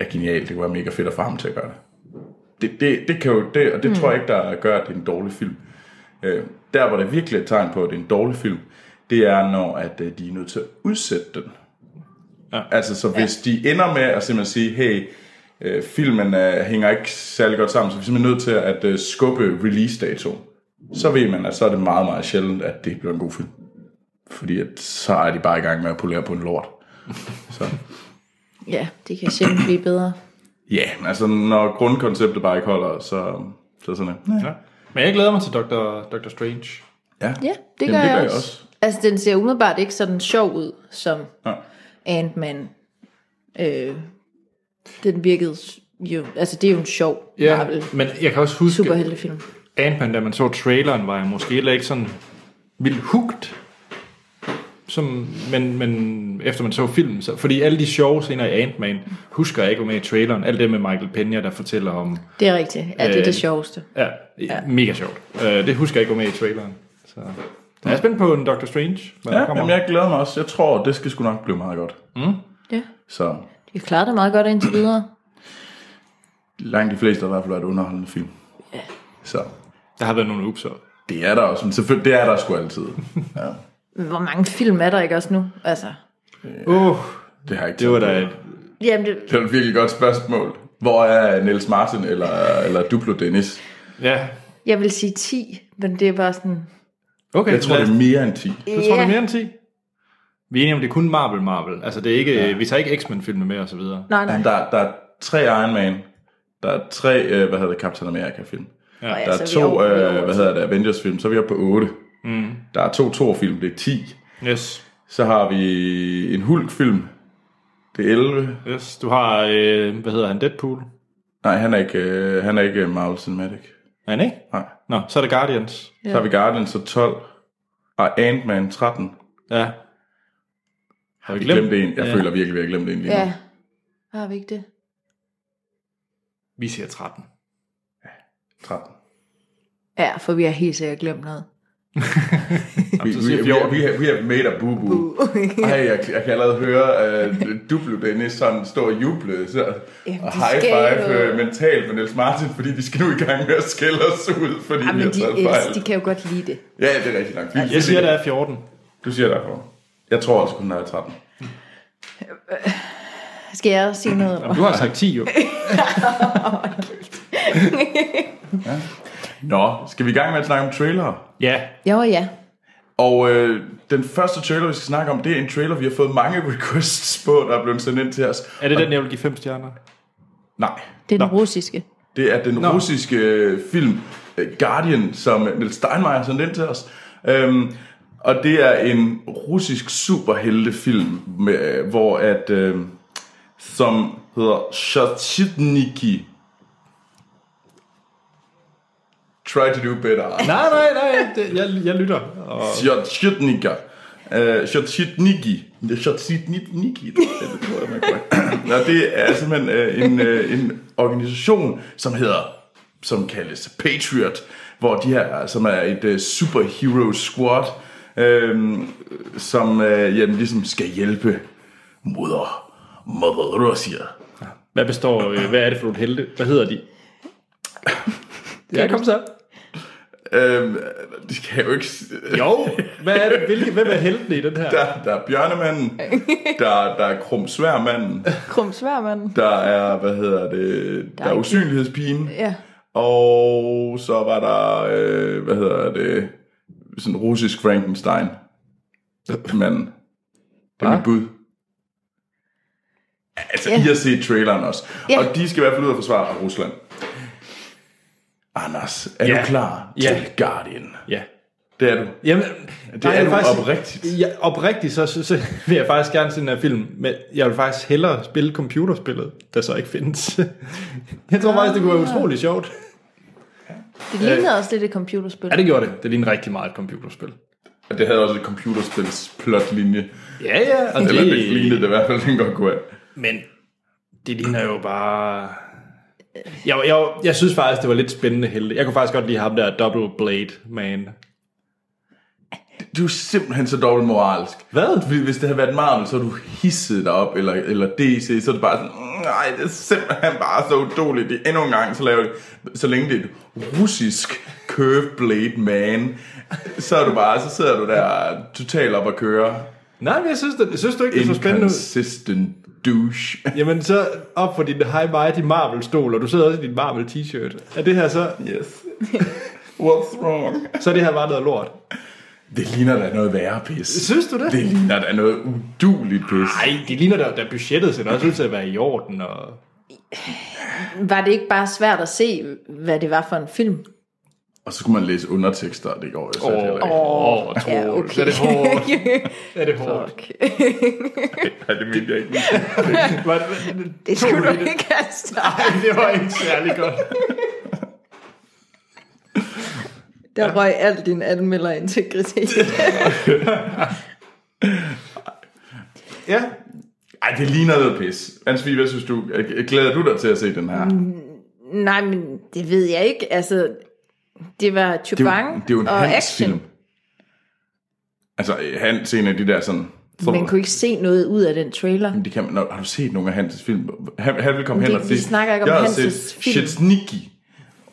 B: er genial, det kunne være mega fedt at få ham til at gøre det. Det, det, det kan jo, det, og det mm. tror jeg ikke, der gør, at det er en dårlig film. Øh, der, hvor der virkelig er et tegn på, at det er en dårlig film, det er, når at, øh, de er nødt til at udsætte den.
A: Ja.
B: Altså, så hvis ja. de ender med at simpelthen sige, hey, øh, filmen øh, hænger ikke særlig godt sammen, så vi er simpelthen nødt til at øh, skubbe release-datoen, så ved man, at så er det meget, meget sjældent, at det bliver en god film. Fordi at, så er de bare i gang med at polere på en lort. Så.
C: Ja, det kan sjældent blive bedre.
B: Ja, yeah, altså når grundkonceptet bare ikke holder, så, så sådan noget.
A: Ja. Men jeg glæder mig til Dr. Dr. Strange.
B: Ja,
C: Ja, det
B: Jamen,
C: gør,
B: det
C: jeg, også. Altså, den ser umiddelbart ikke sådan sjov ud, som
B: Ja.
C: Ant-Man. Øh, den virkede s- jo... Altså, det er jo en sjov
A: Ja,
C: Marvel
A: men jeg kan også huske,
C: superheltefilm.
A: Ant-Man, da man så traileren, var jeg måske heller ikke sådan vildt hugt. Som, men, men efter man så filmen, så, fordi alle de sjove scener i Ant-Man, husker jeg ikke var med i traileren. Alt det med Michael Pena, der fortæller om...
C: Det er rigtigt. Ja, det er
A: Øh,
C: det sjoveste.
A: Ja, ja. mega sjovt. Øh, det husker jeg ikke var med i traileren. Så jeg er spændt på en Doctor Strange. Hvad
B: Ja,
A: der kommer.
B: jamen, jeg glæder mig også. Jeg tror, det skal sgu nok blive meget godt.
C: Ja.
B: Så
C: De klarer det meget godt indtil videre.
B: langt de fleste har i hvert fald været underholdende film. Så
A: Der har været nogle upser.
B: det er der også, men selvfølgelig, det er der sgu altid. Ja,
C: Hvor mange film er der ikke også nu? Altså,
A: Åh, oh,
B: det har jeg ikke
A: det var
B: tænkt
A: da
B: på.
A: et...
C: jamen, det,
B: Det var et virkelig godt spørgsmål. Hvor er Niels Martin eller, eller Duplo Dennis?
A: Ja,
C: jeg vil sige 10, men det er bare sådan...
A: okay.
B: Jeg tror,
A: lad
B: det
A: os-
B: er mere end 10.
A: Du tror, det er mere end 10? Vi er enige om, det er kun Marvel Marvel. Altså, det er ikke, ja. vi tager ikke X-Men-filmene med og så videre.
C: Nej, nej.
B: Jamen, der, der er tre Iron Man. Der er tre, øh, hvad hedder det, Captain America-film.
C: Ja,
B: Der er to, øh, hvad hedder det, Avengers-film. Så er vi oppe på 8. Mm. Der er to Thor-film, det er 10.
A: Yes,
B: Så har vi en Hulk-film. Det er 11.
A: yes. Du har, øh, hvad hedder han, Deadpool?
B: Nej, han er ikke, øh, han er ikke Marvel Cinematic.
A: Er han ikke?
B: Nej.
A: Nå, så er det Guardians.
B: Så har vi Guardians og 12. Og Ant-Man 13.
A: Ja. Har vi
B: Jeg
A: glemt?
B: glemte en. Jeg
A: Ja.
B: føler virkelig, at jeg glemte en lige nu.
C: Ja, har vi ikke det?
A: Vi siger 13.
B: 13.
C: Ja, for vi har helt sikkert glemt noget.
B: Vi,
A: så
B: vi,
A: siger
B: vi,
A: fjorten.
B: vi, har- vi har made a boo-boo. Ej, jeg, jeg kan allerede høre uh, Duplo Dennis sådan stå og juble. Så,
C: Jamen,
B: og
C: de
B: high
C: skal
B: five
C: jo.
B: øh, mentalt med Niels Martin, fordi de skal nu i gang med at skælde os ud, fordi
C: Ej,
B: vi
C: men
B: har
C: de,
B: taget
C: elsker,
B: fejl.
C: de kan jo godt lide det.
B: Ja, det er rigtig langt. Vi-
A: Jeg siger, der er 14.
B: Du siger derfor. Jeg tror også kun, der er 13.
C: Skal jeg sige noget?
A: Du har sagt 10 jo.
B: Nå, skal vi i gang med at snakke om trailere?
A: Ja,
C: Jo, ja.
B: Og øh, den første trailer, vi skal snakke om, det er en trailer, vi har fået mange requests på, der er blevet sendt ind til os.
A: er det den, jeg vil give fem stjerner?
B: Nej,
C: Det er den
A: Nå.
C: russiske.
B: det er den Nå. russiske øh, film øh, Guardian, som øh, Niels Steinmeier sendte ind til os. Øhm, og det er en russisk superheltefilm, med, øh, hvor at, øh, som hedder Shachitniki. Try to do better.
A: Nej, nej, nej, det, jeg, jeg lytter. Og
B: Sjotjitnika. Uh, Sjotjitniki. Sjotjitniki. Det tror jeg, man kan. Og det er simpelthen øh, en, øh, en organisation, som hedder, som kaldes Patriot, hvor de her, som er et øh, superhero squad, øh, som øh, jamen, ligesom skal hjælpe moder, mother Russia.
A: hvad består, øh, hvad er det for nogle helte? Hvad hedder de? Ja, kom så.
B: Øh, det kan jeg jo ikke... s-
A: Jo, hvad er det? Hvilke, hvem er heltene i den her?
B: Der, der er bjørnemanden, der, der er krumsværmanden,
C: Krum sværmanden.
B: Der er, hvad hedder det, der, er
C: ikke-
B: usynlighedspigen,
C: Ja.
B: og så var der, øh, hvad hedder det, sådan russisk Frankenstein. Manden. Det er
A: Hva?
B: mit bud. Altså,
C: Ja.
B: I har set traileren også.
C: Ja.
B: Og de skal i hvert fald ud og forsvare Rusland. Anders, er
A: Ja.
B: du klar
A: Ja.
B: til Guardian?
A: Ja.
B: Det er du.
A: Jamen,
B: Det
A: nej,
B: er
A: jeg vil
B: du oprigtigt.
A: Ja, oprigtigt, så, så, så vil jeg faktisk gerne se den her film, men jeg vil faktisk hellere spille computerspillet, der så ikke findes. Jeg tror faktisk, det kunne være utrolig sjovt.
C: Det ligner også lidt et computerspil.
A: Ja, Øh. det gjorde det. Det ligner rigtig meget et computerspil.
B: Og det havde også et computerspils plotlinje.
A: Ja, ja. Og
B: Eller det
A: det,
B: lignede det i hvert fald, den godt kunne have.
A: men det ligner jo bare... Jeg, jeg, jeg synes faktisk, det var lidt spændende helte. Jeg kunne faktisk godt lide ham der Double Blade Man.
B: Du er simpelthen så dobbelt moralsk.
A: Hvad?
B: Fordi hvis det havde været Marvel, så havde du hisset dig op, eller, eller DC, så er det bare sådan, "Mm, nej, det er simpelthen bare så udoligt. Det endnu en gang, så laver det, så længe det er et russisk curveblade man, så er du bare, så sidder du der totalt op at køre.
A: Nej, men jeg synes, det, synes du ikke, det er så spændende ud?
B: Inconsistent douche.
A: Jamen så op på din High Mighty Marvel-stol, og du sidder også i din Marvel-t-shirt. Er det her så,
B: Yes. What's wrong?
A: så er det her bare noget lort.
B: Det ligner da noget værre pis.
A: Synes du det?
B: Det ligner da noget uduligt pis.
A: Nej, det ligner da, da budgettet ser da også ud til at være i orden. Og...
C: Var det ikke bare svært at se, hvad det var for en film?
B: Og så kunne man læse undertekster, og det går jo så heller ikke.
A: oh,
C: Ja, okay.
A: Er det hårdt? Er det hårdt?
C: Fuck.
B: Nej, det mente jeg ikke.
A: Var det-
C: Det skulle du ikke have startet.
A: det var ikke særlig godt.
C: Der røg al din anmelderintegritet.
A: Ja,
B: Ej, det ligner noget pis. Ansvi, hvad synes du? Glæder du dig til at se den
C: Mm,
B: her?
C: Nej, men det ved jeg ikke. Altså, det var Chubang
B: det er jo en
C: og
B: hans
C: action.
B: film. Altså, øh, Hans en af de der sådan...
C: Man kunne ikke se noget ud af den trailer.
B: det kan man, Nå, har du set nogle af Hans' film? Han, han vil komme hen
C: Det-
B: og
C: vi snakker ikke om
B: jeg har
C: Hans'
B: set
C: film.
B: Shetsniki.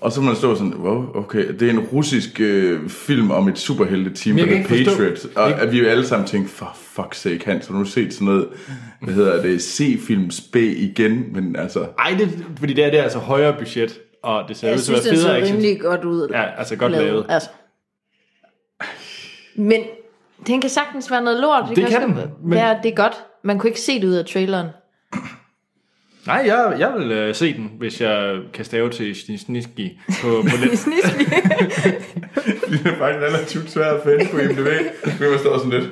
B: Og så må man stå sådan, wow, okay, det er en russisk øh, film om et superhelte-team, der
A: jeg kan
B: hedder
A: ikke forstå-
B: Patriot. Og at vi jo alle sammen tænkte, for fuck's sake, Hans, har du nu set sådan noget, hvad hedder det, C-films B igen, men altså...
A: ej, det, fordi det er, det er altså højere budget, og det ser
C: Jeg
A: ud til at
C: synes,
A: være
C: den så
A: federe action.
C: rimelig godt ud.
A: Ja, altså godt lavet.
C: Altså. Men den kan sagtens være noget lort.
A: Det kan
C: også
A: den,
C: godt
A: men-
C: være, det er godt. Man kunne ikke se det ud af traileren.
A: Nej, jeg, jeg vil øh, se den, hvis jeg kan stave til Snisniski på, på lidt.
B: Det er faktisk relativt svært at finde på IMDb. Vi må stå sådan lidt.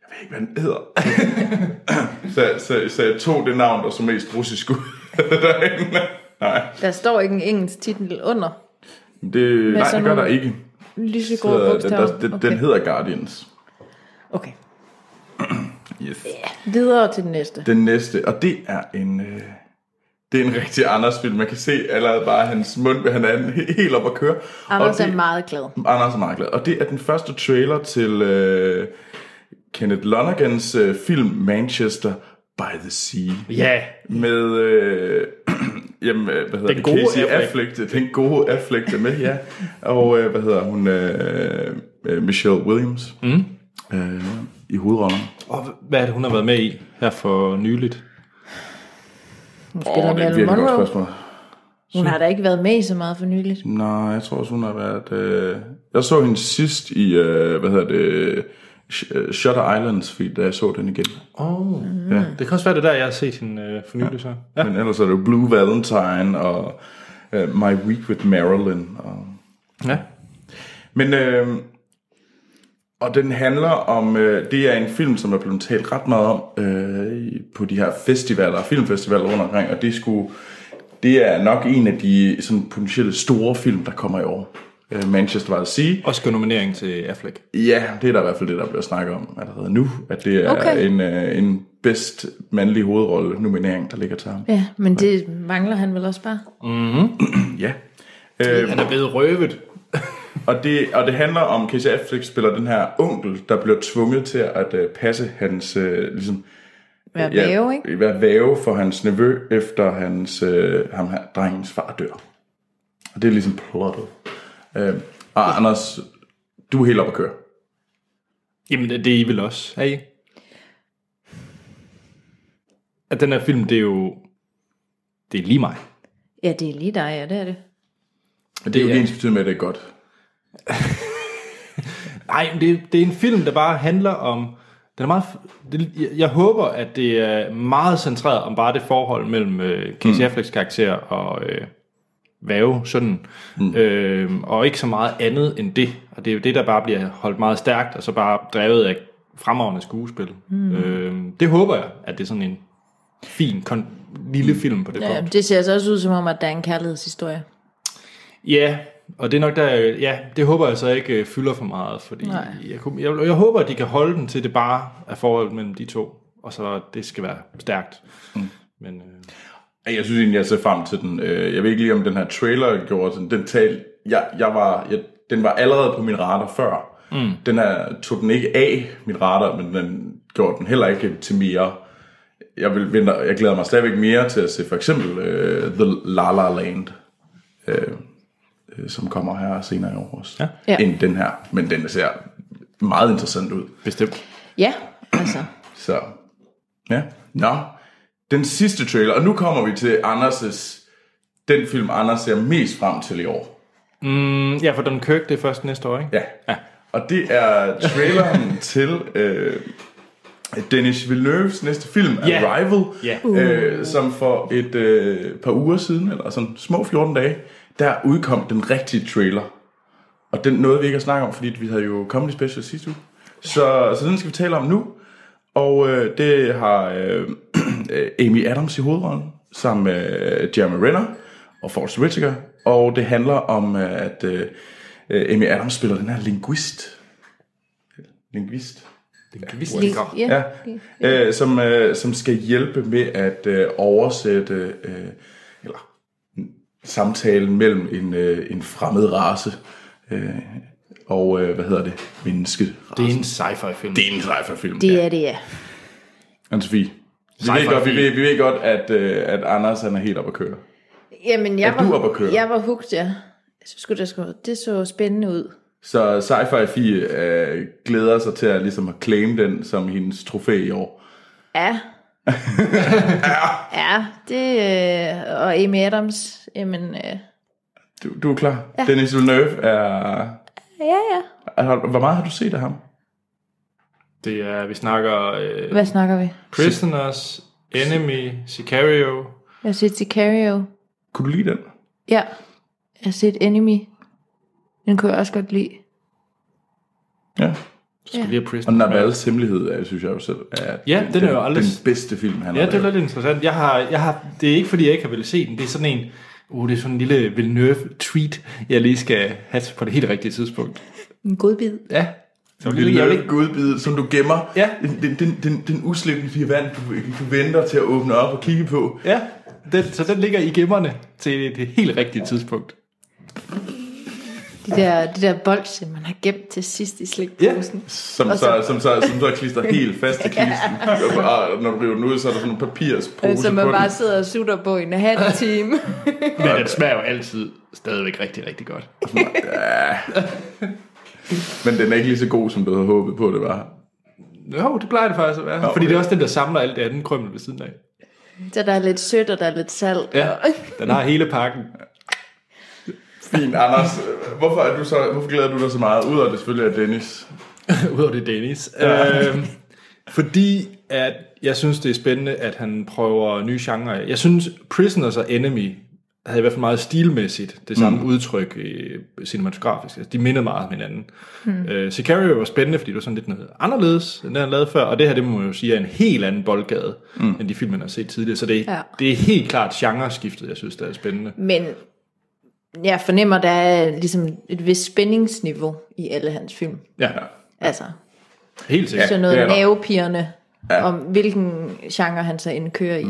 B: Jeg ved ikke, hvad den hedder. så, så, så jeg tog det navn, der så mest russisk ud. derinde. nej,
C: Der står ikke en engelsk titel under.
B: det, nej,
C: så
B: det gør der
C: nogle
B: ikke. Så, øh,
C: Lysegrå
B: den,
C: bogstaver.
B: der, den, den hedder Guardians.
C: okay.
B: Yes.
C: Videre til den næste.
B: Den næste, og det er en... Øh, det er en rigtig Anders-film. Man kan se allerede bare hans mund, han er helt op at køre.
C: Anders
B: og det,
C: er meget glad.
B: Anders er meget glad. Og det er den første trailer til øh, Kenneth Lonergans øh, film Manchester by the Sea.
A: ja,
B: Med, øh, jamen, øh, hvad hedder
A: Den
B: det?
A: gode
B: Casey
A: Affleck.
B: Affleck. Den gode Affleck er med, ja. Og øh, hvad hedder hun? Øh, øh, Michelle Williams. Mm. Øh, I hovedrollen.
A: og hvad er det, hun har været med i her for nyligt?
C: Hun spiller
B: Åh, det er et
C: Marilyn
B: virkelig godt
C: Monroe.
B: spørgsmål. Mm.
C: Hun har da ikke været med i så meget for nyligt.
B: Nej, jeg tror også, hun har været... Øh... Jeg så hende sidst i, øh, hvad hedder det, Sh- øh, Shutter Islands, fordi da jeg så den igen.
A: Åh, oh, ja. det kan også være det der, jeg har set hende øh, for nylig så. Ja.
B: Ja. Men ellers er det jo Blue Valentine og øh, My Week with Marilyn. Og...
A: ja.
B: Men, øh, og den handler om, øh, det er en film, som er blevet talt ret meget om øh, i- på de her festivaler, filmfestivaler rundt omkring, og det skulle, det er nok en af de sådan, potentielle store film, der kommer i år. Øh, Manchester by the Sea.
A: Oscar nominering til Affleck.
B: Ja, det er der i hvert fald det, der bliver snakket om allerede nu, at det er
C: Okay.
B: okay. en, øh, en bedst mandlig hovedrolle nominering, der ligger til ham.
C: Ja, men det mangler han vel også bare.
B: Ja. Øh,
A: Han er blevet røvet.
B: Og det, og det handler om, Casey Affleck spiller den her onkel, der bliver tvunget til at øh, passe hans, øh, ligesom,
C: Være væve, ikke?
B: Være væve for hans nevø, efter hans, øh, ham her, drengens far dør. Og det er ligesom plottet. Øh, og Anders, du er helt op at køre.
A: Jamen, det, det er I vel også, er I? At den her film, det er jo... Det er lige mig.
C: Ja, det er lige dig, ja, det er det.
B: Og det er jo
A: Det
B: ikke
A: er-
B: ens betydende med, at det er godt.
A: Nej, men det, det er en film, der bare handler om... Den er meget, det, jeg, jeg håber, at det er meget centreret om bare det forhold mellem øh, Casey mm. Afflecks karakter og øh, Vave, sådan. Mm. Øh, og ikke så meget andet end det. Og det er jo det, der bare bliver holdt meget stærkt, og så bare drevet af fremragende skuespil. Mm. Øh, det håber jeg, at det er sådan en fin, kon, lille film på det
C: Ja,
A: punkt.
C: det ser altså også ud som om, at der er en kærlighedshistorie.
A: Ja, og det er nok der, ja, det håber jeg så ikke øh, fylder for meget, fordi
C: Nej.
A: jeg, kunne- jeg, jeg, håber, at de kan holde den til det bare er forholdet mellem de to, og så det skal være stærkt. Mm. Men øh,
B: Jeg synes egentlig, jeg ser frem til den. Øh, Jeg ved ikke lige, om den her trailer gjorde sådan. Den tal, jeg, jeg var, jeg, den var allerede på min radar før. Mm. Den her tog den ikke af min radar, men den gjorde den heller ikke til mere. Jeg, vil, vente- jeg glæder mig stadigvæk mere til at se for eksempel uh, The La La Land, uh, som kommer her senere i år også,
C: Ja.
B: end den her. Men den ser meget interessant ud.
A: bestemt.
C: Ja, altså.
B: Så, ja. Nå, den sidste trailer, og nu kommer vi til Anders' den film, Anders ser mest frem til i år.
A: Mm, ja, for Dunkirk, det er først næste år, ikke?
B: Ja. ja. Og det er traileren til øh, Dennis Villeneuve's næste film,
A: Ja.
B: Arrival,
A: Ja.
B: øh, som for et øh, par uger siden, eller sådan små 14 dage, der udkom den rigtige trailer. Og den nåede vi ikke at snakke om, fordi vi havde jo Comedy Special sidste uge. Så, så den skal vi tale om nu. Og øh, det har øh, Amy Adams i hovedrollen, sammen med øh, Jeremy Renner og Forrest Whitaker. Og det handler om, øh, at øh, øh, Amy Adams spiller den her linguist. Linguist?
A: Det vidste jeg
C: Lige,
A: ikke. godt.
C: ja.
B: Ja. Øh, som, øh, som skal hjælpe med at øh, oversætte øh, eller, samtalen mellem en, øh, en fremmed race øh, og, øh, hvad hedder det, menneske.
A: Det er en sci-fi film.
B: Det er en sci-fi-film.
C: Det er det, ja.
B: Anne-Sophie. Vi ved,
A: Sci-fi
B: godt, vi, ved, vi ved godt, at, øh, at Anders han er helt op at køre.
C: Jamen, jeg
B: Er
C: var,
B: du oppe at køre?
C: jeg var hooked, ja. Jeg synes sgu, det, skulle, det så spændende ud.
B: Så Sci-Fi Fie øh, glæder sig til at, ligesom at claim den som hendes trofæ i år.
C: Ja. ja, det... Øh, og Amy Adams, jamen... Øh,
B: Du, du er klar? Ja. Dennis Villeneuve er...
C: ja, ja.
B: er- Hvor meget har du set af ham?
A: Det er, vi snakker øh,
C: Hvad snakker vi?
A: Prisoners, Enemy, Sicario.
C: Jeg har set Sicario.
B: Kunne du lide den?
C: Ja. Jeg har set Enemy. Den kunne jeg også godt lide.
B: Ja.
A: Så skal
C: Ja.
A: vi have
B: Og
A: Prisoners.
B: Navals hemmelighed, er, synes jeg jo selv, er
A: Ja, den er jo aldrig-
B: den bedste film, han
A: Ja,
B: har
A: det er
B: lavet.
A: lidt interessant. Jeg har, jeg har, det er ikke, fordi jeg ikke har ville se den. Det er sådan en, uh, det er sådan en lille Villeneuve-tweet, jeg lige skal have på det helt rigtige tidspunkt.
C: En god bid.
A: Ja. Så
B: En
A: vil jeg, jeg vil
B: lille
A: ikke,
B: godbid, som du gemmer.
A: Ja.
B: Den, den, den, den uslæbende firvand, du, du venter til at åbne op og kigge på.
A: ja, den, så den ligger i gemmerne til det helt rigtige tidspunkt.
C: De der, de der bolse, man har gemt til sidst i slikposen.
B: Som
C: Og
B: så,
C: så-
B: så, som så, som så er klistret helt fast til klisten. Og bare, når du river den ud, så er der sådan en
C: Yeah.
B: papirspose
C: Som
B: på
C: man bare
B: den.
C: sidder og sutter på i en halv time.
A: Men den smager jo altid stadigvæk rigtig, rigtig godt.
B: Men den er ikke lige så god, som du havde håbet på, det var.
A: Jo, det plejer det faktisk at være.
B: Nå,
A: Fordi
B: okay.
A: det er også den, der samler alt det andet krømmel ved siden af.
C: Så der er lidt sødt, og der er lidt salt.
A: Ja, den har hele pakken.
B: Fint, Anders. Hvorfor, er du så, hvorfor glæder du dig så meget? Udover det selvfølgelig er Dennis.
A: Udover det, Dennis. Øhm, fordi at jeg synes, det er spændende, at han prøver nye genrer. af. Jeg synes, Prisoners og Enemy havde i hvert fald meget stilmæssigt det samme mm. udtryk øh, cinematografisk. Altså, de mindede meget om hinanden. Mm. Øh, Sicario var spændende, fordi det var sådan lidt noget anderledes, end det han lavede før, og det her, det må man jo sige, er en helt anden boldgade, mm. end de film, man har set tidligere. Så det,
C: Ja.
A: ja. det er helt klart genreskiftet, jeg synes, der er spændende.
C: Men jeg fornemmer, der er ligesom et vist spændingsniveau i alle hans film.
A: Ja,
C: Altså,
A: helt sikkert.
C: så
B: det
C: noget
B: er der.
C: nervepirrende ja. om, hvilken genre han så end kører i.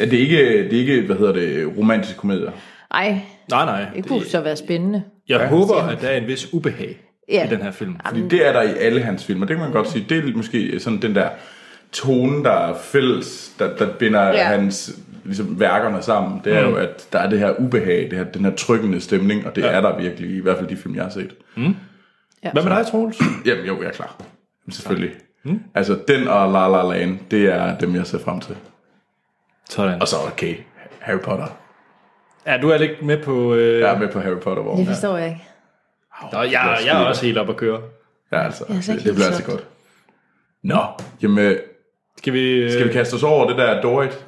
B: Ja, det er ikke, det er ikke hvad hedder det, romantiske komedier.
C: Ej,
A: Nej, nej.
C: det kunne så være spændende.
A: Jeg ja, håber, at der er en vis ubehag
C: Ja.
A: ja. i den her film. Fordi,
B: Fordi det er der i alle hans film, og det kan man godt sige. Det er måske sådan den der tone, der er fælles, der, der binder
C: Ja.
B: ja. hans ligesom, værkerne sammen. Det er mm. jo, at der er det her ubehag, det her, den her trykkende stemning, og det ja. er der virkelig, i hvert fald de film, jeg har set.
A: Hvad med dig, Troels?
B: Jamen jo, jeg er klar. Jamen, Selvfølgelig. Mm. Altså, den og La La Land, det er dem, jeg ser frem til.
A: Sådan.
B: Og så, okay, Harry Potter.
A: Ja, du er lidt med på... Øh...
B: Jeg
A: Ja.
B: er med på Harry Potter, hvor...
C: Det forstår jeg ikke.
A: Nå, jeg, jeg er også helt op at køre.
B: Ja, altså,
C: er så
B: det,
C: ikke
B: det
C: helt
B: bliver altså
C: solgt.
B: godt. Nå, jamen, øh,
A: Skal vi... Øh...
B: skal vi kaste os over det der Dorit?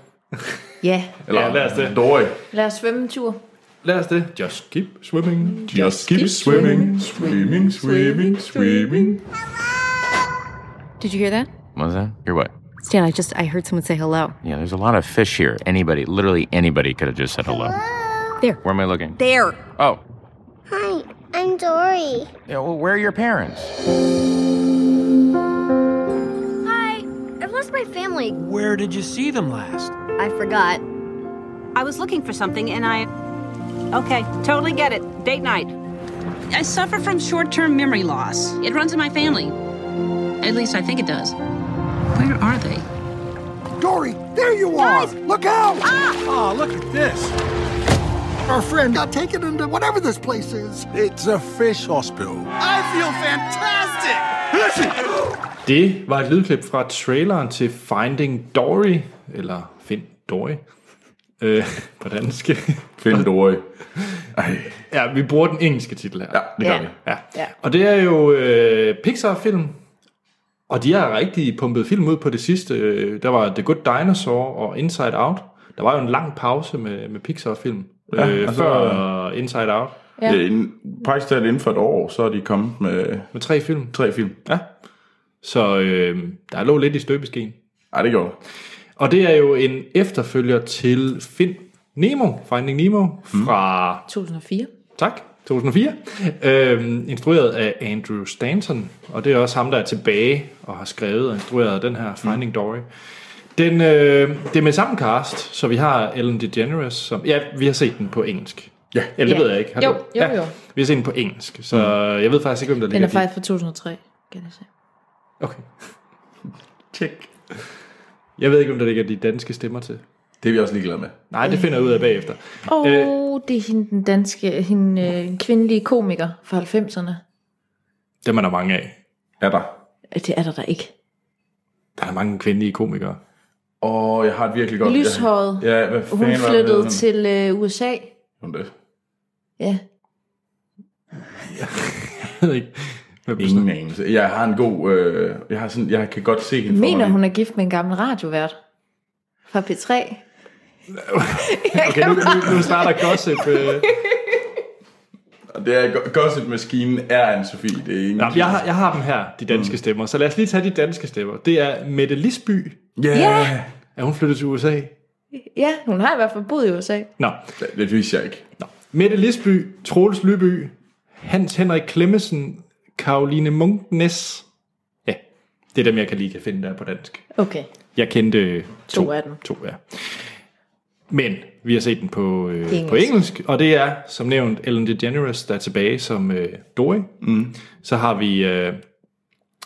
C: Ja,
B: Eller,
A: Ja, lad os det.
B: Dorit.
C: lad os svømme en tur.
A: Lad os det. Just keep swimming.
B: Just keep swimming, swimming, swimming, swimming.
D: Did you hear that?
E: What was that? Hear what?
D: Stan, I just I heard someone say hello.
E: Yeah, there's a lot of fish here. Anybody, literally anybody, could have just said hello.
D: There.
E: Where am I looking?
D: There.
E: Oh,
F: Hi, I'm Dory.
E: yeah, well, where are your parents?
F: Hi, I've lost my family.
G: Where did you see them last?
F: I forgot.
H: I was looking for something and I. Okay, totally get it. Date night. I suffer from short term memory loss. It runs in my family. At least I think it does. Where are they?
I: Dory, there you are! Look out! Ah! Oh, look at this! Our friend got taken into whatever this place is. It's a fish hospital. I feel fantastic! Listen!
A: Det var et lydklip fra traileren til Finding Dory, eller Find Dory, øh, på dansk.
B: Find Dorit. Ej,
A: ja, vi bruger den engelske titel her.
B: ja, det gør
C: Ja.
B: vi.
A: Ja.
C: Ja.
A: ja. Og det er jo øh, Pixar-film, og de har rigtig pumpet film ud på det sidste. Øh, Der var The Good Dinosaur og Inside Out. Der var jo en lang pause med, med Pixar-film
B: Ja,
A: ja, øh,
B: altså-
A: før Inside Out.
C: Ja.
B: Ja. inden- Praktisk talt inden for et år, så er de kommet med
A: Med tre film.
B: tre film.
A: Ja. Så øh, der lå lidt i støbeskeen.
B: Ej, det gjorde de.
A: Og det er jo en efterfølger til Find Nemo, Finding Nemo, fra
C: 2004.
A: Tak. 2004. Øhm, instrueret af Andrew Stanton, og det er også ham, der er tilbage og har skrevet og instrueret den her Finding Dory. Den, øh, det er med samme cast, så vi har Ellen DeGeneres, som... Ja, vi har set den på engelsk.
B: Ja.
A: Eller det
C: Ja.
A: ved jeg ikke. Har
C: Jo,
A: du?
C: jo, jo.
A: Vi har set den på engelsk, så jeg ved faktisk ikke, om der
C: Den
A: ligger
C: er faktisk fra 2003, kan jeg se.
A: de... Okay. Tjek. Jeg ved ikke, om der ligger de danske stemmer til.
B: Det er vi også ligeglade med.
A: Nej, det finder jeg ud af bagefter.
C: Åh, oh, det er hende den danske, hende øh, kvindelige komiker fra 90'erne.
A: Dem er der mange af.
B: Er der?
C: Øh, Det er der da ikke.
A: Der er mange kvindelige komikere.
B: Åh, jeg har et virkelig godt...
C: Lyshåret.
B: Ja, ja hvad fanden
C: Hun
B: var det,
C: flyttede
B: hed?
C: til øh, USA.
B: Hun det.
C: Ja.
A: Jeg ved ikke. Hvem du
B: Ingen anelse. Jeg har en god... Øh, jeg, har sådan, jeg kan godt se hende for
C: Mener
B: mig.
C: hun er gift med en gammel radiovært? Fra P3?
A: Okay, nu, nu, nu starter gossip. Øh.
B: Og Det er go- gossip-maskinen er Anne-Sophie. Det er ingen...
A: Nå, men jeg, har, jeg har dem her, de danske mm. stemmer. Så lad os lige tage de danske stemmer. Det er Mette Lisby.
B: Yeah.
C: Ja.
A: Er hun flyttet til USA?
C: Ja, hun har i hvert fald boet i USA.
A: Nå.
B: Det, det vidste jeg ikke.
A: Nå. Mette Lisby, Troels Lyby, Hans Henrik Klemmesen, Karoline Munknes. Ja, det er dem, jeg kan lige kan finde der på dansk.
C: Okay.
A: Jeg kendte øh, to,
C: af dem.
A: To, ja. Men vi har set den på, øh,
C: Engelsk.
A: på engelsk, og det er, som nævnt, Ellen DeGeneres, der er tilbage som øh, Dory. Mm. Så har vi øh,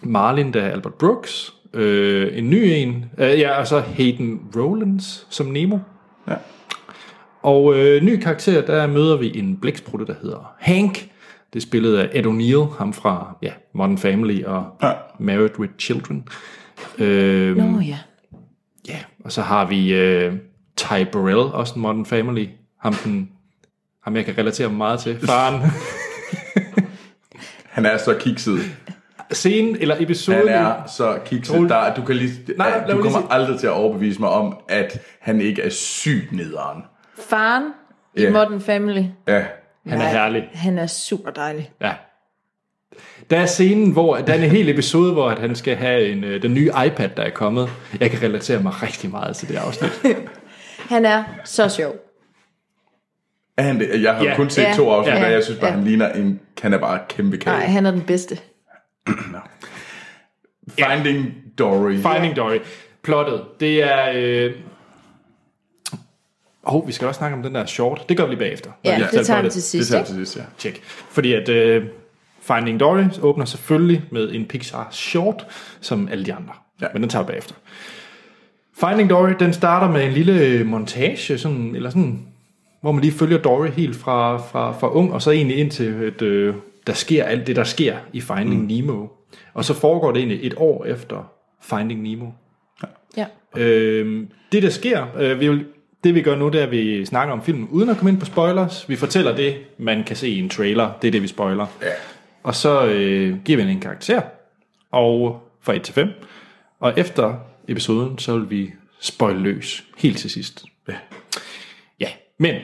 A: Marlin, der er Albert Brooks. Øh, en ny en. Øh, ja, og så Hayden Rollins som Nemo.
B: Ja.
A: Og øh, ny karakter, der møder vi en blæksprutte, der hedder Hank. Det er spillet af Ed O'Neill, ham fra ja, Modern Family og
B: Ja.
A: Married with Children. Øh,
C: Nå ja.
A: Ja, Og så har vi øh, Ty Burrell, også en Modern Family. Ham, den, ham jeg kan relatere meget til. Faren.
B: Han er så kikset.
A: Scenen eller episoden.
B: Han er så kikset.
A: Troel-
B: Der, du kan lige,
A: Nej,
B: Nej,
A: lad
B: du
A: mig lige
B: kommer
A: sige-
B: aldrig til at overbevise mig om, at han ikke er syg nederen.
C: Faren i
B: Ja.
C: Modern Family.
B: Ja.
A: Han er herlig.
C: Han er super dejlig.
A: Ja. Der er scenen, hvor der er en hel episode, hvor at han skal have en, øh, den nye iPad, der er kommet. Jeg kan relatere mig rigtig meget til det afsnit.
C: Han er så sjov.
B: Er han det? Jeg har
A: Ja.
B: kun set
C: Ja.
B: to afsnit,
C: Ja.
B: og jeg synes bare,
C: Ja.
B: han ligner en... Han er bare kæmpe kage.
C: Nej, han er den bedste.
B: Finding Dory.
A: Finding Dory. Plottet, det er... Øh... Oh, vi skal også snakke om den der short. Det gør vi lige bagefter.
C: Ja,
A: Når vi
C: det tager
A: fortæller
C: vi
A: plottet.
C: til
B: Det
C: sidst.
B: tager jeg
C: ikke?
B: til sidst, ja.
A: Tjek. Fordi at øh, Finding Dory åbner selvfølgelig med en Pixar short, som alle de andre.
B: Ja.
A: Ja. Men den tager vi bagefter. Finding Dory, den starter med en lille øh, montage, sådan, eller sådan, hvor man lige følger Dory helt fra, fra, fra ung, og så egentlig indtil, at øh, der sker alt det, der sker i Finding mm. Nemo. Og så foregår det egentlig et år efter Finding Nemo.
C: Ja.
A: Øh, det der sker, øh, vi vil, det vi gør nu, det er, at vi snakker om filmen uden at komme ind på spoilers. Vi fortæller det, man kan se i en trailer. Det er det, vi spoiler. Ja. Og så øh, giver vi den en karakter, og fra 1 til 5. Og efter episoden, så vil vi spoil løs, helt til sidst. Ja, ja. men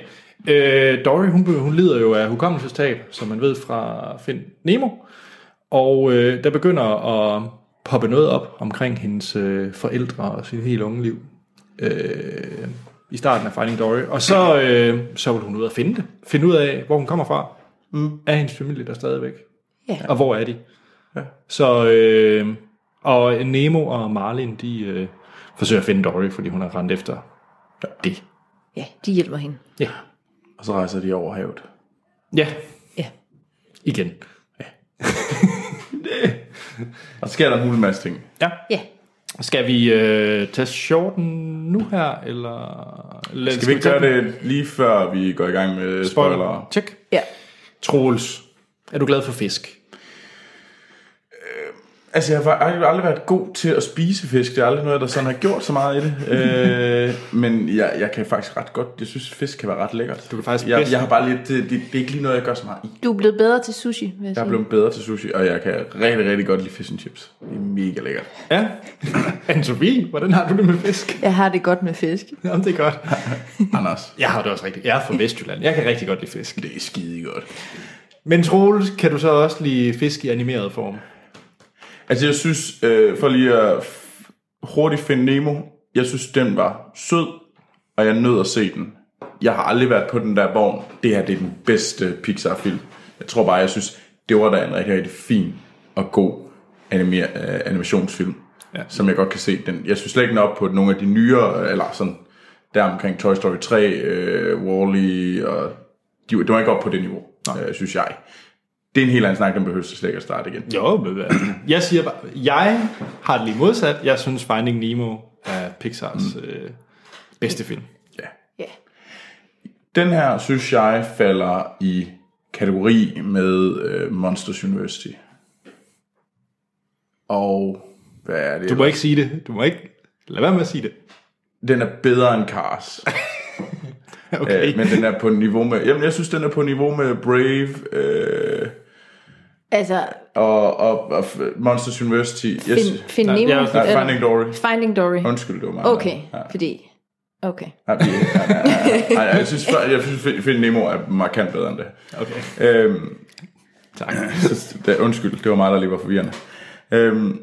A: øh, Dory, hun, be- hun lider jo af hukommelsestab, som man ved fra Find Nemo. Og øh, der begynder at poppe noget op omkring hendes øh, forældre og sin helt unge liv øh, i starten af Finding Dory. Og så, øh, så vil hun ud og finde det. Finde ud af, hvor hun kommer fra. Mm. Er hendes familie der stadigvæk?
C: Ja.
A: Og hvor er de? Ja. Så, øh, og Nemo og Marlin, de øh, forsøger at finde Dory, fordi hun har rendt efter det.
C: ja, de hjælper hende.
A: Ja.
B: Og så rejser de over havet.
A: Ja,
C: Ja.
A: igen.
B: Og så sker der en hel masse ting.
A: Ja.
C: Ja.
A: Skal vi øh, tage shorten nu her, eller... eller
B: Skal vi ikke gøre det lige før vi går i gang med spoilere?
A: Spoiler. Tjek.
C: Ja.
A: Troels, er du glad for fisk?
B: Altså, jeg har faktisk aldrig været god til at spise fisk. Det er aldrig noget, der sådan har gjort så meget i det. øh, men jeg, jeg kan faktisk ret godt... Jeg synes, fisk kan være ret lækkert. Du
A: kan faktisk
B: jeg,
A: bedst-
B: jeg har bare lidt... Det, det, det, er ikke lige noget, jeg gør så meget i.
C: Du er blevet bedre til sushi, vil jeg
B: Jeg er
C: sige.
B: blevet bedre til sushi, og jeg kan rigtig, rigtig godt lide fish and chips. Det er mega lækkert.
A: Ja. Antovi, hvordan har du det med fisk?
C: Jeg har det godt med fisk.
A: Jamen, det er godt.
B: Anders,
A: Jeg har det også rigtig. Jeg er fra Vestjylland. Jeg kan rigtig godt lide fisk.
B: det er skide godt.
A: Men Troels, kan du så også lide fisk i animeret form?
B: Altså, jeg synes, øh, for lige at f- hurtigt finde Nemo, jeg synes, den var sød, og jeg nød at se den. Jeg har aldrig været på den der vogn. Det her, det er den bedste Pixar-film. Jeg tror bare, jeg synes, det var da en rigtig, rigtig fin og god animer- øh, animationsfilm, ja. som jeg godt kan se. Den, jeg synes slet ikke den er op på nogle af de nyere, øh, eller sådan der omkring Toy Story 3, øh, Wall-E, og de, det var ikke op på det niveau, øh, synes jeg. Det er en helt anden snak, den behøver slet ikke at starte igen.
A: Jo, men hvad- jeg siger bare, jeg har det lige modsat. Jeg synes Finding Nemo er Pixars mm. øh, bedste film.
B: Den her, synes jeg, falder i kategori med øh, Monsters University. Og hvad er det?
A: Du må ikke sige det. Du må ikke... Lad være med at sige det.
B: Den er bedre end Cars,
A: Okay.
B: øh, men den er på niveau med... Jamen, jeg synes, den er på niveau med Brave øh,
C: Altså,
B: og, og, og Monsters University. Jeg,
C: Find,
B: sy-
C: find
A: Nej,
C: Nemo.
A: jeg er-
B: nej,
C: eller-
B: Finding Dory.
C: Finding Dory.
B: Undskyld, det var mig.
C: Okay,
B: Ja.
C: fordi... Okay.
B: Nej, vi- nej, nej, nej, nej, jeg synes, jeg synes Find Nemo er markant bedre end det.
A: okay.
B: Øhm,
A: Tak.
B: Så det, undskyld, det var mig, der lige var forvirrende. Øhm,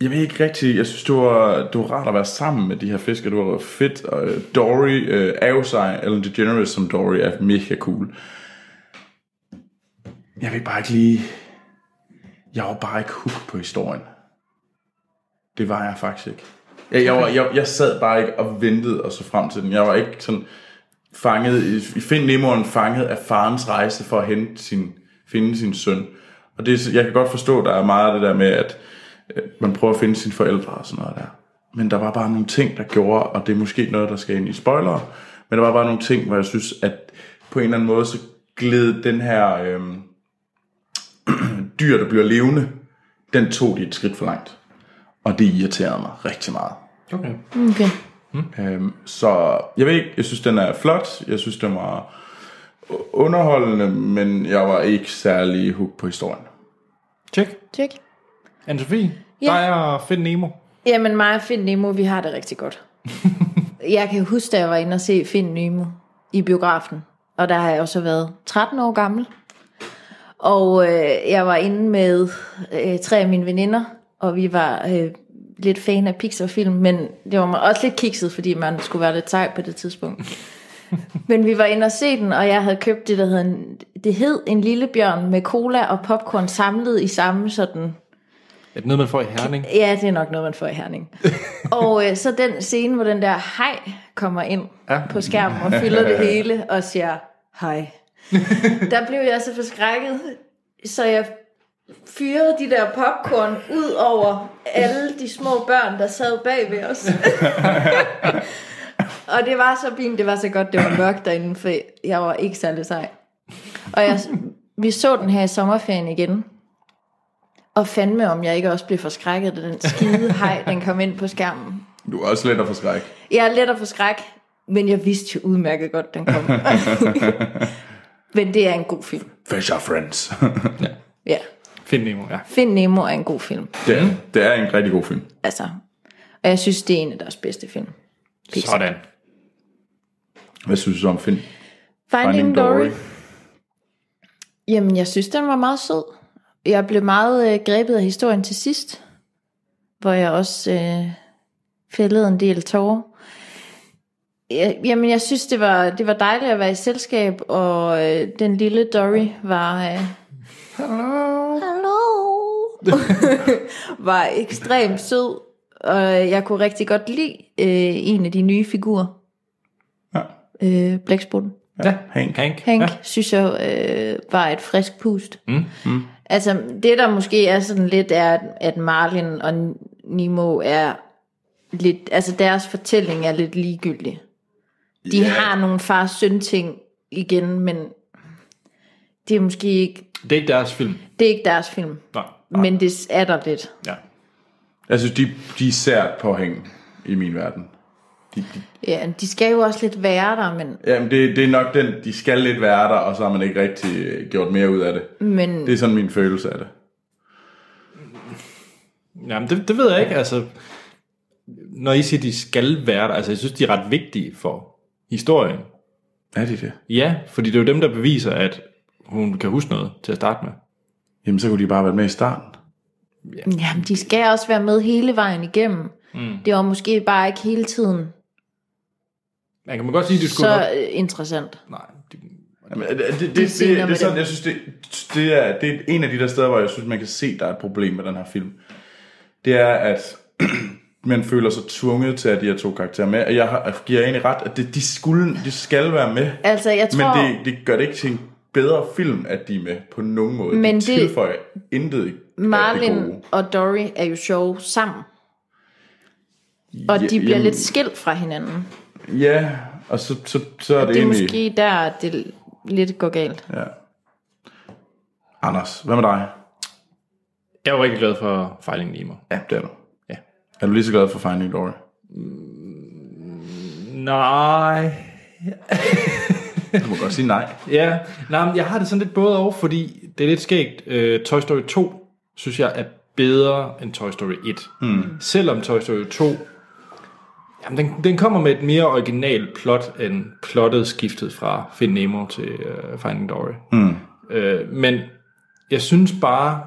B: jeg ved ikke rigtigt, jeg synes, det var, det var rart at være sammen med de her fisker, det var fedt, og øh, Dory øh, er jo sig, Ellen DeGeneres som Dory er mega cool. Jeg ved bare ikke lige, jeg var bare ikke hooked på historien. Det var jeg faktisk ikke. Jeg, jeg, var, jeg, jeg sad bare ikke og ventede og så frem til den. Jeg var ikke sådan fanget, i- i Find Nemo er en fanget af farens rejse for at hente sin, finde sin søn. Og det, er så- jeg kan godt forstå, der er meget af det der med, at øh, man prøver at finde sine forældre og sådan noget der. Men der var bare nogle ting, der gjorde, og det er måske noget, der skal ind i spoilere, men der var bare nogle ting, hvor jeg synes, at på en eller anden måde, så gled den her øh, dyr, der bliver levende, den tog de et skridt for langt. Og det irriterede mig rigtig meget.
A: Okay.
C: Okay.
B: Øhm, så jeg ved ikke, jeg synes den er flot, jeg synes den var underholdende, men jeg var ikke særlig hooked på historien.
A: Tjek.
C: Tjek.
A: Anne-Sophie,
C: Ja.
A: dig og Find Nemo.
C: Jamen mig og Find Nemo, vi har det rigtig godt. jeg kan huske, da jeg var inde og se Find Nemo i biografen. Og der har jeg også været 13 år gammel. Og øh, jeg var inde med øh, tre af mine veninder, og vi var øh, lidt fan af Pixar-film, men det var også lidt kikset, fordi man skulle være lidt sej på det tidspunkt. Men vi var inde og se den, og jeg havde købt det, der hed en, det hed en lille bjørn med cola og popcorn samlet i samme sådan
A: Er det noget, man får i Herning?
C: Ja, det er nok noget, man får i Herning. og øh, så den scene, hvor den der hej kommer ind ja. på skærmen og fylder det hele og siger hej. der blev jeg så forskrækket, så jeg fyrede de der popcorn ud over alle de små børn, der sad bag ved os. og det var så fint, det var så godt, det var mørkt derinde, for jeg var ikke særlig sej. Og jeg, vi så den her i sommerferien igen, og fandme, om jeg ikke også blev forskrækket, da den skide hej, den kom ind på skærmen.
B: Du er også let at forskrække.
C: Jeg er let at forskrække, men jeg vidste jo udmærket godt, den kom. men det er en god film.
B: Fish are friends.
C: Ja.
A: Find Nemo, ja.
C: Find Nemo er en god film.
B: det, er, det er en rigtig god film.
C: Altså. Og jeg synes, det er en af deres bedste film. Pixar.
A: Sådan.
B: Hvad synes du om film?
C: Finding, Dory. Jamen, jeg synes, den var meget sød. Jeg blev meget øh, grebet af historien til sidst, hvor jeg også øh, fældede en del tårer. Jeg- Jamen, jeg synes, det var, det var dejligt at være i selskab, og øh, den lille Dory var... Øh, Hello. Hello. var ekstremt sød, og jeg kunne rigtig godt lide øh, en af de nye figurer.
B: Ja.
C: Øh, Blæksprutten.
A: Ja.
B: Hank.
A: Hank.
C: Hank,
A: Ja.
C: ja. synes jeg øh, var et frisk pust. Mm. Mm. Altså, det der måske er sådan lidt, er, at- at Marlin og Nemo er lidt, altså deres fortælling er lidt ligegyldig. De yeah. har nogle far-søn ting igen, men det er måske ikke,
A: Det er ikke deres film.
C: det er ikke deres film.
A: Nej.
C: Men det er der lidt.
A: Ja.
B: Jeg synes, de, de er sært påhæng i min verden. De, de,
C: Ja, de skal jo også lidt være der, men,
B: jamen, det, det er nok den, de skal lidt være der, og så har man ikke rigtig øh, gjort mere ud af det.
C: men
B: Det er sådan min følelse af det.
A: Jamen, det, det ved jeg ikke. Altså, når I siger, de skal være der, altså, jeg synes, de er ret vigtige for historien.
B: Er de det?
A: Ja, fordi det er jo dem, der beviser, at hun kan huske noget til at starte med.
B: Jamen, så kunne de bare have været med i starten.
C: Jamen, de skal også være med hele vejen igennem. Mm. Det var måske bare ikke hele tiden
A: Man kan man godt sige, at de skulle
C: så
A: nok...
C: øh, interessant.
A: Nej, de,
B: Jamen, det, det, det,
C: De
B: det,
C: scener
B: det,
C: med
B: er sådan,
C: dem.
B: jeg synes, det, det, er, det er en af de der steder, hvor jeg synes, man kan se, der er et problem med den her film. Det er, at man føler sig tvunget til at have de her to karakterer med. Og jeg har, jeg giver egentlig ret, at det, de, skulle, de skal være med.
C: Altså, jeg
B: Men
C: tror-
B: det, det gør det ikke til en bedre film, at de er med på nogen måde.
C: Men
B: Men
C: det-
B: det, tilføjer intet af det
C: Marlin
B: gode.
C: og Dory er jo sjove sammen, og
B: Ja,
C: de bliver
B: jamen,
C: lidt skilt fra hinanden.
B: Ja, og så, så, så er det,
C: Det er
B: egentlig...
C: måske der, at det lidt går galt.
B: Ja. Anders, hvad med dig?
A: Jeg er jo rigtig glad for Finding Nemo.
B: Ja, det er du.
A: Ja.
B: Er du lige så glad for Finding Dory?
A: Nej.
B: Du må godt sige nej.
A: Ja, nej, men jeg har det sådan lidt både over, fordi det er lidt skægt. Øh, Toy Story 2, synes jeg, er bedre end Toy Story 1. Mm. Selvom Toy Story 2, jamen den, den kommer med et mere original plot, end plottet skiftet fra Find Nemo til øh, Finding Dory. Mm. Øh, men jeg synes bare,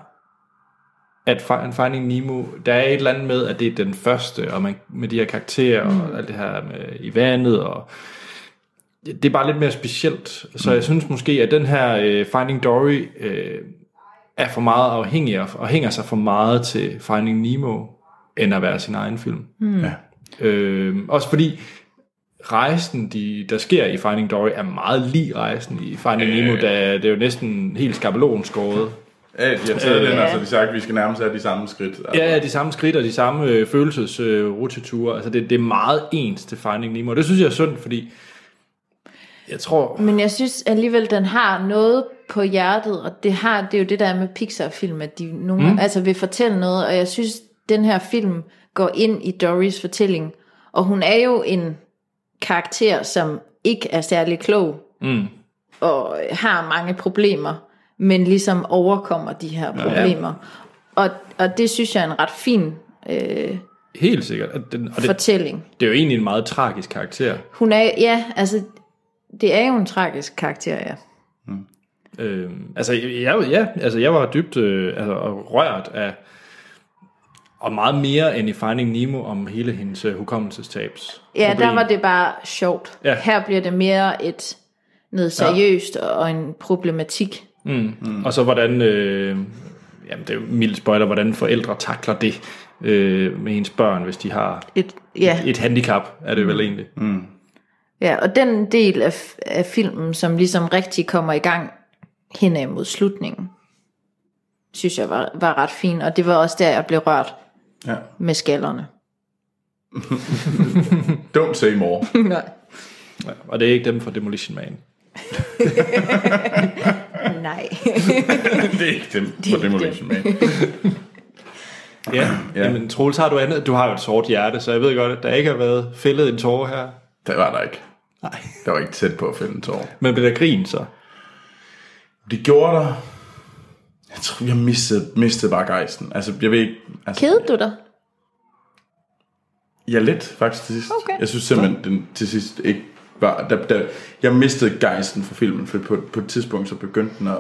A: at Fi- Finding Nemo, der er et eller andet med, at det er den første, og man, med de her karakterer, mm. og alt det her med, i vandet, og det er bare lidt mere specielt. Så jeg synes måske, at den her øh, Finding Dory øh, er for meget afhængig af, og hænger sig for meget til Finding Nemo, end at være sin egen film. Mm.
B: Ja.
A: Øh, også fordi rejsen, de, der sker i Finding Dory, er meget lig rejsen i Finding øh. Nemo, da det er jo næsten helt skabelon skåret.
B: Ja, de har taget øh, den,
C: ja.
B: og så har de sagt, at vi skal nærmest have de samme skridt. Altså,
A: Ja, ja, de samme skridt og de samme øh, følelsesruteture. altså det, det er meget ens til Finding Nemo. Og det synes jeg er synd, fordi jeg tror...
C: Men jeg synes alligevel, den har noget på hjertet, og det, har, det er jo det der er med Pixar-film, at de nogle, mm. altså vil fortælle noget, og jeg synes, den her film går ind i Dorys fortælling. Og hun er jo en karakter, som ikke er særlig klog, mm. og har mange problemer, men ligesom overkommer de her problemer. Og, og det synes jeg er en ret fin øh,
A: Helt sikkert. Og, den, og det,
C: fortælling.
A: det er jo egentlig en meget tragisk karakter.
C: Hun er, ja, altså, det er jo en tragisk karakter, ja.
A: Øh, altså, jeg, ja, altså, jeg var dybt øh, altså, og rørt af, og meget mere end i Finding Nemo, om hele hendes øh, hukommelsestabs.
C: Ja, der var det bare sjovt.
A: Ja.
C: Her bliver det mere et noget seriøst ja. og en problematik.
A: Mm. Og så hvordan, øh, jamen det er jo mild spoiler, hvordan forældre takler det øh, med ens børn, hvis de har
C: Et, ja,
A: et handicap, er det vel egentlig. Mm.
C: ja, og den del af, af filmen, som ligesom rigtig kommer i gang hen ad mod slutningen, synes jeg var, var ret fin, og det var også der, jeg blev rørt
B: Ja.
C: med skallerne.
B: Don't say more.
C: Nej.
A: Og det er ikke dem fra Demolition Man.
C: Nej.
B: det er ikke dem på Demolition Man.
A: Ja, ja. Jamen, Troels, har du andet? Du har jo et sort hjerte, så jeg ved godt, at der ikke har været fældet en tårer her.
B: Der var der ikke.
A: Nej.
B: Der var ikke tæt på at fælde en tår.
A: Men blev der grin så?
B: Det gjorde der... Jeg tror, jeg mistede, mistede bare gejsten. Altså, jeg ved ikke... Altså,
C: Kedede du dig?
B: Ja, lidt faktisk til sidst.
C: Okay.
B: Jeg synes simpelthen, den til sidst ikke var... Der, der, jeg mistede gejsten for filmen, for på, på et tidspunkt så begyndte den at...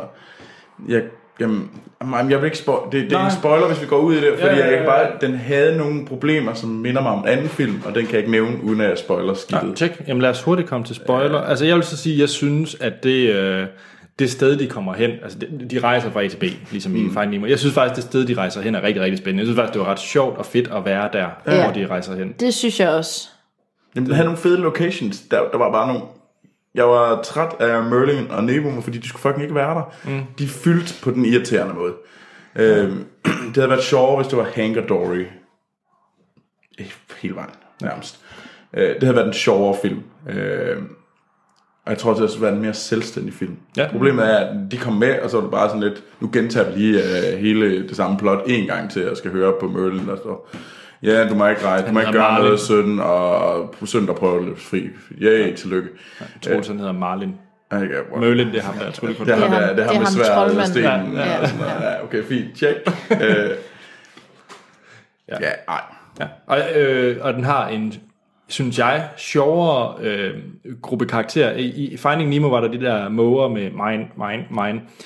B: Jeg, jamen, jamen, jeg vil ikke spoil, det, det er
A: Nej.
B: en spoiler, hvis vi går ud i det, fordi
A: ja,
B: ja, ja,
A: ja,
B: ja. jeg kan
A: ja.
B: bare, den havde nogle problemer, som minder mig om en anden film, og den kan jeg ikke nævne, uden at jeg spoiler skidtet.
A: Tjek. Jamen lad os hurtigt komme til spoiler. Ja. Altså jeg vil så sige, jeg synes, at det, øh, det sted, de kommer hen, altså de, de rejser fra A til B, ligesom mm. i Finding Nemo. Jeg synes faktisk, det sted, de rejser hen, er rigtig, rigtig spændende. Jeg synes faktisk, det var ret sjovt og fedt at være der, ja.
C: Ja.
A: hvor de rejser hen.
C: Det synes jeg også.
B: Jamen, den havde nogle fede locations. Der, der var bare nogle... Jeg var træt af Merlin og Nemo, fordi de skulle fucking ikke være der. Mm. De fyldte på den irriterende måde. Øhm, det havde været sjovere, hvis det var Hank og Dory. Eh, Hele vejen, nærmest. Øh, det havde været en sjovere film. Øh, og jeg tror også, det havde været en mere selvstændig film.
A: Ja.
B: Problemet er, at de kom med, og så var det bare sådan lidt... Nu gentager vi lige øh, hele det samme plot en gang til, og skal høre på Merlin og så... Ja, du må ikke rejse, du må ikke
A: hedder
B: gøre
A: Marlin.
B: noget søn, og søn, der prøver at løbe fri. Ja, ja, tillykke.
A: Jeg tror, sådan hedder Marlin.
B: Ej, Ja, wow.
A: Merlin, det er ham, der er tryllekunst.
B: Det har
C: ham-
B: der, det har
C: det er
B: med
C: ham,
B: sværet og
C: troldmanden.
B: stenen.
C: Ja,
B: Ja,
C: ja,
B: og sådan noget. ja, okay, fint, check. øh, ja, nej.
A: Ja. Og, øh, og den har en, synes jeg, sjovere øh, gruppe karakterer. I, I Finding Nemo var der de der måger med mine, mine, mine.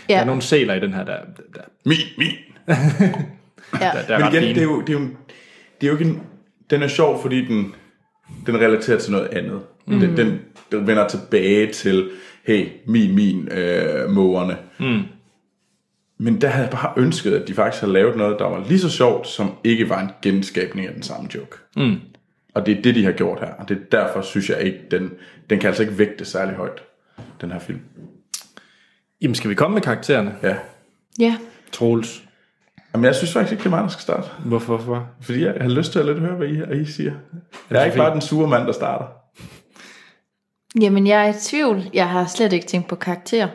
A: Ja.
C: Ja.
A: Der er nogle sæler i den her, der, der,
B: Min, min.
C: Ja.
A: der, der er
B: Men
A: ret
B: igen,
A: fine.
B: det er jo, det er jo, en- det er jo ikke en, den er sjov, fordi den, den relaterer til noget andet. Mm. Den, den, den vender tilbage til, hey, min, min, øh, mågerne. Mm. Men der havde jeg bare ønsket, at de faktisk havde lavet noget, der var lige så sjovt, som ikke var en genskabning af den samme joke. Mm. Og det er det, de har gjort her. Og det er derfor, synes jeg ikke, den, den kan altså ikke vægte særlig højt, den her film.
A: Jamen, skal vi komme med karaktererne?
B: Ja.
C: Ja.
A: Troels.
B: Men jeg synes faktisk ikke, det er mig, der skal starte.
A: Hvorfor? Hvorfor?
B: Fordi jeg har lyst til at lidt høre, hvad I, hvad I siger. Jeg er ikke
A: fint.
B: bare den sure mand, der starter.
C: Jamen, jeg er i tvivl. Jeg har slet ikke tænkt på karakter.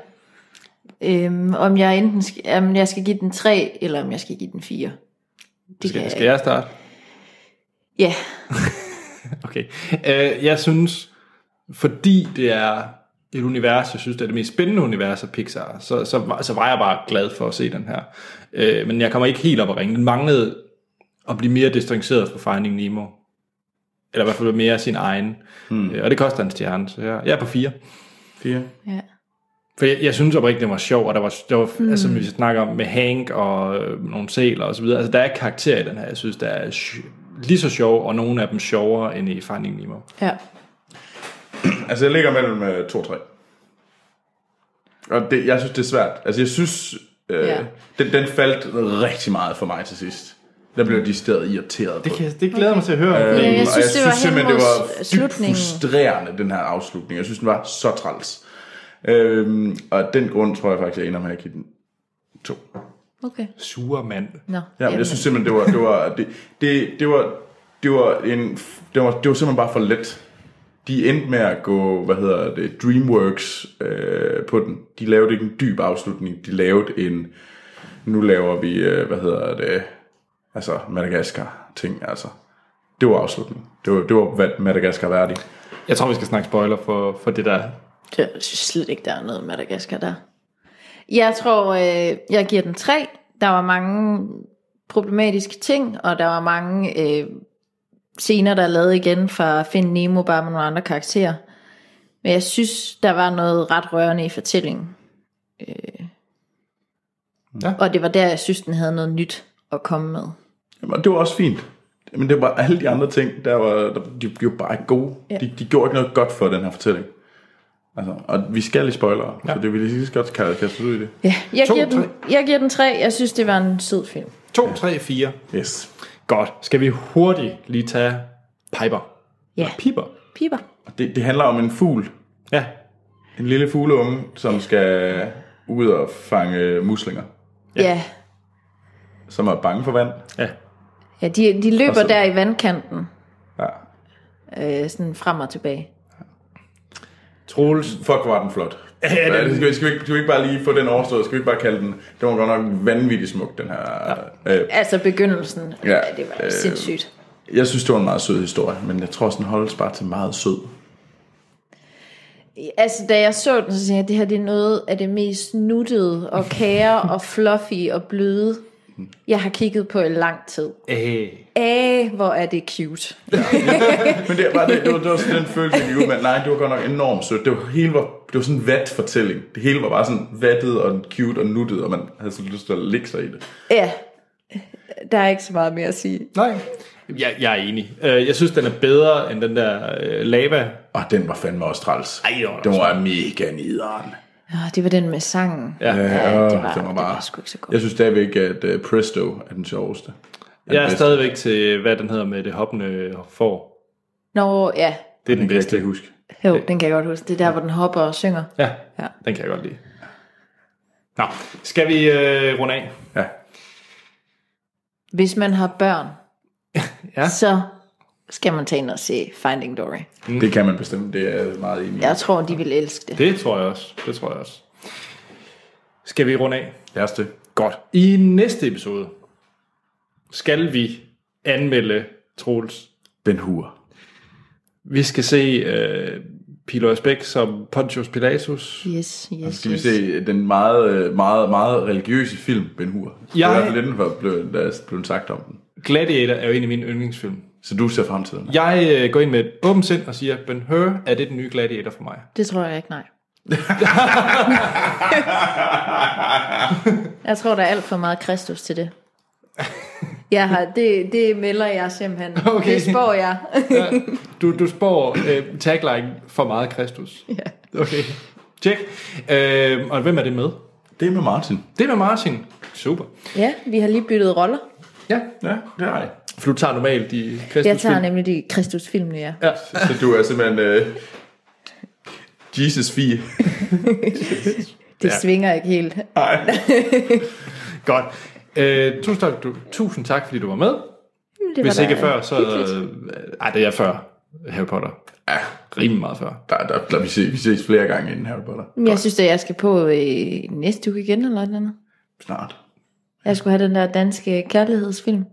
C: Øhm, om jeg enten skal, om jeg skal give den 3, eller om jeg skal give den 4. Det kan
A: Skal,
C: jeg
A: skal jeg starte?
C: Ja,
A: Okay. Øh, jeg synes, fordi det er et univers, jeg synes, det er det mest spændende univers af Pixar, så, så, var- så var jeg bare glad for at se den her. Øh, men jeg kommer ikke helt op at ringe. Den manglede at blive mere distanceret fra Finding Nemo. Eller i hvert fald mere af sin egen.
C: Hmm.
A: Mm. Øh, og det koster en stjerne, så jeg, jeg er på fire.
B: Fire.
C: ja.
A: For jeg, jeg synes oprigtigt, det var sjov, og der var, der var mm. altså, vi snakker om med Hank og øh, nogle sæler og så videre, altså der er karakterer i den her, jeg synes, der er sj- lige så sjov, og nogle af dem sjovere end i Finding Nemo.
C: ja.
B: Altså, jeg ligger mellem øh, to og tre. Og det, jeg synes, det er svært. Altså, jeg synes, øh,
C: Ja.
B: den, den faldt rigtig meget for mig til sidst. Der blev jeg decideret irriteret på. den.
A: det glæder okay. mig til at høre.
B: Øhm,
C: jeg
B: og
C: synes, det var hen
B: simpelthen, det
C: mod
B: var dybt
C: slutningen.
B: frustrerende, den her afslutning. Jeg synes, den var så træls. Øhm, og af den grund tror jeg faktisk, jeg ender med at give den to.
C: Okay.
A: Sure mand.
C: Nå.
B: Ja, men jeg synes simpelthen, det var, det var, det, det, det var, det var en, det var, det var simpelthen bare for let. De endte med at gå, hvad hedder det, DreamWorks øh, på den. De lavede ikke en dyb afslutning, de lavede en, nu laver vi, øh, hvad hedder det, altså Madagaskar ting, altså. Det var afslutningen. Det var, det var hvad Madagaskar værdig.
A: Jeg tror, vi skal snakke spoiler for, for det der.
C: Det jeg synes slet ikke, der er noget Madagaskar der. Jeg tror, øh, jeg giver den tre. Der var mange problematiske ting, og der var mange øh, scener, der er lavet igen fra Find Nemo, bare med nogle andre karakterer. Men jeg synes, der var noget ret rørende i fortællingen. Øh,
A: Ja.
C: ja. Og det var der, jeg synes, den havde noget nyt at komme med.
B: Jamen, og det var også fint. Men det var alle de andre ting, der var, der, de, de var bare ikke gode.
C: Ja.
B: De, de gjorde ikke noget godt for den her fortælling. Altså, og vi skal i spoilere, ja. så det vil jeg lige så godt kan kaste ud i det.
C: Ja, jeg,
A: To,
C: giver den,
A: tre.
C: jeg giver den tre. Jeg synes, det var en sød film.
A: 2, 3, 4.
B: Yes.
A: Godt. Skal vi hurtigt lige tage Piper?
C: Ja,
A: Piper?
C: piber.
B: Og det, det handler om en fugl.
A: Ja.
B: En lille fugleunge, som skal ud og fange muslinger,
C: Ja. ja.
B: som er bange for vand.
A: Ja.
C: Ja, de, de løber
B: Og så-
C: der i vandkanten,
B: Ja.
C: øh, sådan frem og tilbage.
A: Troels.
B: Fuck, var den flot.
A: det-
B: Ja, det skal, vi, skal, vi, ikke- skal vi ikke bare lige få den overstået? Skal vi ikke bare kalde den? Det var godt nok vanvittigt smuk, den her. Ja. Øh,
C: Altså begyndelsen, ja,
B: Ja,
C: ja det var øh,
B: øh,
C: sindssygt.
B: jeg synes, det var en meget sød historie, men jeg tror også, den holdes bare til meget sød.
C: Altså da jeg så den, så tænkte jeg, at det her det er noget af det mest nuttede og kære og fluffy og bløde, jeg har kigget på i lang tid.
A: Æh.
C: Æh, hvor er det cute.
B: Men det var, det, det var, det var sådan den følelse, de ud med. Nej, det var godt nok enormt sødt. Det var, hele var, det var sådan en vat fortælling. Det hele var bare sådan vattet og cute og nuttet, og man havde så lyst til at ligge sig i det.
C: Ja, der er ikke så meget mere at sige.
A: Nej. Jeg, jeg er enig. Øh, Jeg synes, den er bedre end den der øh, lava.
B: Og den var fandme også træls.
A: det var da
B: den var mega nederen.
C: Åh, det var den med sangen.
A: Ja.
C: ja det, var,
B: den var
C: det var
B: bare-
C: sgu ikke så godt.
B: Jeg synes stadigvæk, at uh, Presto er den sjoveste. Er
A: Jeg er
B: den
A: stadigvæk til, hvad den hedder med det hoppende får.
C: Nå, ja.
A: Det er den
B: kan jeg
A: bedste.
B: ikke huske.
C: Jo, den kan jeg godt huske. Det er der, hvor den hopper og synger.
A: Ja,
C: Ja.
A: den kan jeg godt lide. Nå, skal vi øh, runde af?
B: Ja.
C: Hvis man har børn,
A: Ja.
C: ja. så skal man tage ind og se Finding Dory.
B: Det kan man bestemme, det er jeg meget enig i.
C: Jeg tror, de vil elske det.
A: Det tror jeg også. Det tror jeg også. Skal vi runde af?
B: Lad os det.
A: Godt. I næste episode skal vi anmelde Troels.
B: Ben Hur.
A: Vi skal se øh, Pilo Asbæk som Pontius Pilatus.
C: Yes, yes,
B: Skal vi
C: yes.
B: se øh, den meget, meget, meget religiøse film, Ben Hur? Det
A: Jeg-
B: er i hvert fald den, der blev, der blev sagt om den.
A: Gladiator er jo en af mine yndlingsfilm.
B: Så du ser fremtiden.
A: Jeg øh, går ind med et åbent sind og siger, Ben Hur, er det den nye Gladiator for mig?
C: Det tror jeg ikke, nej. jeg tror, der er alt for meget Kristus til det. Jeg har, det, det melder jeg simpelthen.
A: Okay.
C: Det spår jeg.
A: Du, du spår øh, tagline for meget Kristus. Ja. Okay. Tjek. Øh, og hvem er det med?
B: Det er med Martin.
A: Det er med Martin. Super.
C: ja, vi har lige byttet roller.
A: Ja.
B: Ja, det er jeg.
A: For du tager normalt de Kristus
C: Jeg tager nemlig de Kristus-filmene, ja.
A: Ja.
B: Så du er simpelthen øh, Jesus fie.
C: Det
A: Ja. Ah,
C: ja. svinger ikke helt.
A: Godt. Øh, tusind, tak, du, tusind tak, fordi du var med.
C: Det
A: Hvis
C: var da
A: ikke før, så...
C: hyggeligt.
A: Øh, ej, det er før Harry Potter. Ja. Rimelig meget før.
B: Der, der, der, vi, ses, vi ses flere gange inden Harry Potter.
C: Men Jeg synes, at jeg skal på øh, næste uge igen, eller noget.
B: Snart.
C: Jeg skulle have den der danske kærlighedsfilm.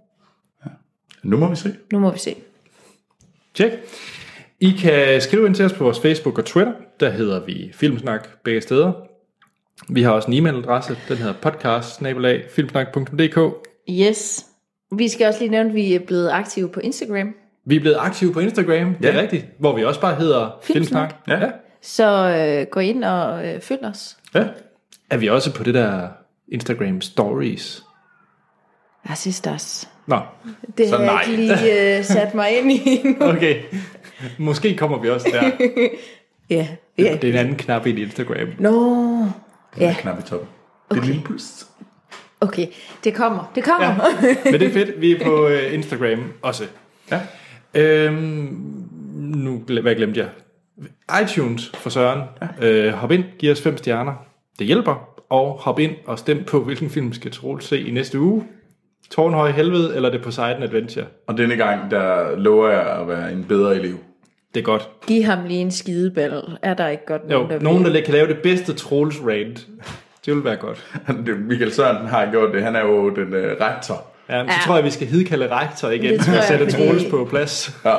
B: Nu må vi se.
C: Nu må vi se.
A: Tjek. I kan skrive ind til os på vores Facebook og Twitter. Der hedder vi Filmsnak begge steder. Vi har også en e-mailadresse. Den hedder podcast
C: Yes. Vi skal også lige nævne, at vi er blevet aktive på Instagram.
A: Vi er blevet aktive på Instagram, det er ja. rigtigt, hvor vi også bare hedder Filmsnak.
C: Filmsnak.
A: Ja. ja.
C: Så øh, gå ind og øh, følg os.
A: Ja. Er vi også på det der Instagram Stories?
C: Assistas.
A: Nå,
C: Det
B: Så
C: har jeg
B: nej.
C: ikke lige øh, sat mig ind i endnu.
A: okay. Måske kommer vi også der.
C: Ja. ja.
A: Det er en anden knap i Instagram.
C: Nå.
B: Ja.
C: Ja,
B: Knap i toppen. Okay. Det er lige plus.
C: okay. Det kommer. Det kommer. Ja.
A: Men det er fedt, vi er på øh, Instagram også.
B: Ja.
A: Øhm, nu, gl- hvad glemte jeg? iTunes for Søren. Ja. Øh, hop ind, giv os fem stjerner. Det hjælper. Og hop ind og stem på, hvilken film skal Troel se i næste uge. Tårnhøj Helvede eller det Poseidon Adventure.
B: Og denne gang, der lover jeg at være en bedre elev.
A: Det er godt.
C: Giv ham lige en skideball. Er der ikke godt
A: Jo,
C: nogen, der
A: nogen,
C: vil?
A: der lidt kan lave det bedste Troels rant. Det ville være godt.
B: Det- Michael Sørensen har gjort det. Han er jo den øh, rektor.
A: Ja, men så tror jeg, vi skal hidkalde rektor igen
C: Det tror
A: og
C: jeg,
A: sætte
C: fordi-
A: Troels på plads. Ja.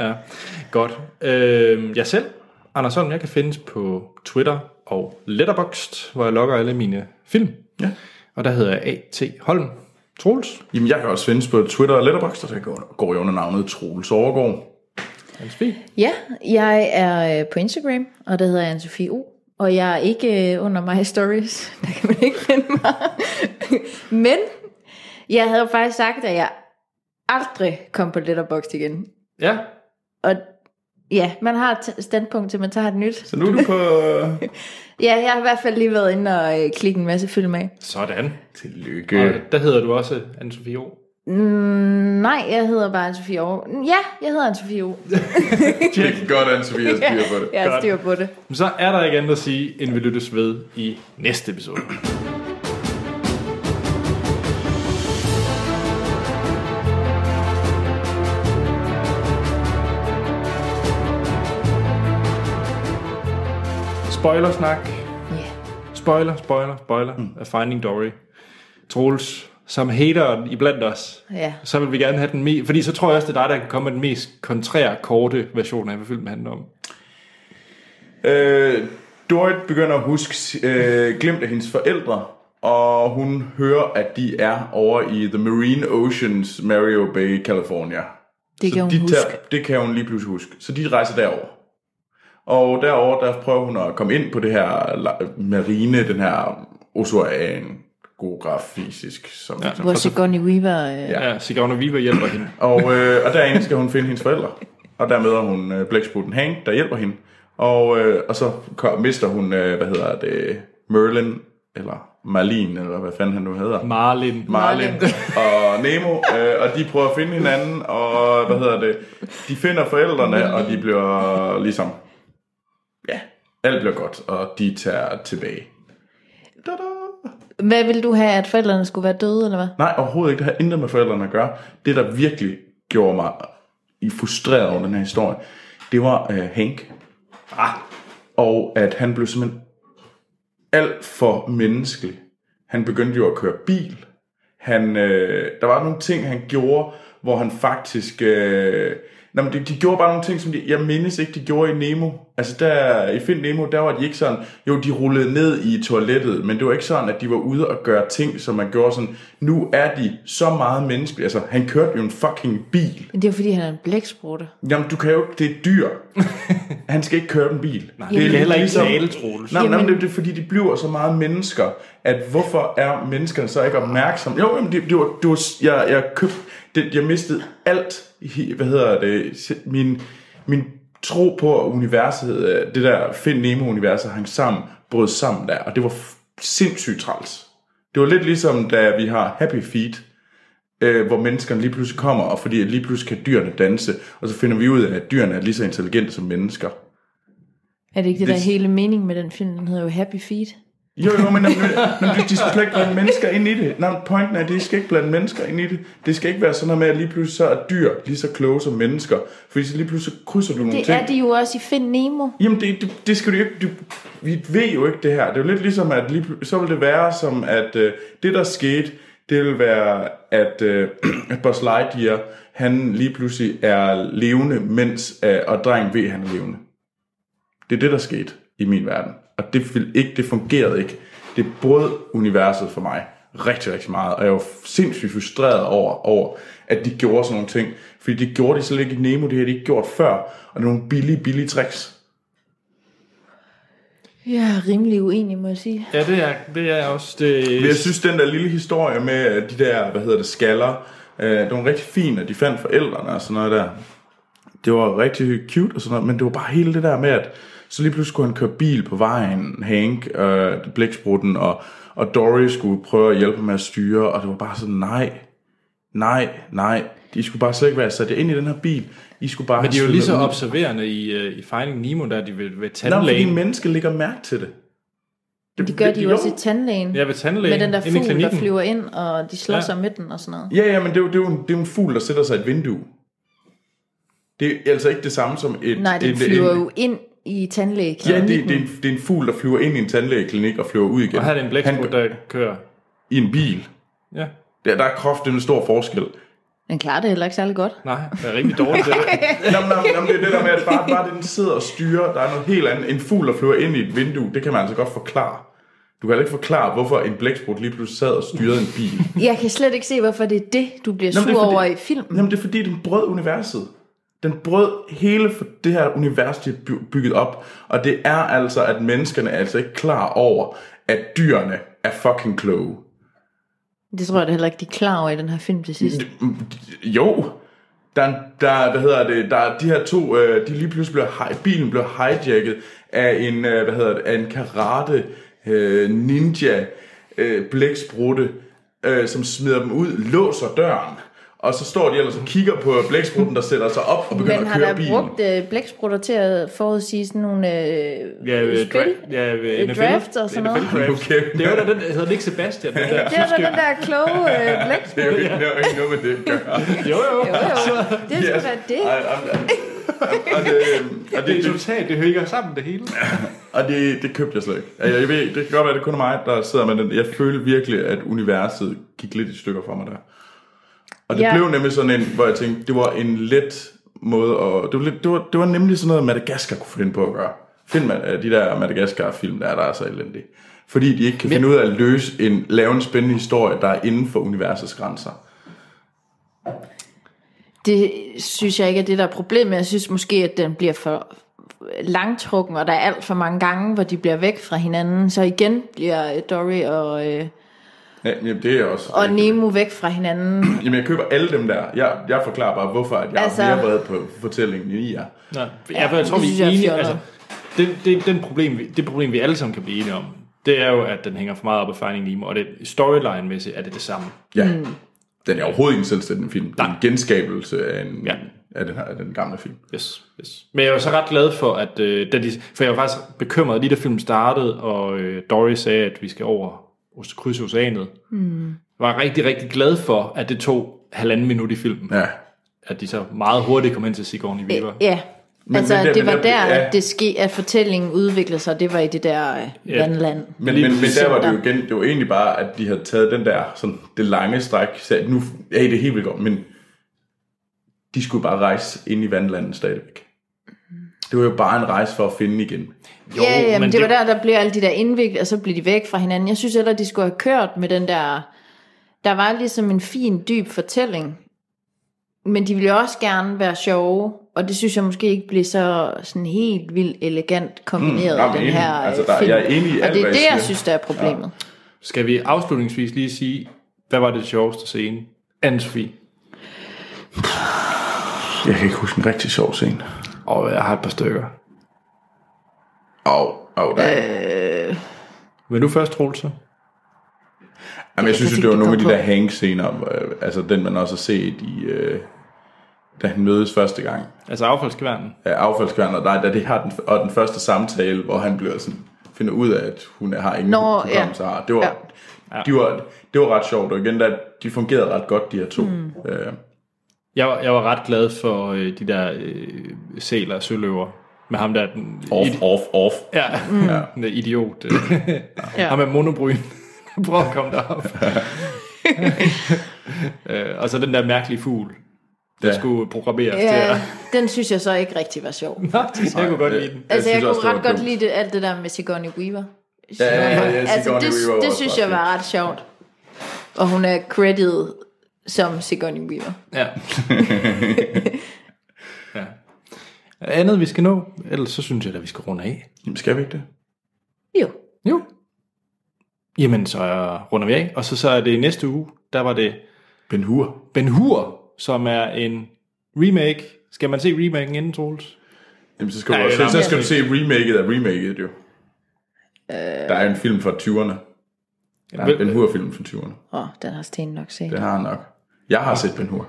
A: ja. Godt. Øh, jeg selv, Anders Holm, jeg kan findes på Twitter og Letterboxd, hvor jeg logger alle mine film. Ja. Og der hedder jeg A.T. Holm Troels.
B: Jamen, jeg kan også findes på Twitter og Letterboxd, og der går, går jeg under navnet Troels Overgaard.
A: Hans Fie.
C: Ja, jeg er øh, på Instagram, og der hedder jeg Anne-Sophie O. Og jeg er ikke øh, under mig stories, der kan man ikke finde mig. Men jeg havde jo faktisk sagt, at jeg aldrig kom på Letterboxd igen.
A: Ja,
C: Og ja, man har et standpunkt til, man tager et nyt.
B: Så nu er du på... øh,
C: Ja, jeg har i hvert fald lige været inde og øh, klikke en masse film af.
A: sådan.
B: Tillykke.
A: Og der hedder du også Anne-Sophie O.
C: Nej, jeg hedder bare Anne-Sophie O. Ja, jeg hedder Anne-Sophie O.
B: Tjek godt, Anne-Sophie, jeg styrer på det.
C: Jeg har styr på det.
A: Men så er der ikke andet at sige, end vi lyttes ved i næste episode. Spoilersnak.
C: Ja.
A: Spoiler, spoiler, spoiler mm. af Finding Dory. Troels, som hateren i blandt os,
C: Ja.
A: så vil vi gerne have den mest... Fordi så tror jeg også, det er dig, der kan komme med den mest kontrære, korte version af, hvad filmen handler om.
B: Øh, Dorit begynder at huske øh, glemt af hendes forældre, og hun hører, at de er over i The Marine Oceans, Mario Bay, California.
C: Det kan hun
B: de
C: huske.
B: tager- det kan hun lige pludselig huske. Så de rejser derover. Og derover der prøver hun at komme ind på det her la- marine, den her ocean geografisk. Som, ligesom- ja.
C: Hvor Sigourney Weaver... Øh,
A: Ja, Sigourney Weaver hjælper hende.
B: Og, øh, og derinde skal hun finde hendes forældre. Og der møder hun øh, blæksprutten Hank, der hjælper hende. Og, øh, og så kom, mister hun, øh, hvad hedder det, Merlin, eller Marlin, eller hvad fanden han nu hedder.
A: Marlin.
B: Marlin og Nemo, øh, og de prøver at finde hinanden, og hvad hedder det, de finder forældrene, og de bliver ligesom, ja, alt bliver godt, og de tager tilbage.
C: Hvad ville du have, at forældrene skulle være døde, eller hvad?
B: Nej, overhovedet ikke. Det har intet med forældrene at gøre. Det, der virkelig gjorde mig i- frustreret over den her historie, det var øh, Hank. Ah. Og at han blev simpelthen alt for menneskelig. Han begyndte jo at køre bil. Han, øh, der var nogle ting, han gjorde, hvor han faktisk... Øh, Nå, men de, de gjorde bare nogle ting, som de, jeg mindes ikke, de gjorde i Nemo. Altså der, i Find Nemo, der var de ikke sådan... Jo, de rullede ned i toilettet, men det var ikke sådan, at de var ude og gøre ting, som man gjorde sådan... Nu er de så meget menneskelige. Altså, han kørte jo en fucking bil.
C: Men Det er jo fordi, han er en blæksprutte.
B: Jamen, du kan jo ikke... Det er dyr. Han skal ikke køre en bil. Nej,
A: Det er heller ikke tale, Troels.
B: Nej, men,
C: Jamen-
B: det er det, fordi de bliver så meget mennesker, at hvorfor er menneskerne så ikke opmærksomme? Jo, jamen, det, det var, det var, jeg, jeg købte, det, jeg mistede alt, i- hvad hedder det, se- min, min tro på at universet, øh, det der Find Nemo-universet hang sammen, brød sammen der, og det var f- sindssygt træls. Det var lidt ligesom, da vi har Happy Feet, øh, hvor menneskerne lige pludselig kommer, og fordi at lige pludselig kan dyrene danse, og så finder vi ud af, at dyrene er lige så intelligente som mennesker.
C: Er det ikke det, der
B: Det-
C: er hele mening med den film? Den hedder jo Happy Feet.
B: Jo, jo, men, men, men de skal slet ikke blande mennesker ind i det. Nej, men pointen er, at de skal ikke blande mennesker ind i det. Det skal ikke være sådan noget med, at lige pludselig så er dyr lige så kloge som mennesker. Fordi så lige pludselig så krydser du nogle
C: Det
B: ting.
C: er de jo også i Find Nemo.
B: Jamen, det, det, det skal du ikke... Du, vi ved jo ikke det her. Det er jo lidt ligesom, at lige, pl- så vil det være som, at øh, det, der skete, det vil være, at, øh, at Buzz Lightyear, han lige pludselig er levende, mens, øh, og drengen ved, at han er levende. Det er det, der skete i min verden. Og det, vil ikke, det fungerede ikke. Det brød universet for mig rigtig, rigtig meget. Og jeg var sindssygt frustreret over, over at de gjorde sådan nogle ting. Fordi det gjorde de slet ikke i Nemo, det havde de ikke gjort før. Og det er nogle billige, billige tricks.
C: Jeg er rimelig uenig, må jeg sige.
A: Ja, det er, det er også det...
B: Men jeg synes, den der lille historie med øh, de der, hvad hedder det, skaller, øh, det var rigtig fint, at de fandt forældrene og sådan noget der. Det var rigtig cute og sådan noget, men det var bare hele det der med, at så lige pludselig skulle han køre bil på vejen, Hank, øh, blæksprutten, og, og Dory skulle prøve at hjælpe ham med at styre, og det var bare sådan, nej, nej, nej. I skulle bare slet ikke være sat jer ind i den her bil. I skulle bare
A: Men de er
B: have
A: jo lige så
B: stillet ud.
A: observerende i, øh, i Finding Nemo, der er de ved, ved
B: Nå, fordi
A: tandlægen.
B: mennesker lægger mærke til det.
C: Det gør de jo
B: jo.
C: også i tandlægen.
A: Ja, ved tandlægen.
C: Med den der
A: inde i
C: fugl, der
A: klinikken.
C: flyver ind, og de slår
A: Ja.
C: sig med den og sådan noget.
B: Ja, ja, men det er jo, det er jo, en, det er jo en fugl, der sætter sig i et vindue. Det er altså ikke det samme som et...
C: Nej, den
B: et,
C: flyver
B: en,
C: jo ind i tandlægen.
B: Ja, det, det, er en, det er en fugl, der flyver ind i en tandlægeklinik og flyver ud igen.
A: Og her er det en blæksprut,
B: Han-
A: der kører.
B: I en bil.
A: Ja.
B: Der, der er kraftigt en stor forskel.
C: Den klarer det heller ikke særlig godt.
A: Nej, jeg er rigtig dårlig til det.
B: Nå, men- nå, men- nå, men det er det der med, at bare, bare det, den sidder og styrer, der er noget helt andet. En fugl, der flyver ind i et vindue, det kan man altså godt forklare. Du kan altså ikke forklare, hvorfor en blæksprut lige pludselig sad og styrede en bil.
C: Jeg kan slet ikke se, hvorfor det er det, du bliver
B: Mm. Nå, men
C: sur
B: det er fordi-
C: over i filmen.
B: Jamen, det er fordi, den brød universet. Den brød hele for det her univers, de har by- bygget op. Og det er altså, at menneskerne er altså ikke klar over, at dyrene er fucking kloge.
C: Det tror jeg da heller ikke, de er klar over i den her film til
B: Mm.
C: sidst.
B: Jo. Der, er- der, er- hvad hedder det, der er de her to, øh, de lige pludselig bliver, hi- bilen bliver hijacket af en, øh, hvad hedder det, af en karate øh, ninja øh, blæksprutte, øh, som smider dem ud, låser døren. Og så står de ellers og kigger på blæksprutten, der sætter sig op og begynder
C: Men
B: at
C: har
B: køre
C: der
B: bilen.
C: brugt øh, blæksprutter til at forudsige sådan nogle øh,
A: Ja, øh,
C: spil?
A: dra- ja, øh, NFL.
C: draft og sådan noget.
A: NFL draft.
B: Okay.
A: Det var da den, hedder den ikke Sebastian? Den der
C: Det er da den der kloge øh,
B: Det er
C: blæksprutter.
B: jo ikke, det er jo ikke noget med det, at gøre.
A: Jo, jo.
C: Jo, jo. Det er sgu da det.
B: Ej, ej, ej. Og det, og
A: Det
B: det,
A: er totalt, det hører sammen det hele.
B: Og det, det købte jeg slet ikke. Altså, Jeg, jeg ved, det kan godt være, det kun er mig, der sidder med den. Jeg følte virkelig, at universet gik lidt i stykker for mig der. Og det
C: Ja.
B: ja. blev nemlig sådan en, hvor jeg tænkte, det var en let måde at... Det var, lidt, det var, det var nemlig sådan noget, Madagaskar kunne finde på at gøre. Film af de der Madagaskar-film, der er der er så elendige. Fordi de ikke kan finde ud af at løse en, lave en spændende historie, der er inden for universets grænser.
C: Det synes jeg ikke er det, der er problemet. Jeg synes måske, at den bliver for langtrukken, og der er alt for mange gange, hvor de bliver væk fra hinanden. Så igen bliver øh, Dory og, øh,
B: Ja, jamen, det er også...
C: og Nemo væk fra hinanden.
B: Jamen, jeg køber alle dem der. Jeg, jeg forklarer bare, hvorfor at jeg altså...
C: Altså-
B: er mere vred på fortællingen, end I er.
A: Nå, ja, for jeg tror,
C: det
A: vi
C: synes
A: er
C: jeg er
A: enige.
C: fjollet.
A: Altså, den, den, den problem, vi, det problem, vi alle sammen kan blive enige om, det er jo, at den hænger for meget op af Finding Nemo, og det storyline-mæssigt er det det samme.
B: Ja. Mm. Den er overhovedet ikke en selvstændig film. Det er en genskabelse af, en,
A: Ja.
B: ja. af, den her, af den gamle film.
A: Yes, yes. Men jeg var så ret glad for, at øh, da de, for jeg var faktisk bekymret lige da filmen startede, og øh, Dory sagde, at vi skal over os- krydse oceanet. Mm.
C: Hmm.
A: var rigtig, rigtig glad for, at det tog halvanden minut i filmen, ja.
B: Ja.
A: at de så meget hurtigt kom hen til Sigourney Weaver.
C: Øh, Ja, men altså
B: men
C: det,
B: der-
C: det
B: men
C: var
B: der-
C: der,
B: ja.
C: at det ske, at fortællingen udviklede sig. Det var i det der øh,
A: Ja.
C: vandland.
B: Men,
A: Lige
B: men, men der var det jo
C: præcis.
B: igen, det var egentlig bare, at de havde taget den der, sådan det lange stræk, sagde, nu, ja, det er helt vildt godt, men de skulle bare rejse ind i vandlandet stadigvæk. Det var jo bare en rejse for at finde igen.
A: Jo,
C: ja, ja, men det,
A: det-
C: var der, der blev alle de der indviklet, og så blev de væk fra hinanden. Jeg synes heller, de skulle have kørt med den der... Der var ligesom en fin, dyb fortælling. Men de ville jo også gerne være sjove, og det synes jeg måske ikke blev så sådan helt vildt elegant kombineret
B: Mm,
C: mm,
B: jamen,
C: den
B: enig.
C: her øh,
B: Altså, der-
C: film.
B: jeg er enig i
C: og
B: alt,
C: det er
B: hvad I
C: det, jeg
B: siger.
C: synes, der er problemet.
A: Skal vi afslutningsvis lige sige, hvad var det sjoveste scene? Anne-Sophie.
B: Jeg kan ikke huske en rigtig sjov scene.
A: Og jeg har et par stykker.
B: Og, og der, øh,
A: Vil du først, Troels? så?
B: Jamen, jeg
C: kan
B: synes
C: jeg
B: jo, det var
C: ikke
B: nogle af de
C: komme
B: der hang-scener, øh, altså den, man også har set i, øh, da han mødes første gang.
A: Altså affaldsgeværnen.
B: af affaldskværn, og nej, da det har den, og den første samtale, hvor han bliver sådan, finder ud af, at hun har ingen
C: Nå,
B: Nå, hukommelse
C: ja.
B: ja. har. Det var, ja. de var, det var ret sjovt, og igen, der, de fungerede ret godt, de her to. Mm. Øh,
A: Jeg, var- jeg var ret glad for øh, de der øh, sæler og søløver. Med ham der, den
B: off,
A: idi-
B: off, off.
A: ja, mm. den der idiot. Øh. ja. Ham med monobryn. Prøv at komme derop. øh, og så den der mærkelige fugl, der
B: Ja.
A: ja. skulle programmeres ja. til
C: Ja,
A: at...
C: Øh, den synes jeg så ikke rigtig var sjov.
A: Jeg kunne godt
B: Øh,
A: lide den.
C: Altså, jeg,
B: synes
C: jeg
B: også,
C: kunne
B: det
C: ret
B: var
C: godt
B: dumt.
C: lide det, alt det der med Sigourney Weaver.
B: Ja, ja, ja, ja,
C: altså,
B: Sigourney
C: det,
B: Weaver var
C: det
B: også
C: synes
B: ret
C: jeg
B: fedt.
C: var ret sjovt. Og hun er credited som Sigourney Weaver.
A: Ja. ja. Er der Andet vi skal nå, ellers så synes jeg at vi skal runde af.
B: Jamen, skal vi ikke det?
C: Jo.
A: Jo. Jamen, så øh, runder vi af. Og så, så er det i næste uge, der var det
B: Ben Hur.
A: Ben Hur, som er en remake. Skal man se remaken inden, Troels?
B: Jamen, så skal,
A: Ja,
B: du, også,
A: eller-
B: så skal du se remaket af remaket, jo.
C: Øh.
B: Der er en film fra 20'erne. Der er en Ben Hur-film fra 20'erne.
C: Åh, oh, den har Sten nok set.
B: Det har han nok. Jeg har set Ben Hur,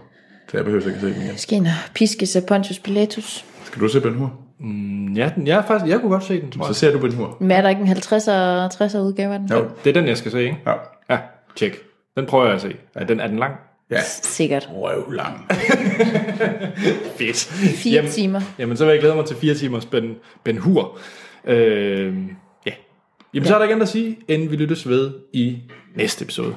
B: så jeg behøver ikke at se den igen.
C: Måske en piskes af Pontius Pilatus.
B: Skal du se Ben Hur?
A: Ja, den, jeg, er faktisk, jeg kunne godt se den, tror
B: Så
A: jeg.
B: ser du Ben Hur.
C: Men er der ikke en 50'er og 60'er udgave af den?
B: Jo.
A: Det er den, jeg skal se, ikke?
B: Ja.
A: Ja, tjek. Den prøver jeg at se. Er den, er den lang?
B: Ja.
C: Sikkert.
B: Røv lang.
A: Fedt.
C: Fire
A: Jamen-
C: timer.
A: Jamen, så vil jeg glæde mig til fire timers Ben, ben Hur. Øhm, Øh, ja. Jamen, ja. så er der ikke andet at sige, end vi lyttes ved i næste episode.